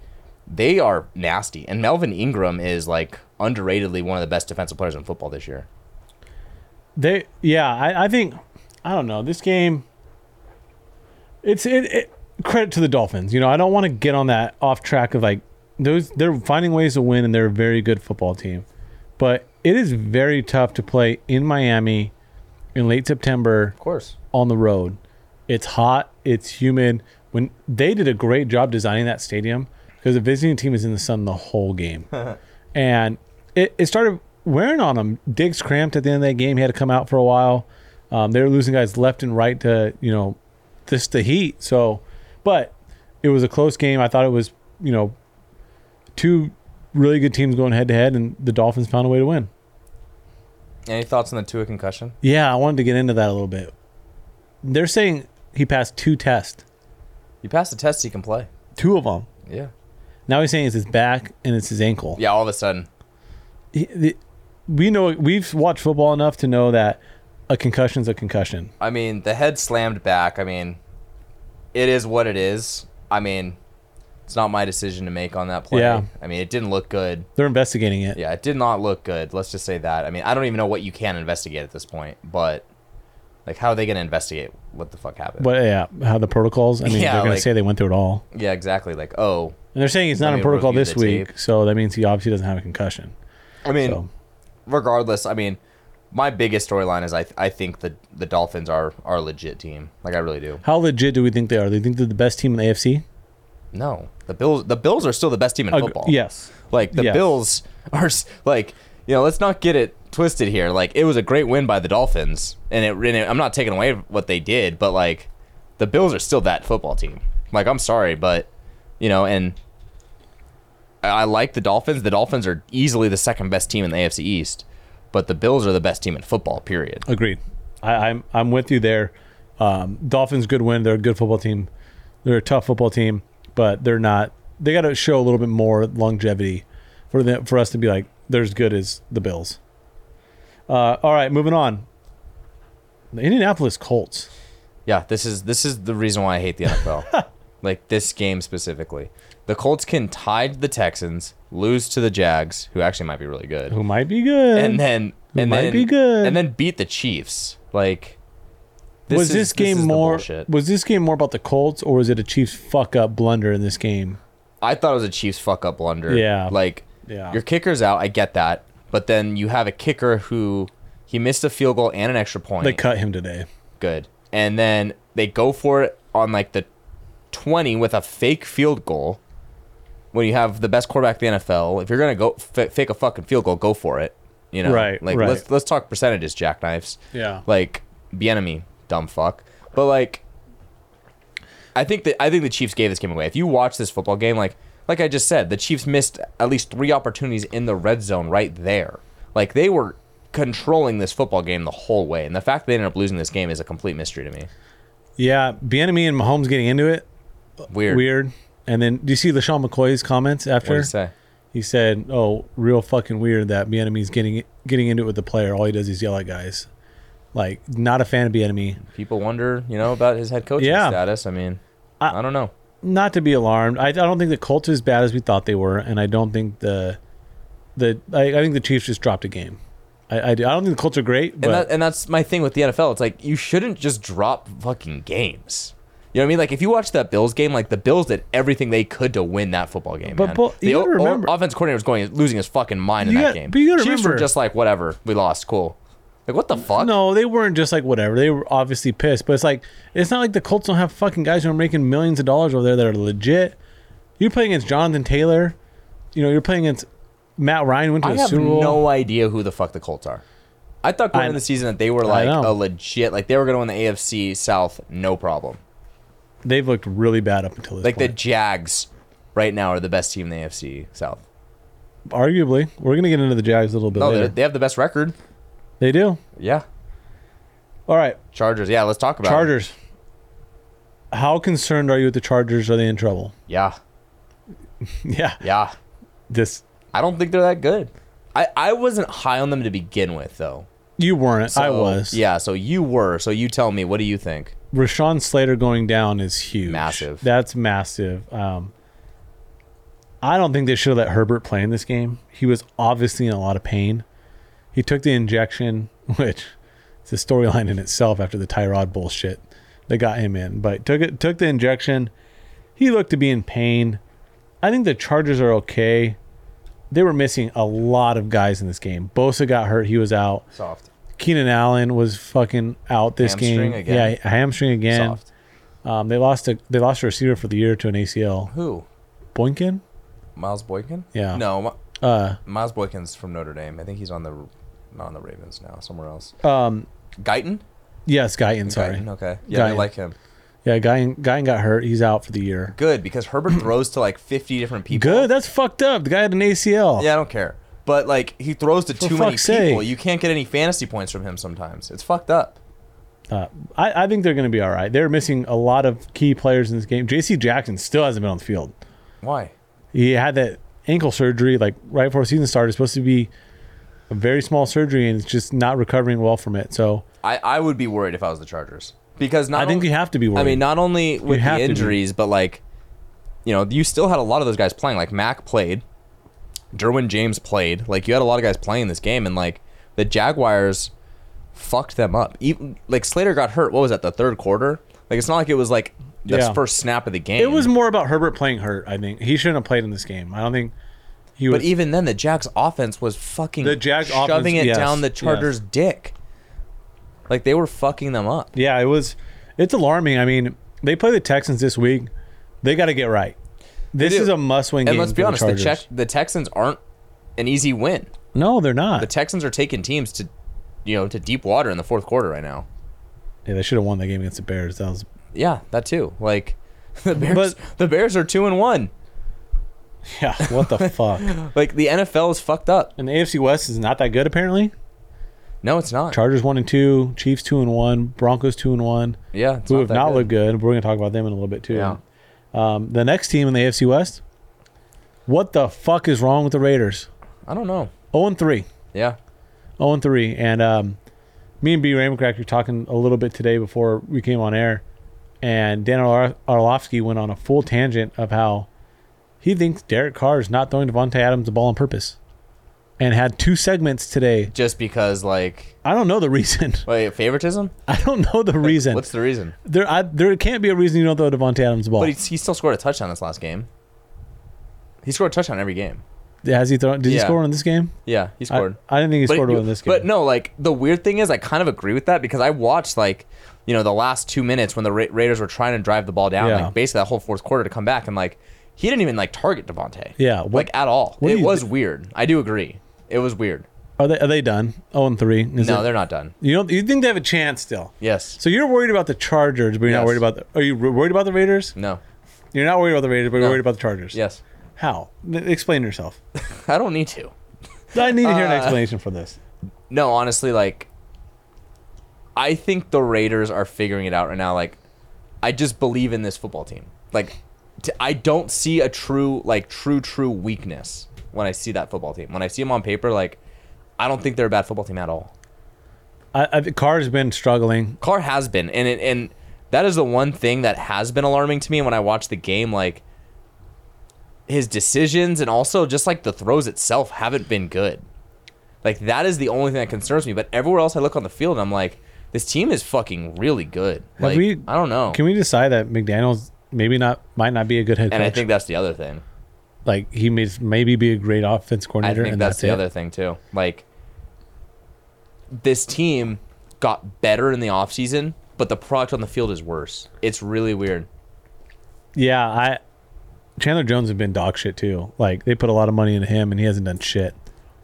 Speaker 3: they are nasty. And Melvin Ingram is like underratedly one of the best defensive players in football this year.
Speaker 5: they. Yeah, I, I think I don't know this game. It's it, it credit to the Dolphins. You know, I don't want to get on that off track of like those. They're finding ways to win, and they're a very good football team. But it is very tough to play in Miami in late September
Speaker 3: Of course.
Speaker 5: on the road. It's hot, it's humid. When they did a great job designing that stadium because the visiting team is in the sun the whole game, and it, it started wearing on them. Diggs cramped at the end of that game; he had to come out for a while. Um, they were losing guys left and right to you know just the heat. So, but it was a close game. I thought it was you know two really good teams going head to head, and the Dolphins found a way to win.
Speaker 3: Any thoughts on the Tua concussion?
Speaker 5: Yeah, I wanted to get into that a little bit. They're saying he passed two tests,
Speaker 3: You pass the test, you can play.
Speaker 5: two of them.
Speaker 3: Yeah.
Speaker 5: Now he's saying it's his back and it's his ankle.
Speaker 3: Yeah. All of a sudden.
Speaker 5: He- the- we know we've watched football enough to know that a concussion's a concussion.
Speaker 3: I mean, the head slammed back. I mean, it is what it is. I mean, it's not my decision to make on that play.
Speaker 5: Yeah.
Speaker 3: I mean, it didn't look good.
Speaker 5: They're investigating it.
Speaker 3: Yeah, it did not look good. Let's just say that. I mean, I don't even know what you can investigate at this point, but like, how are they going to investigate what the fuck happened?
Speaker 5: But yeah, how the protocols. I mean,
Speaker 3: Yeah,
Speaker 5: they're going
Speaker 3: like-
Speaker 5: to say they went through it all,
Speaker 3: yeah, exactly. Like, oh,
Speaker 5: and they're saying he's not
Speaker 3: Let
Speaker 5: in
Speaker 3: me
Speaker 5: protocol
Speaker 3: review
Speaker 5: this
Speaker 3: the
Speaker 5: week,
Speaker 3: tape.
Speaker 5: so that means he obviously doesn't have a concussion.
Speaker 3: I mean,
Speaker 5: So
Speaker 3: regardless, I mean, my biggest storyline is I I think the the Dolphins are are a legit team. Like I really do.
Speaker 5: how legit do we think they are? They think they're the best team in the AFC.
Speaker 3: No, the Bills the Bills are still the best team in
Speaker 5: Ag-
Speaker 3: football.
Speaker 5: Yes.
Speaker 3: like the
Speaker 5: yes.
Speaker 3: Bills are s- like you know let's not get it twisted here. Like it was a great win by the Dolphins, and it, and it I'm not taking away what they did, but like the Bills are still that football team. Like I'm sorry, but you know and. I I like the Dolphins. The Dolphins are easily the second best team in the AFC East, but the Bills are the best team in football. Period.
Speaker 5: Agreed. I, I'm I'm with you there. Um, Dolphins good win. They're a good football team. They're a tough football team, but they're not. They got to show a little bit more longevity for the, for us to be like they're as good as the Bills. Uh, all right, moving on. The Indianapolis Colts.
Speaker 3: Yeah, this is this is the reason why I hate the NFL. like this game specifically. The Colts can tie the Texans, lose to the Jags, who actually might be really good.
Speaker 5: Who might be good?
Speaker 3: And then
Speaker 5: Who
Speaker 3: and
Speaker 5: might
Speaker 3: then
Speaker 5: be good.
Speaker 3: and then beat the Chiefs. Like
Speaker 5: was this
Speaker 3: is-
Speaker 5: game
Speaker 3: is the
Speaker 5: more?
Speaker 3: bullshit.
Speaker 5: Was this game more about the Colts or was it a Chiefs fuck up blunder in this game?
Speaker 3: I thought it was a Chiefs fuck up blunder.
Speaker 5: Yeah.
Speaker 3: Like
Speaker 5: Yeah.
Speaker 3: your kicker's out, I get that. But then you have a kicker who he missed a field goal and an extra point.
Speaker 5: They cut him today.
Speaker 3: good. And then they go for it on like the 20 with a fake field goal. When you have the best quarterback in the NFL, if you're gonna go f- fake a fucking field goal, go for it. You know,
Speaker 5: Right,
Speaker 3: Like
Speaker 5: right.
Speaker 3: let's let's talk percentages, jackknives.
Speaker 5: Yeah.
Speaker 3: Like enemy, dumb fuck. But like, I think that I think the Chiefs gave this game away. If you watch this football game, like like I just said, the Chiefs missed at least three opportunities in the red zone right there. Like they were controlling this football game the whole way, and the fact they ended up losing this game is a complete mystery to me.
Speaker 5: Yeah. Bienemy and Mahomes getting into it.
Speaker 3: Weird.
Speaker 5: weird. And then do you see LaShawn McCoy's comments
Speaker 3: What do
Speaker 5: after?
Speaker 3: you say?
Speaker 5: He said, "Oh, real fucking weird that Bienemy's getting getting into it with the player. All he does is yell at guys. Like, not a fan of Bienemy.
Speaker 3: People wonder, you know, about his head coaching
Speaker 5: Yeah.
Speaker 3: status. I mean, I, don't know.
Speaker 5: Not to be alarmed. I, I don't think the Colts are as bad as we thought they were, and I don't think the the I, I think the Chiefs just dropped a game. I, I, do. I don't think the Colts are great, but
Speaker 3: And that and that's my thing with the NFL. It's like you shouldn't just drop fucking games. You know what I mean? Like if you watch that Bills game, like the Bills did everything they could to win that football game.
Speaker 5: But
Speaker 3: man.
Speaker 5: Bull-
Speaker 3: the
Speaker 5: you
Speaker 3: o-
Speaker 5: gotta
Speaker 3: o-
Speaker 5: remember-
Speaker 3: offense coordinator was going losing his fucking mind in
Speaker 5: You
Speaker 3: that
Speaker 5: got-
Speaker 3: game.
Speaker 5: but you gotta
Speaker 3: Chiefs were
Speaker 5: remember-
Speaker 3: just like whatever, we lost, cool. Like what the fuck?
Speaker 5: no, they weren't just like whatever. They were obviously pissed, but it's like it's not like the Colts don't have fucking guys who are making millions of dollars over there that are legit. You're playing against Jonathan Taylor. You know, you're playing against Matt Ryan who went to
Speaker 3: I
Speaker 5: the
Speaker 3: have
Speaker 5: Super Bowl.
Speaker 3: no idea who the fuck the Colts are. I thought going
Speaker 5: I-
Speaker 3: into the season that they were like
Speaker 5: know.
Speaker 3: a legit, like they were going to win the AFC South, no problem.
Speaker 5: They've looked really bad up until this
Speaker 3: Like the
Speaker 5: point.
Speaker 3: Jags, right now are the best team in the AFC South.
Speaker 5: Arguably, we're gonna get into the Jags a little bit
Speaker 3: No, they
Speaker 5: later.
Speaker 3: they have the best record.
Speaker 5: They do.
Speaker 3: Yeah,
Speaker 5: All right,
Speaker 3: Chargers. Yeah, let's talk about 'em.
Speaker 5: Chargers. How concerned are you with the Chargers? Are they in trouble? [LAUGHS]
Speaker 3: Yeah,
Speaker 5: yeah,
Speaker 3: yeah.
Speaker 5: this
Speaker 3: I don't think they're that good. I I wasn't high on them to begin with, though.
Speaker 5: you weren't. I
Speaker 3: So-
Speaker 5: was.
Speaker 3: Yeah, so you were. So you tell me, what do you think?
Speaker 5: Rashawn Slater going down is huge.
Speaker 3: Massive.
Speaker 5: That's massive. Um, I don't think they should have let Herbert play in this game. He was obviously in a lot of pain. He took the injection, [LAUGHS] which is a storyline in itself after the Tyrod bullshit that got him in. But took it took the injection. He looked to be in pain. I think the Chargers are okay. They were missing a lot of guys in this game. Bosa got hurt; he was out.
Speaker 3: Soft.
Speaker 5: Keenan Allen was fucking out this
Speaker 3: Hamstring
Speaker 5: game.
Speaker 3: again.
Speaker 5: Yeah, hamstring again.
Speaker 3: Soft.
Speaker 5: Um, they lost a they lost a receiver for the year to an ACL.
Speaker 3: Who?
Speaker 5: Boinkin.
Speaker 3: Miles Boykin?
Speaker 5: Yeah.
Speaker 3: No, Mi-
Speaker 5: Uh,
Speaker 3: Miles Boykin's from Notre Dame. I think he's on the not on the Ravens now, somewhere else.
Speaker 5: um,
Speaker 3: Guyton?
Speaker 5: yes, Guyton. Sorry.
Speaker 3: Guyton, okay. Yeah, I
Speaker 5: Guyton.
Speaker 3: like him.
Speaker 5: Yeah, Guyton, Guyton got hurt. He's out for the year.
Speaker 3: Good
Speaker 5: [CLEARS THROAT]
Speaker 3: because Herbert throws to like 50 different people.
Speaker 5: Good. That's fucked up. The guy had an ACL.
Speaker 3: Yeah, I don't care. But like he throws to
Speaker 5: For
Speaker 3: too many people.
Speaker 5: fuck's sake.
Speaker 3: You can't get any fantasy points from him sometimes. It's fucked up.
Speaker 5: Uh, I, I think they're going to be all right. They're missing a lot of key players in this game. J.C. Jackson still hasn't been on the field.
Speaker 3: Why?
Speaker 5: He had that ankle surgery like right before season started. It's supposed to be a very small surgery, and it's just not recovering well from it. So
Speaker 3: I, I would be worried if I was the Chargers because not
Speaker 5: I think
Speaker 3: only,
Speaker 5: you have to be worried.
Speaker 3: I mean, not only with
Speaker 5: have
Speaker 3: the
Speaker 5: to be.
Speaker 3: injuries, but like, you know, you still had a lot of those guys playing. Like Mac played, Derwin James played. Like you had a lot of guys playing this game, and like the Jaguars fucked them up. Even like Slater got hurt. What was that? The third quarter. Like it's not like it was like the
Speaker 5: Yeah.
Speaker 3: first snap of the game.
Speaker 5: it was more about Herbert playing hurt. I think he shouldn't have played in this game. I don't think he was.
Speaker 3: But even then, the Jags' offense was fucking
Speaker 5: The Jags'
Speaker 3: shoving
Speaker 5: offense-
Speaker 3: it
Speaker 5: yes,
Speaker 3: down the
Speaker 5: yes.
Speaker 3: Chargers' dick. Like they were fucking them up.
Speaker 5: yeah, it was. It's alarming. I mean, they play the Texans this week. They got to get right. This
Speaker 3: do.
Speaker 5: is a must-win
Speaker 3: And
Speaker 5: game.
Speaker 3: let's be
Speaker 5: for
Speaker 3: honest,
Speaker 5: the,
Speaker 3: the,
Speaker 5: Chargers.
Speaker 3: Czech, the Texans aren't an easy win.
Speaker 5: No, they're not.
Speaker 3: The Texans are taking teams to, you know, to deep water in the fourth quarter right now.
Speaker 5: yeah, they should have won that game against the Bears. That
Speaker 3: [LAUGHS]
Speaker 5: was
Speaker 3: Yeah, that too. Like [LAUGHS] the Bears,
Speaker 5: But-
Speaker 3: the Bears are two and one.
Speaker 5: yeah. What the fuck?
Speaker 3: Like the NFL is fucked up.
Speaker 5: And the AFC West is not that good apparently.
Speaker 3: No, it's not.
Speaker 5: Chargers one and two, Chiefs two and one, Broncos two and one.
Speaker 3: yeah, it's
Speaker 5: who have
Speaker 3: that
Speaker 5: not
Speaker 3: good.
Speaker 5: looked good. We're going to talk about them in a little bit too.
Speaker 3: Yeah.
Speaker 5: Um, the next team in the AFC West. What the fuck is wrong with the Raiders?
Speaker 3: I don't know.
Speaker 5: Zero and three.
Speaker 3: Yeah,
Speaker 5: 0 Oh, and 3. And um, me and B. Ramacrack were talking a little bit today before we came on air. And Dan Orl- Orlovsky went on a full tangent of how he thinks Derek Carr is not throwing Devontae Adams the ball on purpose. And had two segments today.
Speaker 3: just because like
Speaker 5: I don't know the [LAUGHS] reason.
Speaker 3: wait, favoritism.
Speaker 5: I don't know
Speaker 3: [LAUGHS]
Speaker 5: the reason.
Speaker 3: What's the reason?
Speaker 5: There, I, there can't be a reason you don't throw Devontae Adams the ball.
Speaker 3: But he, he still scored a touchdown this last game. He scored a touchdown every game.
Speaker 5: Has he thrown? Did he
Speaker 3: Yeah.
Speaker 5: score one in this game?
Speaker 3: Yeah, he
Speaker 5: I,
Speaker 3: scored.
Speaker 5: I didn't think he
Speaker 3: but,
Speaker 5: scored
Speaker 3: you-
Speaker 5: one in this game.
Speaker 3: but no, like the weird thing is, I kind of agree with that because I watched like you know the last two minutes when the Ra- Raiders were trying to drive the ball down,
Speaker 5: Yeah.
Speaker 3: like basically that whole fourth quarter to come back and like he didn't even like target Devontae.
Speaker 5: Yeah, what-
Speaker 3: like at all.
Speaker 5: what do
Speaker 3: It
Speaker 5: you
Speaker 3: was
Speaker 5: thi-
Speaker 3: weird. I do agree. It was weird.
Speaker 5: Are they are they done? Zero and three. Is
Speaker 3: no,
Speaker 5: it-
Speaker 3: they're not done.
Speaker 5: You don't. You think they have a chance still?
Speaker 3: Yes.
Speaker 5: So you're worried about the Chargers, but you're not
Speaker 3: Yes.
Speaker 5: worried about. The, are you worried about the Raiders?
Speaker 3: No.
Speaker 5: You're not worried about the Raiders, but you're
Speaker 3: No.
Speaker 5: worried about the Chargers.
Speaker 3: Yes. [LAUGHS]
Speaker 5: How? N- explain yourself.
Speaker 3: I don't need to.
Speaker 5: I need to hear an
Speaker 3: Uh,
Speaker 5: explanation for this.
Speaker 3: No, honestly, like I think the Raiders are figuring it out right now. Like I just believe in this football team. Like t- I don't see a true like true true weakness when I see that football team. When I see them on paper, like I don't think they're a bad football team at all.
Speaker 5: I, I, Carr's been struggling.
Speaker 3: Carr has been, and it, and that is the one thing that has been alarming to me when I watch the game. Like his decisions and also just like the throws itself haven't been good. Like that is the only thing that concerns me. But everywhere else I look on the field, I'm like, this team is fucking really good.
Speaker 5: Have
Speaker 3: Like
Speaker 5: we-
Speaker 3: I don't know.
Speaker 5: Can we decide that McDaniel's maybe not might not be a good head coach?
Speaker 3: and I think that's the other thing.
Speaker 5: like he may maybe be a great offense
Speaker 3: I
Speaker 5: coordinator.
Speaker 3: think
Speaker 5: and
Speaker 3: that's,
Speaker 5: that's
Speaker 3: the
Speaker 5: it.
Speaker 3: other thing too. Like this team got better in the offseason, but the product on the field is worse. It's really weird.
Speaker 5: Yeah, I Chandler Jones has been dog shit too. Like they put a lot of money into him and he hasn't done shit.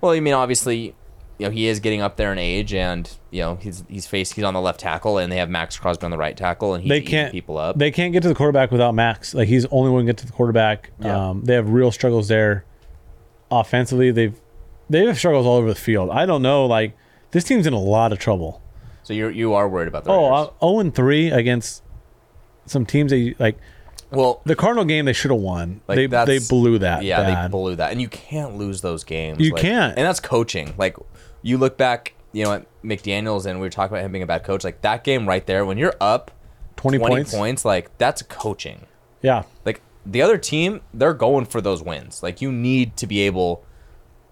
Speaker 3: Well, I mean, obviously, you know, he is getting up there in age, and you know, he's he's faced he's on the left tackle, and they have Max Crosby on the right tackle, and he's
Speaker 5: They
Speaker 3: eating
Speaker 5: can't
Speaker 3: people up.
Speaker 5: They can't get to the quarterback without Max. Like he's the only one to get to the quarterback.
Speaker 3: Yeah.
Speaker 5: Um, they have real struggles there. Offensively, they've they have struggles all over the field. I don't know. Like this team's in a lot of trouble.
Speaker 3: so you you are worried about the
Speaker 5: Oh,
Speaker 3: Raiders.
Speaker 5: uh, zero and three against some teams that you, like
Speaker 3: well,
Speaker 5: the Cardinal game. They should have won.
Speaker 3: Like,
Speaker 5: they they
Speaker 3: that's-
Speaker 5: blew that.
Speaker 3: yeah, they
Speaker 5: bad.
Speaker 3: blew that, and you can't lose those games.
Speaker 5: You
Speaker 3: like-
Speaker 5: can't.
Speaker 3: and that's coaching. Like you look back, you know, at McDaniel's, and we were talking about him being a bad coach. Like that game right there, when you're up
Speaker 5: 20 points.
Speaker 3: points. like that's coaching.
Speaker 5: Yeah,
Speaker 3: Like the other team, they're going for those wins. Like you need to be able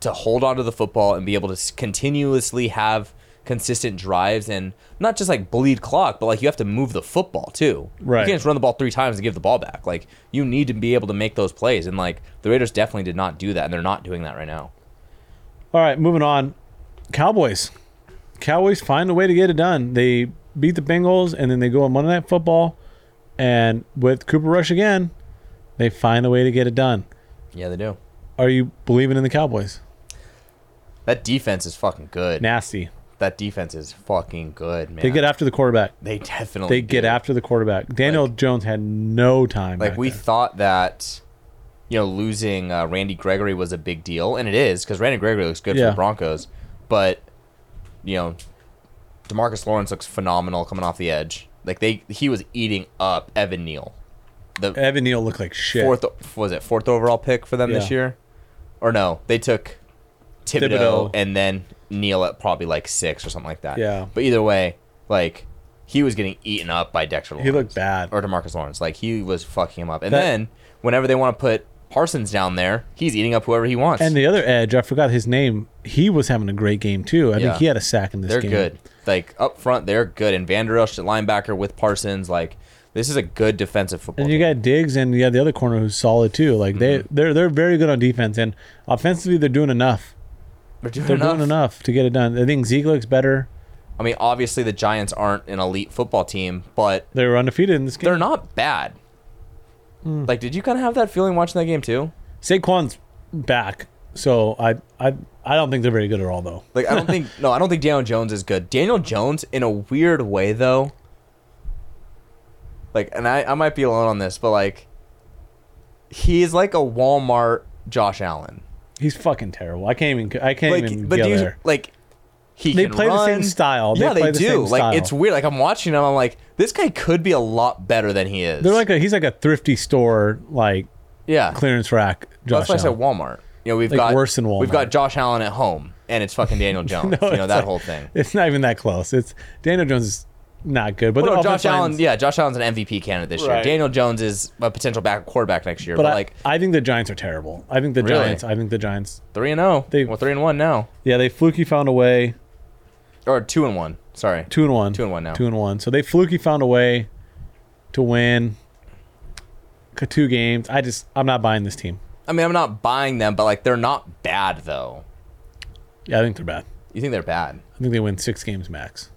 Speaker 3: to hold on to the football and be able to s- continuously have consistent drives and not just like bleed clock, but like you have to move the football too.
Speaker 5: Right.
Speaker 3: You can't just run the ball three times and give the ball back. Like you need to be able to make those plays, and like the Raiders definitely did not do that, and they're not doing that right now.
Speaker 5: All right, moving on. Cowboys. Cowboys find a way to get it done. They beat the Bengals and then they go on Monday Night Football. And with Cooper Rush again, they find a way to get it done.
Speaker 3: Yeah, they do.
Speaker 5: Are you believing in the Cowboys?
Speaker 3: That defense is fucking good.
Speaker 5: Nasty.
Speaker 3: that defense is fucking good, man.
Speaker 5: They get after the quarterback.
Speaker 3: They definitely
Speaker 5: They get
Speaker 3: do.
Speaker 5: after the quarterback. Daniel Jones had no time.
Speaker 3: Like
Speaker 5: back
Speaker 3: we
Speaker 5: there.
Speaker 3: thought that, you know, losing uh, Randy Gregory was a big deal, and it is because Randy Gregory looks good for
Speaker 5: Yeah.
Speaker 3: the Broncos, but you know, Demarcus Lawrence looks phenomenal coming off the edge. Like they, he was eating up Evan Neal, the
Speaker 5: Evan Neal looked like shit.
Speaker 3: fourth was it fourth overall pick for them this
Speaker 5: Yeah.
Speaker 3: year, or no? They took Thibodeau,
Speaker 5: Thibodeau.
Speaker 3: and then Neal at probably like six or something like that.
Speaker 5: Yeah.
Speaker 3: But either way, like he was getting eaten up by Dexter. Lawrence
Speaker 5: He looked bad.
Speaker 3: or Demarcus Lawrence. Like he was fucking him up. And
Speaker 5: That-
Speaker 3: then whenever they want to put Parsons down there, he's eating up whoever he wants.
Speaker 5: And the other edge, I forgot his name. He was having a great game too. I
Speaker 3: Yeah.
Speaker 5: think he had a sack in this
Speaker 3: they're
Speaker 5: game.
Speaker 3: good. Like up front, they're good. And Vanderelsh at linebacker with Parsons. Like this is a good defensive football.
Speaker 5: And you
Speaker 3: team.
Speaker 5: got Diggs and you got the other corner who's solid too. Like they
Speaker 3: Mm-hmm.
Speaker 5: they're they're very good on defense and offensively they're doing enough.
Speaker 3: they're doing
Speaker 5: They're
Speaker 3: enough.
Speaker 5: doing enough to get it done. I think Zeke looks better.
Speaker 3: I mean, obviously the Giants aren't an elite football team, but
Speaker 5: They were undefeated in this game.
Speaker 3: they're not bad.
Speaker 5: Hmm.
Speaker 3: Like, did you kind of have that feeling watching that game too?
Speaker 5: Saquon's back. So I I I don't think they're very good at all though.
Speaker 3: Like I
Speaker 5: [LAUGHS]
Speaker 3: don't think no, I don't think Daniel Jones is good. Daniel Jones, in a weird way though, like and I, I might be alone on this, but like he's like a Walmart Josh Allen.
Speaker 5: He's fucking terrible. I can't even I can't
Speaker 3: Like
Speaker 5: even
Speaker 3: but
Speaker 5: go
Speaker 3: do you,
Speaker 5: there.
Speaker 3: like he
Speaker 5: They
Speaker 3: can
Speaker 5: play the same
Speaker 3: run.
Speaker 5: style. They
Speaker 3: yeah,
Speaker 5: play
Speaker 3: they
Speaker 5: the
Speaker 3: do.
Speaker 5: same
Speaker 3: like
Speaker 5: style.
Speaker 3: it's weird. Like I'm watching him, I'm like, this guy could be a lot better than he is.
Speaker 5: They're like a he's like a thrifty store like
Speaker 3: yeah.
Speaker 5: clearance rack. Josh
Speaker 3: That's why I said
Speaker 5: Allen.
Speaker 3: Walmart. You know, we've
Speaker 5: Like,
Speaker 3: got
Speaker 5: worse than
Speaker 3: We've
Speaker 5: Walmart.
Speaker 3: got Josh Allen at home, and it's
Speaker 5: [LAUGHS]
Speaker 3: fucking Daniel Jones. you know
Speaker 5: it's
Speaker 3: that
Speaker 5: like-
Speaker 3: whole thing.
Speaker 5: It's not even that close. It's Daniel Jones is not good, but
Speaker 3: Well,
Speaker 5: the
Speaker 3: no, Josh
Speaker 5: offense line's-
Speaker 3: Allen, yeah, Josh Allen's an MVP candidate this year.
Speaker 5: Right.
Speaker 3: Daniel Jones is a potential back quarterback next year. But,
Speaker 5: But I,
Speaker 3: like
Speaker 5: I think the Giants are terrible. I think the
Speaker 3: Really?
Speaker 5: Giants. I think the Giants.
Speaker 3: three and zero,
Speaker 5: They-
Speaker 3: well three and one now,
Speaker 5: Yeah, they fluky found a way.
Speaker 3: or two and one. Sorry,
Speaker 5: Two and one.
Speaker 3: Two and one now.
Speaker 5: Two and one. So they fluky found a way to win c- two games. I just I'm not buying this team.
Speaker 3: I mean, I'm not buying them, but like they're not bad though.
Speaker 5: Yeah, I think they're bad.
Speaker 3: You think they're bad?
Speaker 5: I think they win six games max.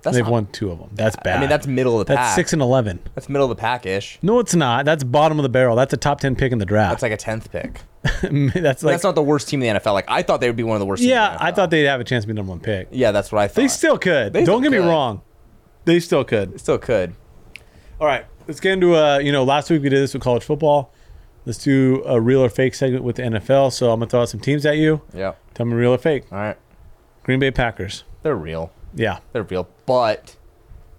Speaker 3: That's
Speaker 5: They've
Speaker 3: not
Speaker 5: won two of them. That's bad.
Speaker 3: I mean, that's middle of the
Speaker 5: that's
Speaker 3: pack.
Speaker 5: six and eleven.
Speaker 3: that's middle of the pack ish.
Speaker 5: No, it's not. That's bottom of the barrel. That's a top ten pick in the draft.
Speaker 3: That's like a tenth pick.
Speaker 5: [LAUGHS] That's like,
Speaker 3: that's not the worst team in the NFL. Like I thought they would be one of the worst.
Speaker 5: yeah.
Speaker 3: teams in the
Speaker 5: I
Speaker 3: NFL.
Speaker 5: thought they'd have a chance to be number one pick.
Speaker 3: Yeah, that's what I thought.
Speaker 5: They still could.
Speaker 3: They
Speaker 5: Don't
Speaker 3: still
Speaker 5: get me
Speaker 3: could.
Speaker 5: wrong. They still could.
Speaker 3: still could.
Speaker 5: All right, let's get into uh, you know, last week we did this with college football. Let's do a real or fake segment with the NFL. So I'm gonna throw out some teams at you.
Speaker 3: Yeah.
Speaker 5: Tell me real or fake.
Speaker 3: All right.
Speaker 5: Green Bay Packers.
Speaker 3: They're real.
Speaker 5: Yeah,
Speaker 3: They're real, but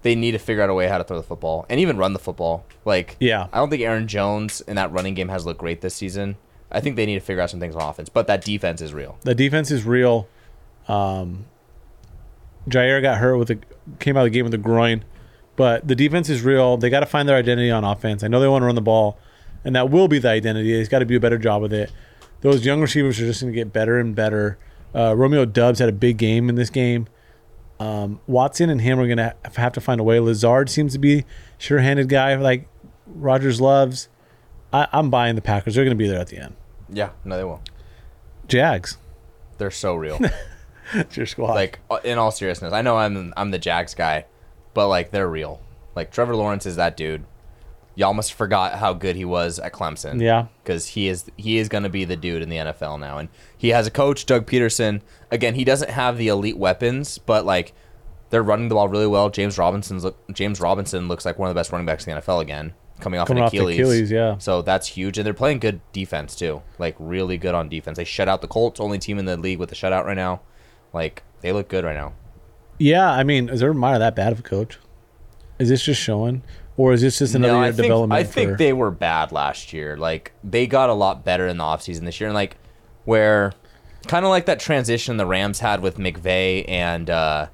Speaker 3: they need to figure out a way how to throw the football and even run the football. Like,
Speaker 5: Yeah.
Speaker 3: I don't think Aaron Jones in that running game has looked great this season. I think they need to figure out some things on offense, but that defense is real.
Speaker 5: the defense is real. Um, Jair got hurt with a came out of the game with a groin, but the defense is real. They got to find their identity on offense. I know they want to run the ball, and that will be the identity. They've got to do a better job with it. Those young receivers are just going to get better and better. Uh, Romeo Dubs had a big game in this game. Um, Watson and him are going to have to find a way. Lazard seems to be sure-handed guy like Rogers loves. I, I'm buying the Packers. They're going to be there at the end.
Speaker 3: Yeah, no, they will.
Speaker 5: [LAUGHS] Jags,
Speaker 3: They're
Speaker 5: [LAUGHS]
Speaker 3: so real.
Speaker 5: it's your squad.
Speaker 3: like, uh, in all seriousness, I know I'm I'm the Jags guy, but like they're real. Like Trevor Lawrence is that dude. Y'all must have forgot how good he was at Clemson.
Speaker 5: Yeah.
Speaker 3: because he is he is going to be the dude in the NFL now, and he has a coach, Doug Peterson. Again, he doesn't have the elite weapons, but like they're running the ball really well. James Robinson's look, James Robinson looks like one of the best running backs in the NFL again, coming off
Speaker 5: Coming
Speaker 3: an
Speaker 5: off the
Speaker 3: Achilles.
Speaker 5: Achilles, yeah.
Speaker 3: So that's huge, and they're playing good defense too. Like really good on defense. They shut out the Colts, only team in the league with a shutout right now. Like they look good right now.
Speaker 5: yeah, I mean, is Urban Meyer that bad of a coach? Is this just showing, or is this just another
Speaker 3: no,
Speaker 5: year
Speaker 3: I
Speaker 5: of
Speaker 3: think,
Speaker 5: development?
Speaker 3: I think
Speaker 5: for-
Speaker 3: they were bad last year. Like they got a lot better in the offseason this year, and like where kind of like that transition the Rams had with McVay and uh,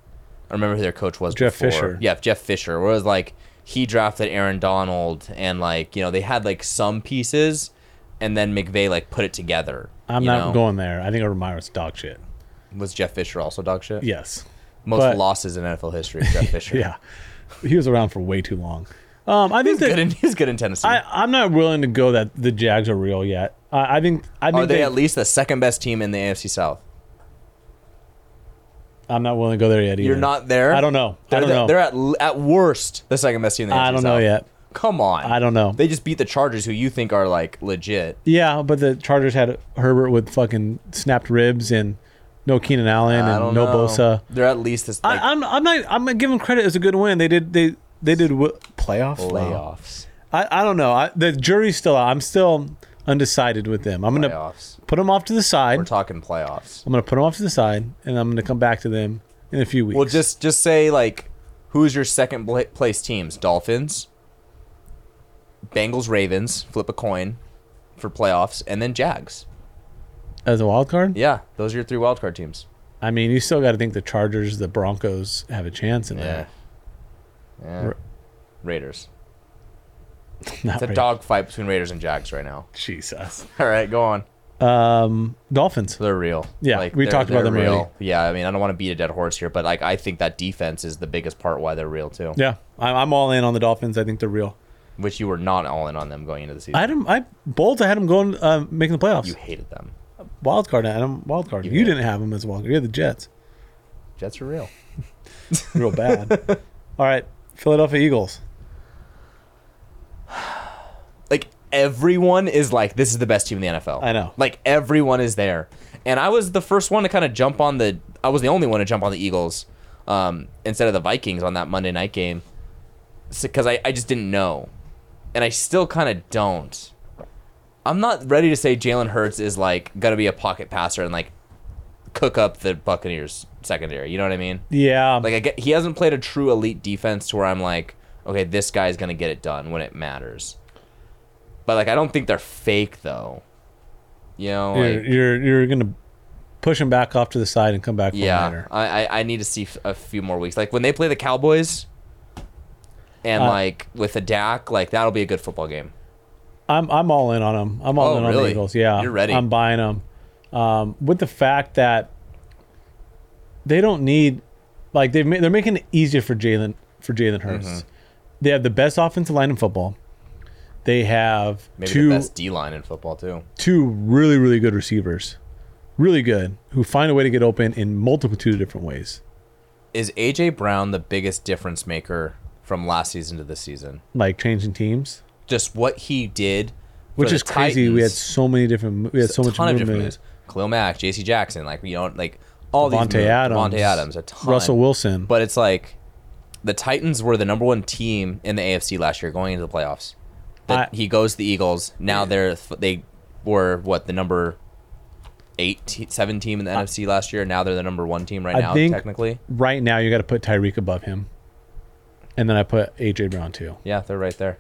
Speaker 3: I remember who their coach was.
Speaker 5: Jeff
Speaker 3: before.
Speaker 5: Fisher.
Speaker 3: Yeah, Jeff Fisher. Where it was like he drafted Aaron Donald, and like you know they had like some pieces, and then McVay like put it together.
Speaker 5: I'm
Speaker 3: you
Speaker 5: not
Speaker 3: know?
Speaker 5: going there. I think Urban Meyer's dog shit.
Speaker 3: Was Jeff Fisher also dog shit?
Speaker 5: Yes,
Speaker 3: Most
Speaker 5: But-
Speaker 3: losses in NFL history,
Speaker 5: [LAUGHS]
Speaker 3: Jeff Fisher.
Speaker 5: Yeah, he was around for way too long. Um, I think
Speaker 3: He's
Speaker 5: that
Speaker 3: good in, he's good in Tennessee.
Speaker 5: I, I'm not willing to go that the Jags are real yet. I, I think I think
Speaker 3: Are they
Speaker 5: they-
Speaker 3: at least the second best team in the AFC South?
Speaker 5: I'm not willing to go there yet. Either.
Speaker 3: You're not there.
Speaker 5: I don't know. I
Speaker 3: They're
Speaker 5: don't
Speaker 3: the-
Speaker 5: know.
Speaker 3: They're at l- at worst the second best team in the AFC
Speaker 5: I don't know
Speaker 3: South.
Speaker 5: yet.
Speaker 3: Come on.
Speaker 5: I don't know.
Speaker 3: They just beat the Chargers, who you think are like legit.
Speaker 5: Yeah, but the Chargers had Herbert with fucking snapped ribs and no Keenan Allen
Speaker 3: I
Speaker 5: and
Speaker 3: don't
Speaker 5: no
Speaker 3: know.
Speaker 5: Bosa.
Speaker 3: They're at least this like,
Speaker 5: I, I'm I'm not I'm gonna give them credit as a good win. They did they they did w- playoffs. Wow.
Speaker 3: playoffs.
Speaker 5: I, I don't know. I, the jury's still out. I'm still undecided with them. I'm gonna
Speaker 3: Playoffs.
Speaker 5: put them off to the side.
Speaker 3: We're talking playoffs.
Speaker 5: I'm gonna put them off to the side, and I'm gonna come back to them in a few weeks.
Speaker 3: Well, just just say like, who's your second bla- place teams? Dolphins, Bengals, Ravens. Flip a coin for playoffs, and then Jags.
Speaker 5: as a wild card.
Speaker 3: Yeah, those are your three wildcard teams.
Speaker 5: I mean, you still got to think the Chargers, the Broncos have a chance in there.
Speaker 3: Yeah.
Speaker 5: Ra-
Speaker 3: Raiders.
Speaker 5: [LAUGHS] Not
Speaker 3: It's a
Speaker 5: really.
Speaker 3: dog fight between Raiders and Jags right now. [LAUGHS]
Speaker 5: Jesus.
Speaker 3: All right, go on.
Speaker 5: Um, Dolphins.
Speaker 3: They're real.
Speaker 5: Yeah, we
Speaker 3: they're-
Speaker 5: talked about
Speaker 3: they're
Speaker 5: them already.
Speaker 3: Yeah, I mean, I don't want to beat a dead horse here, but like, I think that defense is the biggest part why they're real too.
Speaker 5: Yeah, I'm, I'm all in on the Dolphins. I think they're real.
Speaker 3: Which you were not all in on them going into the season.
Speaker 5: I had them. I Bolts. I had them going uh, making the playoffs.
Speaker 3: you hated them.
Speaker 5: wild card. I had them wild card. You,
Speaker 3: did.
Speaker 5: didn't have them as a wild card. You had the Jets.
Speaker 3: Jets are real.
Speaker 5: Real bad. all right, Philadelphia Eagles.
Speaker 3: like everyone is like this is the best team in the NFL.
Speaker 5: I know.
Speaker 3: Like everyone is there. And I was the first one to kind of jump on the I was the only one to jump on the Eagles um, instead of the Vikings on that Monday night game because I, I just didn't know. And I still kind of don't. I'm not ready to say Jalen Hurts is like going to be a pocket passer and like cook up the Buccaneers secondary. You know what I mean?
Speaker 5: Yeah,
Speaker 3: Like I get, he hasn't played a true elite defense to where I'm like, okay, this guy's gonna get it done when it matters. But like, I don't think they're fake though. You know,
Speaker 5: you're,
Speaker 3: like,
Speaker 5: you're you're gonna push them back off to the side and come back. for
Speaker 3: yeah.
Speaker 5: later.
Speaker 3: I, I I need to see f- a few more weeks. Like when they play the Cowboys, and
Speaker 5: Uh,
Speaker 3: like with the Dak, like that'll be a good football game.
Speaker 5: I'm I'm all in on them. I'm all
Speaker 3: Oh,
Speaker 5: in on the
Speaker 3: really?
Speaker 5: Eagles. Yeah,
Speaker 3: You're ready.
Speaker 5: I'm buying them. Um, with the fact that they don't need, like they've made, they're making it easier for Jalen for Jalen Hurts.
Speaker 3: Mm-hmm.
Speaker 5: They have the best offensive line in football. They have
Speaker 3: Maybe
Speaker 5: two
Speaker 3: the best D line in football too.
Speaker 5: two really really good receivers, really good who find a way to get open in multitude of different ways.
Speaker 3: Is AJ Brown the biggest difference maker from last season to this season?
Speaker 5: Like changing teams,
Speaker 3: Just what he did, for
Speaker 5: which
Speaker 3: the
Speaker 5: is crazy. We had
Speaker 3: Titans.
Speaker 5: so many different. We had so
Speaker 3: a
Speaker 5: much
Speaker 3: ton of different
Speaker 5: movement.
Speaker 3: moves. Khalil Mack, J.C. Jackson, like you know, like all these
Speaker 5: Devontae
Speaker 3: moves.
Speaker 5: Adams,
Speaker 3: Devontae Adams, a ton.
Speaker 5: Russell Wilson.
Speaker 3: But it's like the Titans were the number one team in the AFC last year going into the playoffs.
Speaker 5: I-
Speaker 3: That he goes to the Eagles. Now they're they were what the number eight, te- seven team in the NFC last year. Now they're the number one team right
Speaker 5: I
Speaker 3: now.
Speaker 5: think-
Speaker 3: Technically,
Speaker 5: right now you got to put Tyreek above him, and then I put AJ Brown too.
Speaker 3: yeah, they're right there.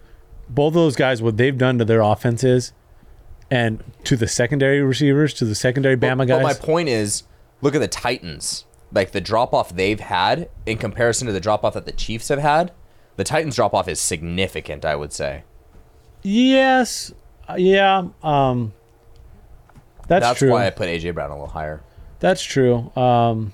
Speaker 5: Both of those guys, what they've done to their offenses, and to the secondary receivers, to the secondary
Speaker 3: But-
Speaker 5: Bama
Speaker 3: but,
Speaker 5: guys.
Speaker 3: my point is, look at the Titans. Like the drop off they've had in comparison to the drop off that the Chiefs have had. The Titans drop off is significant, I would say.
Speaker 5: yes, uh, yeah, um, that's,
Speaker 3: That's
Speaker 5: true.
Speaker 3: why I put AJ Brown a little higher.
Speaker 5: that's true. Um,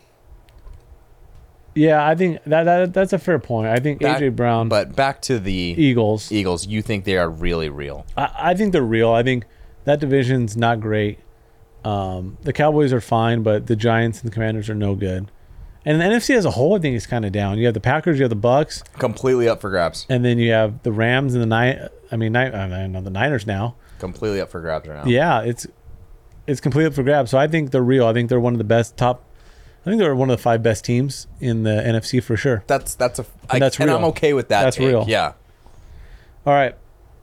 Speaker 5: yeah, I think that, that that's a fair point. I think
Speaker 3: Back-
Speaker 5: AJ Brown,
Speaker 3: But back to the
Speaker 5: Eagles.
Speaker 3: Eagles, you think they are really real?
Speaker 5: I, I think they're real. I think that division's not great. Um, the Cowboys are fine, but the Giants and the Commanders are no good. And the NFC as a whole, I think, is kind of down. You have the Packers, you have the Bucks,
Speaker 3: Completely up for grabs.
Speaker 5: and then you have the Rams and the nine. I mean, nine, I don't know the Niners now.
Speaker 3: Completely up for grabs right now.
Speaker 5: Yeah, it's it's completely up for grabs. So I think they're real. I think they're one of the best top. I think they're one of the five best teams in the NFC for sure.
Speaker 3: That's that's a I,
Speaker 5: that's
Speaker 3: and I'm
Speaker 5: real.
Speaker 3: okay with that.
Speaker 5: That's
Speaker 3: take.
Speaker 5: real.
Speaker 3: Yeah,
Speaker 5: All right,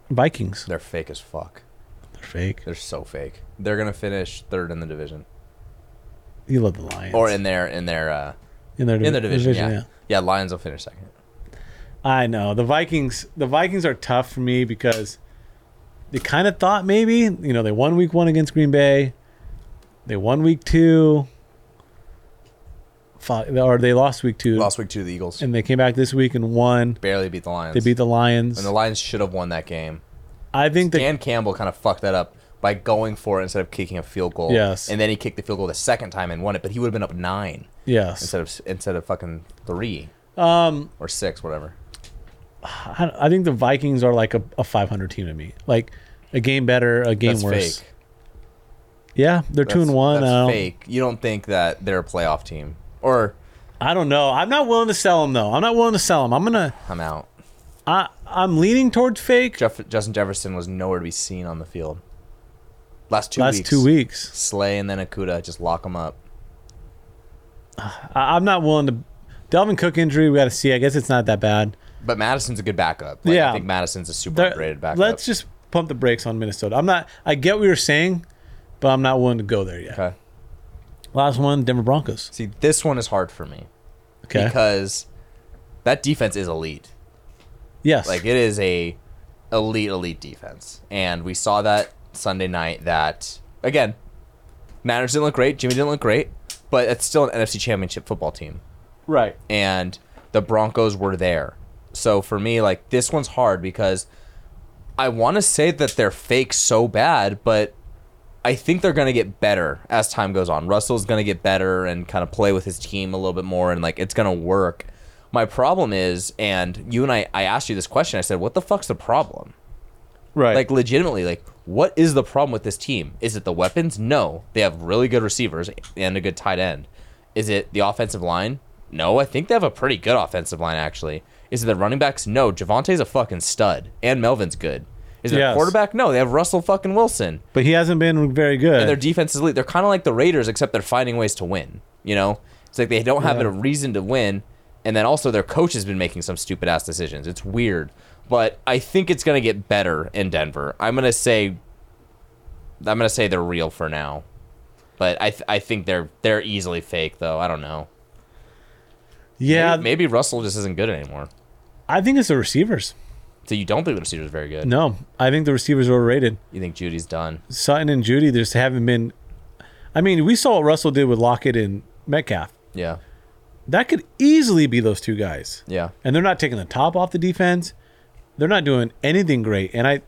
Speaker 5: Vikings.
Speaker 3: they're fake as fuck.
Speaker 5: They're fake.
Speaker 3: They're so fake. They're gonna finish third in the division,
Speaker 5: You love the Lions
Speaker 3: or in their in their uh,
Speaker 5: in their divi-
Speaker 3: in their division. yeah. yeah, Lions will finish second.
Speaker 5: I know the Vikings. The Vikings are tough for me because they kind of thought maybe you know they won week one against Green Bay, they won week two, Fuck, or they lost week two,
Speaker 3: Last week to the Eagles,
Speaker 5: and they came back this week and won.
Speaker 3: barely beat the Lions.
Speaker 5: They beat the Lions.
Speaker 3: and the Lions should have won that game.
Speaker 5: I think that
Speaker 3: Dan Campbell kind of fucked that up by going for it instead of kicking a field goal.
Speaker 5: Yes.
Speaker 3: And then he kicked the field goal the second time and won it, but he would have been up nine
Speaker 5: Yes.
Speaker 3: instead of instead of fucking three
Speaker 5: Um,
Speaker 3: or six, whatever.
Speaker 5: I, I think the Vikings are like a, a 500 team to me. Like a game better, a game
Speaker 3: That's
Speaker 5: worse.
Speaker 3: fake.
Speaker 5: Yeah, they're two
Speaker 3: That's-
Speaker 5: and one.
Speaker 3: That's
Speaker 5: I don't,
Speaker 3: fake. You don't think that they're a playoff team, or
Speaker 5: I don't know. I'm not willing to sell them though. I'm not willing to sell them. I'm gonna.
Speaker 3: I'm out.
Speaker 5: I I'm leaning towards fake.
Speaker 3: Jeff, Justin Jefferson was nowhere to be seen on the field. Last two
Speaker 5: Last
Speaker 3: weeks.
Speaker 5: two weeks.
Speaker 3: Slay and then Akuda just lock them up.
Speaker 5: I, I'm not willing to. Delvin Cook injury, we got to see. I guess it's not that bad.
Speaker 3: But Madison's a good backup.
Speaker 5: Yeah.
Speaker 3: I think Madison's a super
Speaker 5: There-
Speaker 3: underrated backup.
Speaker 5: let's just pump the brakes on Minnesota. I'm not. I get what you're saying, but I'm not willing to go there yet.
Speaker 3: okay.
Speaker 5: Last one, Denver Broncos.
Speaker 3: See, this one is hard for me
Speaker 5: Okay.
Speaker 3: because that defense is elite.
Speaker 5: yes.
Speaker 3: Like it is a elite, elite defense, and we saw that Sunday night. That again, Niners didn't look great. Jimmy didn't look great, but it's still an NFC Championship football team.
Speaker 5: right.
Speaker 3: and the Broncos were there. So for me, like this one's hard because I want to say that they're fake so bad, but I think they're gonna get better as time goes on. Russell's gonna get better and kind of play with his team a little bit more, and like it's gonna work. My problem is, and you and I, I asked you this question. I said, "What the fuck's the problem?"
Speaker 5: Right.
Speaker 3: Like legitimately, like what is the problem with this team? Is it the weapons? No, they have really good receivers and a good tight end. Is it the offensive line? No, I think they have a pretty good offensive line actually. Is it the running backs? No, Javante's a fucking stud and Melvin's good. Is it
Speaker 5: Yes.
Speaker 3: a quarterback? No, they have Russell fucking Wilson.
Speaker 5: but he hasn't been very good.
Speaker 3: And their defense is elite. They're kind of like the Raiders, except they're finding ways to win. You know, it's like they don't have
Speaker 5: Yeah.
Speaker 3: a reason to win, and then also their coach has been making some stupid ass decisions. It's weird, but I think it's gonna get better in Denver. I'm gonna say, I'm gonna say they're real for now, but I th- I think they're they're easily fake though. I don't know.
Speaker 5: yeah,
Speaker 3: maybe, maybe Russell just isn't good anymore.
Speaker 5: I think it's the receivers.
Speaker 3: So you don't think the receiver's very good?
Speaker 5: No, I think the receivers are overrated.
Speaker 3: You think Judy's done?
Speaker 5: Sutton and Judy just haven't been. I mean, we saw what Russell did with Lockett and Metcalf.
Speaker 3: Yeah,
Speaker 5: That could easily be those two guys.
Speaker 3: yeah.
Speaker 5: and they're not taking the top off the defense. They're not doing anything great, and I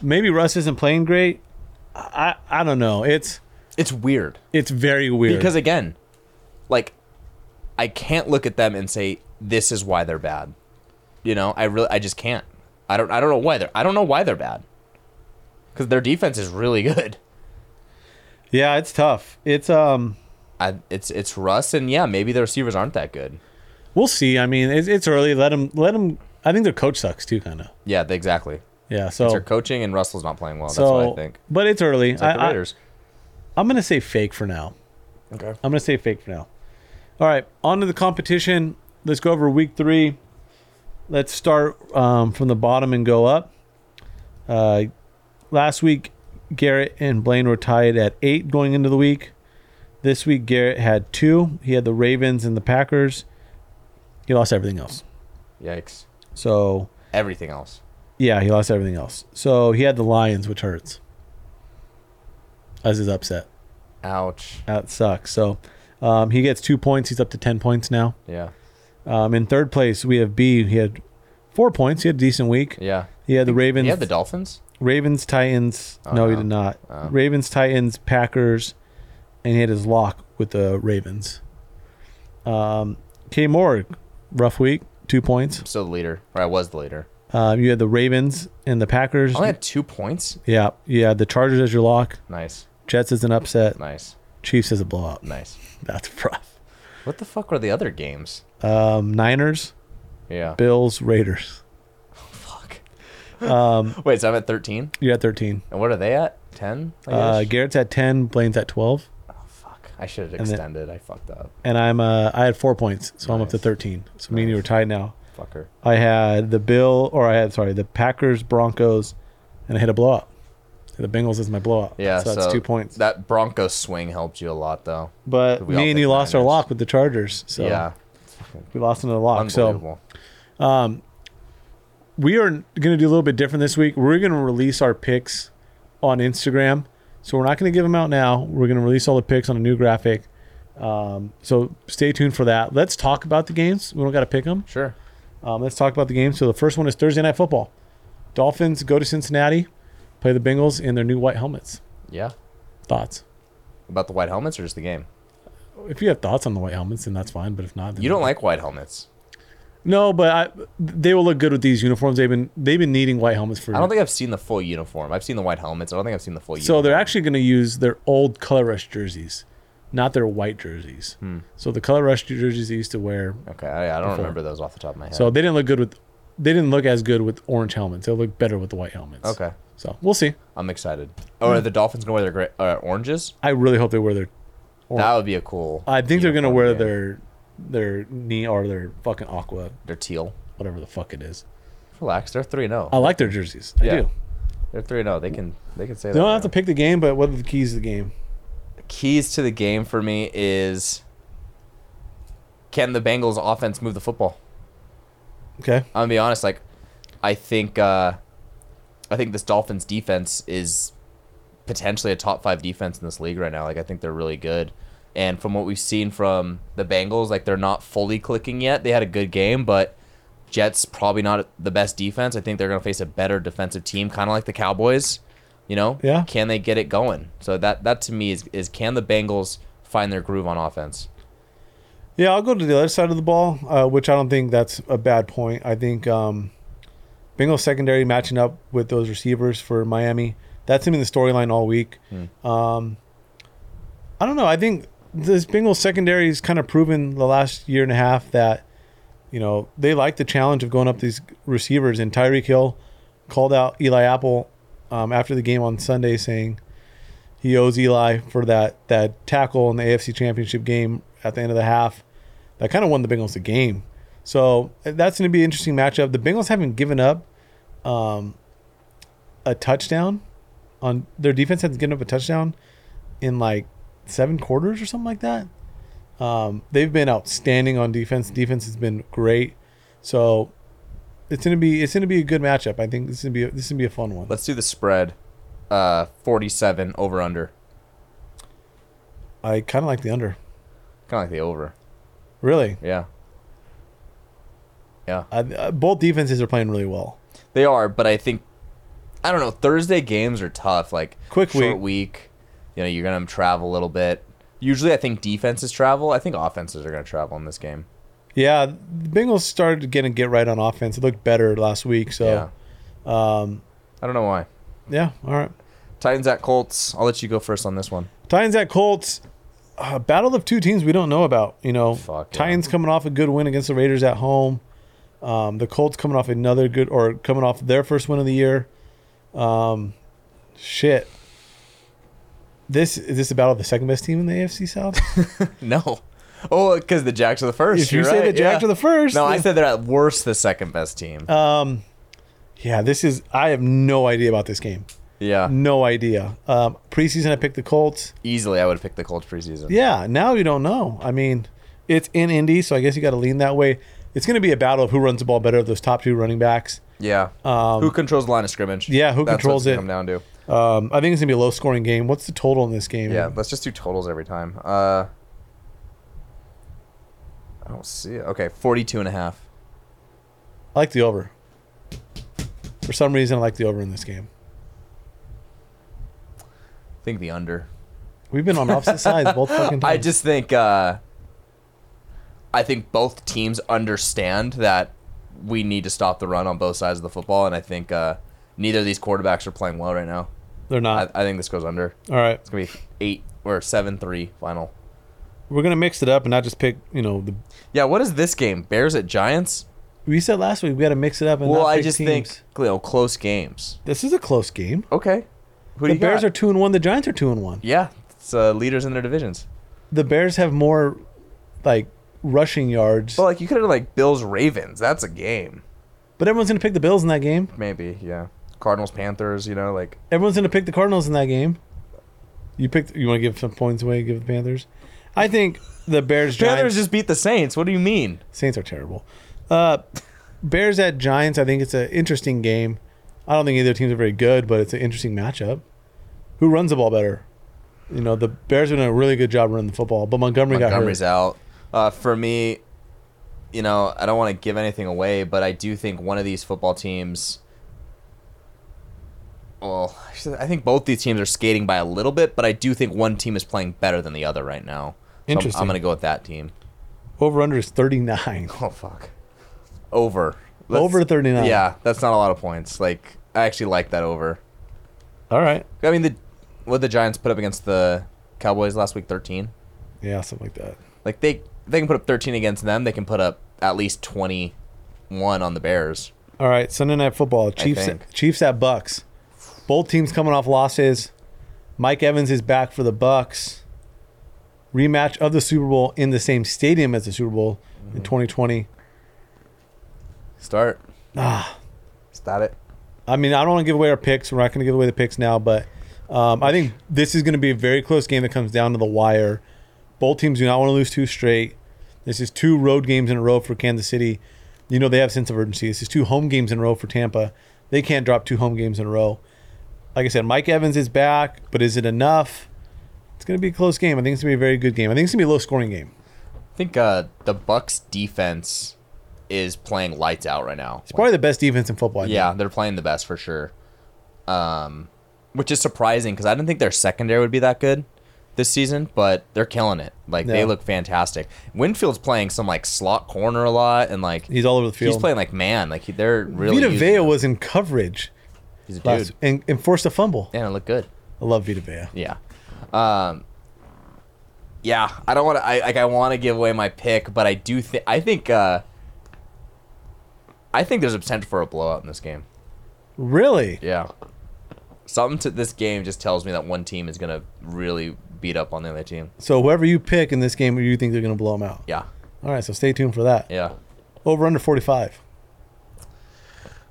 Speaker 5: maybe Russ isn't playing great. I I don't know. It's
Speaker 3: It's weird.
Speaker 5: it's very weird.
Speaker 3: Because again, like I can't look at them and say this is why they're bad. You know, I really I just can't. I don't I don't know why they're I don't know why they're bad. Cuz their defense is really [LAUGHS] good.
Speaker 5: yeah, it's tough. It's um,
Speaker 3: I it's it's Russ and yeah, maybe their receivers aren't that good.
Speaker 5: we'll see. I mean, it's, it's early. Let them let them. I think their coach sucks too, kind of.
Speaker 3: Yeah, they- exactly.
Speaker 5: Yeah. So
Speaker 3: They're coaching and Russell's not playing well. That's
Speaker 5: Oh. so,
Speaker 3: what I think.
Speaker 5: but it's early.
Speaker 3: It's like the
Speaker 5: I, I,
Speaker 3: Raiders.
Speaker 5: I'm gonna say fake for now.
Speaker 3: okay.
Speaker 5: I'm gonna say fake for now. All right, on to the competition. Let's go over week three. Let's start um, from the bottom and go up. Uh, last week, Garrett and Blaine were tied at eight going into the week. This week, Garrett had two. He had the Ravens and the Packers. He lost everything else.
Speaker 3: Yikes.
Speaker 5: So
Speaker 3: Everything else.
Speaker 5: yeah, he lost everything else. So he had the Lions, which hurts. As his upset,
Speaker 3: Ouch.
Speaker 5: that sucks. So um, he gets two points. He's up to ten points now.
Speaker 3: Yeah.
Speaker 5: Um, in third place, we have B. He had four points. He had a decent week.
Speaker 3: Yeah.
Speaker 5: He had the Ravens,
Speaker 3: You have the Dolphins?
Speaker 5: Ravens, Titans.
Speaker 3: Oh,
Speaker 5: no, he
Speaker 3: no.
Speaker 5: did not.
Speaker 3: Oh.
Speaker 5: Ravens, Titans, Packers, and he had his lock with the Ravens. Um, K. Moore, rough week, two points.
Speaker 3: I'm still the leader. Or I was the leader.
Speaker 5: Um, you had the Ravens and the Packers.
Speaker 3: I only had 2 points.
Speaker 5: yeah, you had the Chargers as your lock.
Speaker 3: Nice.
Speaker 5: Jets as an upset.
Speaker 3: Nice.
Speaker 5: Chiefs as a blowout.
Speaker 3: Nice.
Speaker 5: That's [LAUGHS] rough.
Speaker 3: What the fuck were the other games?
Speaker 5: Um, Niners,
Speaker 3: Yeah.
Speaker 5: Bills, Raiders.
Speaker 3: Fuck.
Speaker 5: Um,
Speaker 3: [LAUGHS] Wait, so I'm at 13?
Speaker 5: You're at 13.
Speaker 3: And what are they at? 10? I
Speaker 5: Uh,
Speaker 3: guess?
Speaker 5: Garrett's at 10. Blaine's at 12.
Speaker 3: oh, fuck. I should have
Speaker 5: and then-
Speaker 3: extended. I fucked up.
Speaker 5: and I'm uh, I had four points, so I'm up to
Speaker 3: Nice.
Speaker 5: thirteen. So me and you
Speaker 3: Nice.
Speaker 5: are tied now.
Speaker 3: Fucker.
Speaker 5: I had the Bill, or I had sorry, the Packers, Broncos, and I hit a blowout. The Bengals is my blowout.
Speaker 3: Yeah,
Speaker 5: so that's two points.
Speaker 3: That Bronco swing helped you a lot, though.
Speaker 5: but
Speaker 3: we all
Speaker 5: me and
Speaker 3: picked
Speaker 5: you lost our
Speaker 3: Niners.
Speaker 5: lock with the Chargers, so
Speaker 3: yeah.
Speaker 5: we lost another lock. So
Speaker 3: Unbelievable.
Speaker 5: we are going to do a little bit different this week. We're going to release our picks on Instagram, so we're not going to give them out now. We're going to release all the picks on a new graphic. Um, so stay tuned for that. Let's talk about the games. We don't got to pick them.
Speaker 3: sure.
Speaker 5: Um, let's talk about the game. So the first one is Thursday Night Football. Dolphins go to Cincinnati, play the Bengals in their new white helmets.
Speaker 3: Yeah.
Speaker 5: Thoughts?
Speaker 3: About the white helmets or just the game?
Speaker 5: If you have thoughts on the white helmets, then that's fine. But if not, then
Speaker 3: You don't like white helmets.
Speaker 5: No, but I, they will look good with these uniforms. They've been they've been needing white helmets for.
Speaker 3: I don't think I've seen the full uniform. I've seen the white helmets. I don't think I've seen the full
Speaker 5: so
Speaker 3: uniform.
Speaker 5: they're actually going to use their old color rush jerseys, not their white jerseys.
Speaker 3: Hmm.
Speaker 5: So the color rush jerseys they used to wear.
Speaker 3: Okay, I, I don't
Speaker 5: Before.
Speaker 3: remember those off the top of my head.
Speaker 5: So they didn't look good with. They didn't look as good with orange helmets. They look better with the white helmets.
Speaker 3: Okay.
Speaker 5: So we'll see.
Speaker 3: I'm excited. Oh, are the Dolphins going to wear their gray, uh, oranges?
Speaker 5: I really hope they wear their. Or-
Speaker 3: that would be a cool.
Speaker 5: I think they're going to
Speaker 3: uniform,
Speaker 5: wear
Speaker 3: yeah.
Speaker 5: their their knee or their fucking aqua,
Speaker 3: They're teal.
Speaker 5: whatever the fuck it is.
Speaker 3: Relax. They're three and
Speaker 5: I
Speaker 3: zero.
Speaker 5: like their jerseys. I
Speaker 3: Yeah.
Speaker 5: do.
Speaker 3: They're three and zero. They can. They can say
Speaker 5: They
Speaker 3: that.
Speaker 5: don't have to
Speaker 3: now.
Speaker 5: pick the game, but what are the keys to the game?
Speaker 3: Keys to the game for me is. Can the Bengals offense move the football?
Speaker 5: Okay.
Speaker 3: I'm gonna be honest. Like, I think uh, I think this Dolphins defense is potentially a top five defense in this league right now. Like, I think they're really good. And from what we've seen from the Bengals, like they're not fully clicking yet. They had a good game, but Jets probably not the best defense. I think they're gonna face a better defensive team, kind of like the Cowboys. You know,
Speaker 5: Yeah.
Speaker 3: Can they get it going? So that that to me is is can the Bengals find their groove on offense?
Speaker 5: Yeah, I'll go to the other side of the ball, uh, which I don't think that's a bad point. I think um, Bengals secondary matching up with those receivers for Miami. That's been the storyline all week. Um, I don't know. I think this Bengals secondary has kind of proven the last year and a half that you know they like the challenge of going up these receivers. And Tyreek Hill called out Eli Apple um, after the game on Sunday, saying he owes Eli for that that tackle in the AFC Championship game at the end of the half. That kind of won the Bengals the game. So that's going to be an interesting matchup. The Bengals haven't given up um, a touchdown on their defense hasn't given up a touchdown in like seven quarters or something like that. Um, they've been outstanding on defense. Defense has been great. So it's gonna be it's gonna be a good matchup. I think this is gonna be a, this is gonna be a fun one.
Speaker 3: Let's do the spread. Uh, 47 over under.
Speaker 5: I kind of like the under.
Speaker 3: Kind of like the over.
Speaker 5: Really,
Speaker 3: Yeah.
Speaker 5: I, uh, both defenses are playing really well.
Speaker 3: They are, but I think I don't know. Thursday games are tough. Like
Speaker 5: Quick
Speaker 3: short week. You know, you're gonna travel a little bit. Usually, I think defenses travel. I think offenses are gonna travel in this game.
Speaker 5: Yeah, the Bengals started to get get right on offense. It looked better last week. So um,
Speaker 3: yeah.
Speaker 5: yeah,
Speaker 3: I don't know why.
Speaker 5: all right.
Speaker 3: Titans at Colts. I'll let you go first on this one. [LAUGHS]
Speaker 5: Titans at Colts, uh, battle of two teams we don't know about. You know,
Speaker 3: Fuck, yeah.
Speaker 5: Titans coming off a good win against the Raiders at home. Um, the Colts coming off another good or coming off their first win of the year. Um, shit. This is this a battle of the second best team in the AFC
Speaker 3: [LAUGHS]
Speaker 5: South? [LAUGHS]
Speaker 3: No. Oh, because the Jacks are the first.
Speaker 5: if you
Speaker 3: You're
Speaker 5: say
Speaker 3: right,
Speaker 5: the Jags
Speaker 3: yeah.
Speaker 5: are the first,
Speaker 3: No, I said they're at worst the second best team.
Speaker 5: Um, yeah, this is. I have no idea about this game.
Speaker 3: yeah.
Speaker 5: No idea. Um, preseason, I picked the Colts.
Speaker 3: Easily, I would pick the Colts preseason.
Speaker 5: Yeah, now you don't know. I mean, it's in Indy, so I guess you got to lean that way. It's going to be a battle of who runs the ball better of those top two running backs.
Speaker 3: Yeah. who controls the line of scrimmage?
Speaker 5: Um, yeah, who
Speaker 3: That's
Speaker 5: controls
Speaker 3: what it's
Speaker 5: it?
Speaker 3: Come down to.
Speaker 5: Um, I think it's going to be a low scoring game. What's the total in this game?
Speaker 3: Yeah, let's just do totals every time. Uh, I don't see it. Okay, 42 and a half.
Speaker 5: I like the over. For some reason, I like the over in this game.
Speaker 3: I think the under.
Speaker 5: We've been on
Speaker 3: [LAUGHS]
Speaker 5: opposite sides both fucking times.
Speaker 3: I just think uh, I think both teams understand that we need to stop the run on both sides of the football, and I think uh, neither of these quarterbacks are playing well right now.
Speaker 5: They're
Speaker 3: I,
Speaker 5: not.
Speaker 3: I think this goes under.
Speaker 5: All right.
Speaker 3: It's gonna be eight or seven three final.
Speaker 5: We're going to mix it up and not just pick, you know, the.
Speaker 3: Yeah, what is this game? Bears at Giants.
Speaker 5: We said last week we got to mix it up and
Speaker 3: Well,
Speaker 5: not
Speaker 3: I
Speaker 5: pick
Speaker 3: just
Speaker 5: teams.
Speaker 3: think you know, close games.
Speaker 5: This is a close game.
Speaker 3: Okay, who do
Speaker 5: The
Speaker 3: you
Speaker 5: Bears
Speaker 3: got?
Speaker 5: are two and one. The Giants are two and one.
Speaker 3: Yeah, it's uh, leaders in their divisions.
Speaker 5: The Bears have more, like, rushing yards.
Speaker 3: Well, like you could have like Bills Ravens. That's a game.
Speaker 5: But everyone's going to pick the Bills in that game.
Speaker 3: Maybe, yeah. Cardinals Panthers, you know, like
Speaker 5: Everyone's going to pick the Cardinals in that game. You picked. You want to give some points away? Give the Panthers. I think the Bears.
Speaker 3: Panthers
Speaker 5: Giants,
Speaker 3: just beat the Saints. What do you mean?
Speaker 5: Saints are terrible. Uh, Bears at Giants. I think it's an interesting game. I don't think either teams are very good, but it's an interesting matchup. Who runs the ball better? You know, the Bears are doing a really good job running the football, but Montgomery
Speaker 3: Montgomery's
Speaker 5: got hurt.
Speaker 3: out. Uh, for me, you know, I don't want to give anything away, but I do think one of these football teams well, I think both these teams are skating by a little bit, but I do think one team is playing better than the other right now. So I'm- I'm,
Speaker 5: Interesting.
Speaker 3: going to go with that team.
Speaker 5: Over under is
Speaker 3: [LAUGHS]
Speaker 5: 39.
Speaker 3: Oh fuck. Over. Let's-
Speaker 5: Over 39.
Speaker 3: Yeah, that's not a lot of points. Like I actually like that over.
Speaker 5: All right.
Speaker 3: I mean the what the Giants put up against the Cowboys last week 13.
Speaker 5: Yeah, something like that.
Speaker 3: Like they they can put up 13 against them, they can put up at least 21 on the Bears.
Speaker 5: All right, Sunday night football. Chiefs
Speaker 3: think.
Speaker 5: Chiefs at Bucks. Both teams coming off losses. Mike Evans is back for the Bucks. Rematch of the Super Bowl in the same stadium as the Super Bowl in 2020.
Speaker 3: Start. Start it.
Speaker 5: I mean, I don't want to give away our picks. We're not going to give away the picks now, but um, I think this is going to be a very close game that comes down to the wire. Both teams do not want to lose two straight. This is two road games in a row for Kansas City. You know they have a sense of urgency. This is two home games in a row for Tampa. They can't drop two home games in a row. Like I said, Mike Evans is back, but is it enough? It's going to be a close game. I think it's going to be a very good game. I think it's going to be a low scoring game,
Speaker 3: I think uh, the Bucks defense is playing lights out right now.
Speaker 5: probably the best defense in football. I think.
Speaker 3: Yeah, they're playing the best for sure. Um, which is surprising because I didn't think their secondary would be that good this season, but they're killing it. Like
Speaker 5: Yeah.
Speaker 3: they look fantastic. Winfield's playing some like slot corner a lot, and like
Speaker 5: He's all over the field.
Speaker 3: he's playing like man. Like he, they're really.
Speaker 5: Vita
Speaker 3: using
Speaker 5: Vea
Speaker 3: him.
Speaker 5: was in coverage
Speaker 3: He's a dude.
Speaker 5: last, and, and forced a fumble.
Speaker 3: Yeah, it looked good.
Speaker 5: I love Vita Vea.
Speaker 3: Yeah. Um Yeah, I don't want to I like I want to give away my pick, but I do think I think uh I think there's a potential for a blowout in this game.
Speaker 5: Really?
Speaker 3: Yeah. Something to this game just tells me that one team is going to really beat up on the other team.
Speaker 5: So whoever you pick in this game, you think they're going to blow them out.
Speaker 3: Yeah.
Speaker 5: All right, so stay tuned for that.
Speaker 3: Yeah.
Speaker 5: Over under 45.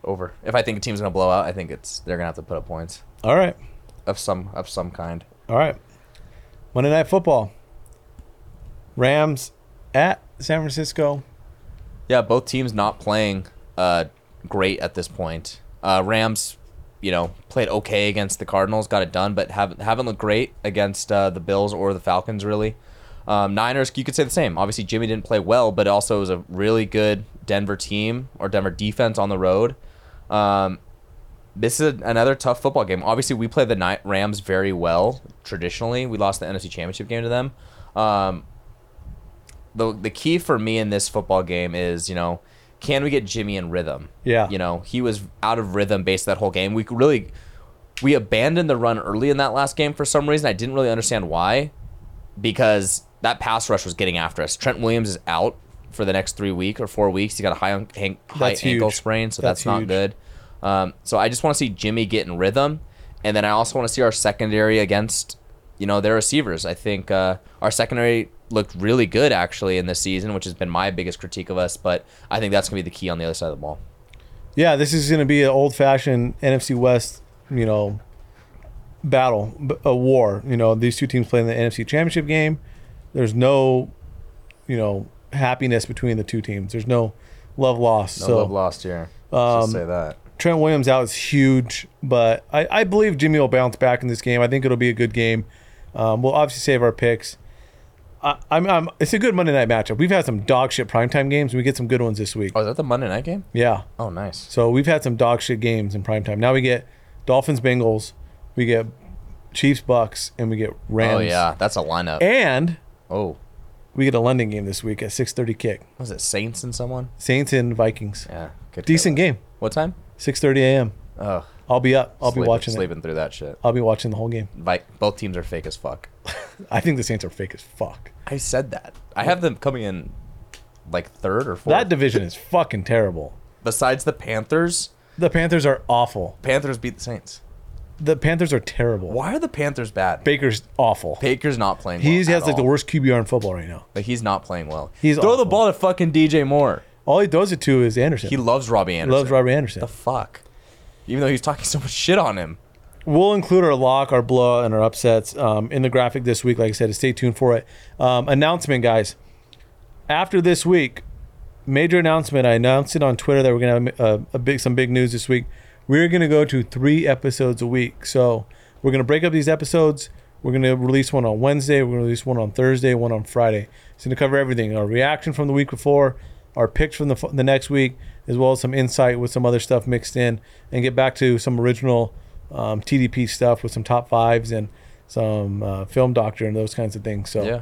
Speaker 3: Over. If I think a team's going to blow out, I think it's they're going to have to put up points
Speaker 5: All right.
Speaker 3: of some of some kind.
Speaker 5: All right. Monday Night Football. Rams at San Francisco.
Speaker 3: Yeah, both teams not playing uh, great at this point. Uh, Rams, you know, played okay against the Cardinals, got it done, but haven't haven't looked great against uh, the Bills or the Falcons really. Um, Niners, you could say the same. Obviously, Jimmy didn't play well, but also it was a really good Denver team or Denver defense on the road. Um, this is another tough football game. Obviously, we play the Ni- Rams very well traditionally. We lost the NFC Championship game to them. Um, the the key for me in this football game is you know can we get Jimmy in rhythm?
Speaker 5: Yeah.
Speaker 3: you know he was out of rhythm based that whole game. We really we abandoned the run early in that last game for some reason. I didn't really understand why because that pass rush was getting after us. Trent Williams is out for the next three week or four weeks. He got a high on, hang, high
Speaker 5: That's
Speaker 3: ankle
Speaker 5: huge.
Speaker 3: sprain, so
Speaker 5: That's
Speaker 3: that's, not
Speaker 5: huge.
Speaker 3: good. Um, so I just want to see Jimmy get in rhythm, and then I also want to see our secondary against you know their receivers. I think uh, our secondary looked really good actually in this season, which has been my biggest critique of us. But I think that's gonna be the key on the other side of the ball.
Speaker 5: Yeah, this is going to be an old fashioned NFC West, you know, battle, b- a war. You know, these two teams play in the NFC Championship game. There's no, you know, happiness between the two teams. There's no love loss.
Speaker 3: No
Speaker 5: so um,
Speaker 3: love lost here. just say that.
Speaker 5: Trent Williams out is huge, but I, I believe Jimmy will bounce back in this game. I think it'll be a good game. Um, we'll obviously save our picks. I, I'm, I'm, it's a good Monday night matchup. We've had some dog shit primetime games. We get some good ones this week.
Speaker 3: Oh, is that the Monday night game?
Speaker 5: Yeah.
Speaker 3: Oh, nice.
Speaker 5: So we've had some dog shit games in primetime. Now we get Dolphins Bengals, we get Chiefs Bucks, and we get Rams.
Speaker 3: Oh yeah, that's a lineup.
Speaker 5: And
Speaker 3: Oh,
Speaker 5: we get a London game this week at 6:30 kick.
Speaker 3: was it Saints and someone?
Speaker 5: Saints and Vikings.
Speaker 3: Yeah, good
Speaker 5: Decent game.
Speaker 3: What time?
Speaker 5: 6:30 a.m.
Speaker 3: Oh,
Speaker 5: I'll be up. I'll
Speaker 3: sleeping,
Speaker 5: be watching it.
Speaker 3: sleeping through that shit.
Speaker 5: I'll be watching the whole game.
Speaker 3: Like both teams are fake as fuck.
Speaker 5: I think the Saints are fake as fuck.
Speaker 3: I said that. I have them coming in like third or fourth.
Speaker 5: That division is fucking terrible.
Speaker 3: Besides the Panthers,
Speaker 5: The Panthers are awful.
Speaker 3: Panthers beat the Saints.
Speaker 5: The Panthers are terrible.
Speaker 3: Why are the Panthers bad?
Speaker 5: Baker's awful.
Speaker 3: Baker's not playing.
Speaker 5: He
Speaker 3: well
Speaker 5: has
Speaker 3: at
Speaker 5: like the
Speaker 3: all.
Speaker 5: worst QBR in football right now.
Speaker 3: Like he's not playing well.
Speaker 5: He's
Speaker 3: throw
Speaker 5: awful.
Speaker 3: the ball to fucking DJ Moore.
Speaker 5: All he does it to is Anderson.
Speaker 3: He
Speaker 5: He
Speaker 3: loves Robbie Anderson.
Speaker 5: loves Robert Anderson.
Speaker 3: The fuck. Even though he's talking [LAUGHS] so much shit on him.
Speaker 5: We'll include our lock, our blow, and our upsets um, in the graphic this week. Like I said, stay tuned for it. Um, announcement, guys. After this week, major announcement. I announced it on Twitter that we're gonna have uh, a, a big, some big news this week. We're gonna go to three episodes a week. So we're gonna break up these episodes. We're gonna release one on Wednesday. We're gonna release one on Thursday, one on Friday. It's gonna cover everything: our reaction from the week before, our picks from the fo- the next week, as well as some insight with some other stuff mixed in, and get back to some original um, TDP stuff with some top fives and some uh, film doctor and those kinds of things. So
Speaker 3: Yeah.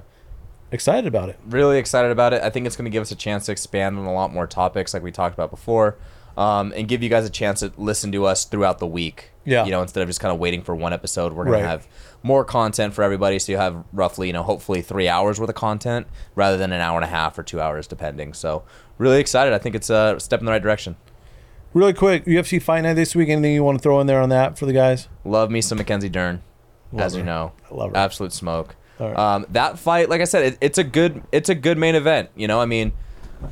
Speaker 5: excited about it.
Speaker 3: really excited about it. I think it's going to give us a chance to expand on a lot more topics, like we talked about before, um, and give you guys a chance to listen to us throughout the week.
Speaker 5: Yeah.
Speaker 3: You know, instead of just kind of waiting for one episode, we're going
Speaker 5: Right.
Speaker 3: to have more content for everybody. So you have roughly, you know, hopefully three hours worth of content rather than an hour and a half or two hours, depending. So really excited. I think it's uh, a step in the right direction.
Speaker 5: Really quick, UFC Fight Night this week. Anything you want to throw in there on that for the guys?
Speaker 3: Love me some Mackenzie Dern,
Speaker 5: Love
Speaker 3: as
Speaker 5: her.
Speaker 3: you know.
Speaker 5: I love her.
Speaker 3: Absolute smoke.
Speaker 5: All right.
Speaker 3: Um, that fight, like I said, it, it's a good it's a good main event. You know, I mean,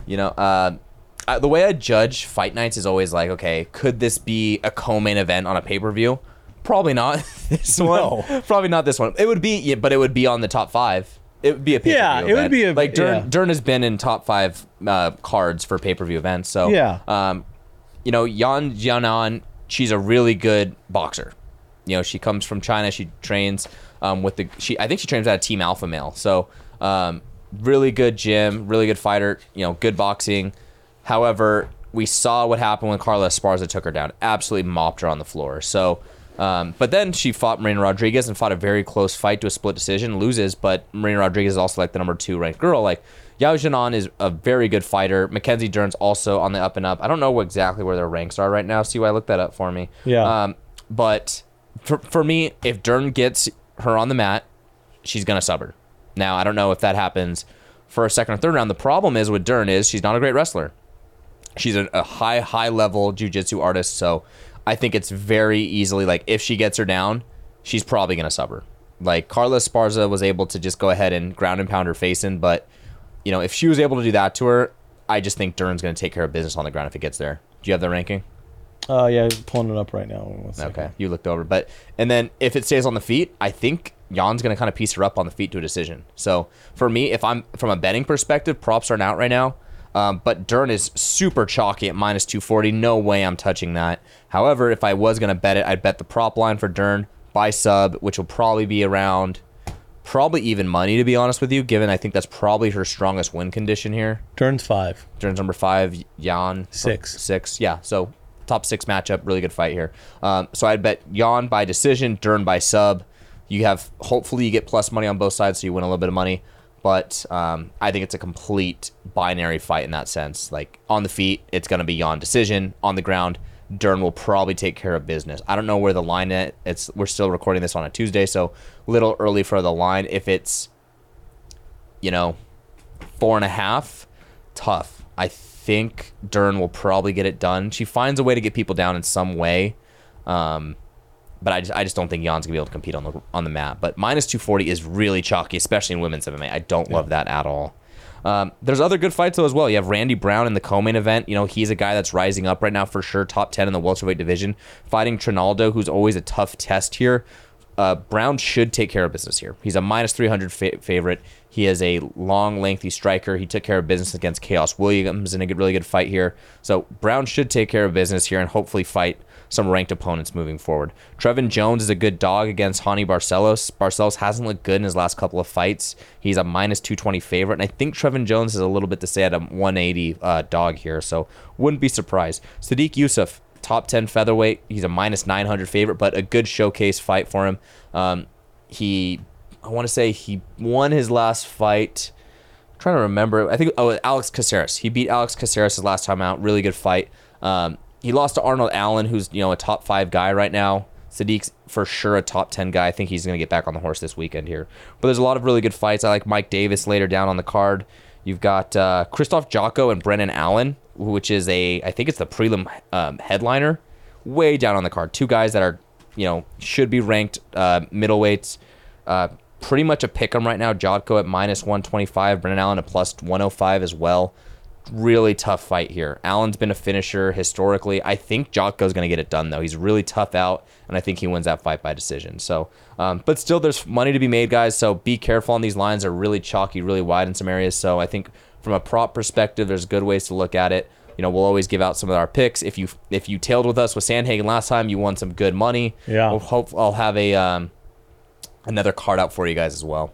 Speaker 3: you know, uh, I, the way I judge fight nights is always like, okay, could this be a co-main event on a pay per view? Probably not [LAUGHS] this one.
Speaker 5: No.
Speaker 3: Probably not this one. It would be, yeah, but it would be on the top five. It would be a pay per view.
Speaker 5: Yeah, it would be a-
Speaker 3: like Dern,
Speaker 5: yeah.
Speaker 3: Dern has been in top five uh, cards for pay per view events. So
Speaker 5: Yeah.
Speaker 3: um, you know, Yan Jianan, she's a really good boxer. You know, she comes from China. She trains um, with the she. I think she trains at a Team Alpha Male. So, um, really good gym, really good fighter. You know, good boxing. However, we saw what happened when Carla Esparza took her down. Absolutely mopped her on the floor. So, um, but then she fought Marina Rodriguez and fought a very close fight to a split decision. Loses, but Marina Rodriguez is also like the number two ranked girl. Like Yao Jianan is a very good fighter. Mackenzie Dern's also on the up and up. I don't know exactly where their ranks are right now. See why I looked that up for me.
Speaker 5: Yeah.
Speaker 3: Um, but for, for me, if Dern gets her on the mat, she's gonna sub her. Now I don't know if that happens for a second or third round. The problem is with Dern is she's not a great wrestler. She's a, a high high level jujitsu artist, so I think it's very easily like if she gets her down, she's probably gonna sub her. Like Carla Sparza was able to just go ahead and ground and pound her face in, but you know if she was able to do that to her, I just think Dern's gonna take care of business on the ground if it gets there. Do you have the ranking?
Speaker 5: Uh, yeah, I'm pulling it up right now. One second.
Speaker 3: Okay, you looked over, but and then if it stays on the feet, I think Jan's gonna kind of piece her up on the feet to a decision. So for me, if I'm from a betting perspective, props aren't out right now. Um, but Dern is super chalky at minus 240. No way I'm touching that. However, if I was gonna bet it, I'd bet the prop line for Dern by sub, which will probably be around, probably even money to be honest with you. Given I think that's probably her strongest win condition here.
Speaker 5: Turns five.
Speaker 3: Dern's number five, Jan
Speaker 5: Six.
Speaker 3: six, yeah. So top six matchup, really good fight here. Um, so I'd bet Jan by decision, Dern by sub. You have hopefully you get plus money on both sides, so you win a little bit of money. But um, I think it's a complete binary fight in that sense. Like on the feet, it's going to be Jan decision. On the ground, Dern will probably take care of business. I don't know where the line at. It's we're still recording this on a Tuesday, so a little early for the line. If it's you know, four and a half, tough. I think Dern will probably get it done. She finds a way to get people down in some way, um, but I just I just don't think Jan's gonna be able to compete on the on the mat. But minus two forty is really chalky, especially in women's MMA. I don't love that at all. Um, there's other good fights though as well. You have Randy Brown in the co-main event. You know he's a guy that's rising up right now for sure, top ten in the welterweight division, fighting Trinaldo, who's always a tough test here. Uh, Brown should take care of business here. He's a minus 300 fa- favorite. He is a long, lengthy striker. He took care of business against Chaos Williams in a good, really good fight here. So Brown should take care of business here and hopefully fight some ranked opponents moving forward. Trevin Jones is a good dog against Hani Barcelos. Barcelos hasn't looked good in his last couple of fights. He's a minus 220 favorite, and I think Trevin Jones is a little bit to say at a 180 uh, dog here, so wouldn't be surprised. Sadiq Youssef top 10 featherweight. He's a minus 900 favorite, but a good showcase fight for him. Um, he, I want to say he won his last fight. I'm trying to remember. I think, oh, Alex Caceres. He beat Alex Caceres his last time out. Really good fight. Um, he lost to Arnold Allen, who's, you know, a top five guy right now. Sadiq's for sure a top 10 guy. I think he's going to get back on the horse this weekend here. But there's a lot of really good fights. I like Mike Davis later down on the card. You've got uh, Christoph Jocko and Brennan Allen, which is a I think it's the prelim um, headliner, way down on the card. Two guys that are you know should be ranked uh, middleweights. Uh, pretty much a pick 'em right now. Jocko at minus 125, Brennan Allen at plus 105 as well. Really tough fight here. Allen's been a finisher historically. I think Jocko's going to get it done though. He's really tough out, and I think he wins that fight by decision. So, um, but still, there's money to be made, guys. So be careful on these lines. They're really chalky, really wide in some areas. So I think from a prop perspective, there's good ways to look at it. You know, we'll always give out some of our picks. If you if you tailed with us with Sandhagen last time, you won some good money.
Speaker 5: Yeah.
Speaker 3: We'll hope I'll have a um, another card out for you guys as well.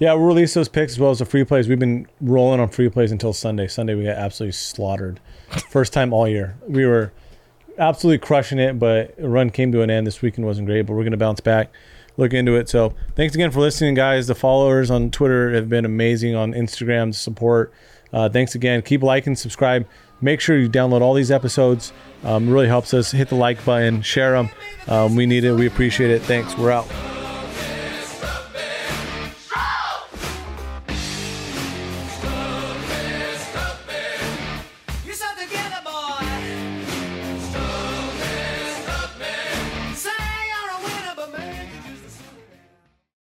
Speaker 5: Yeah, we'll release those picks as well as the free plays. We've been rolling on free plays until Sunday. Sunday we got absolutely slaughtered. First time all year. We were absolutely crushing it, but a run came to an end. This weekend wasn't great, but we're going to bounce back, look into it. So thanks again for listening, guys. The followers on Twitter have been amazing, on Instagram, the support. Uh, thanks again. Keep liking, subscribe. Make sure you download all these episodes. Um, really helps us. Hit the like button, share them. Um, we need it. We appreciate it. Thanks. We're out.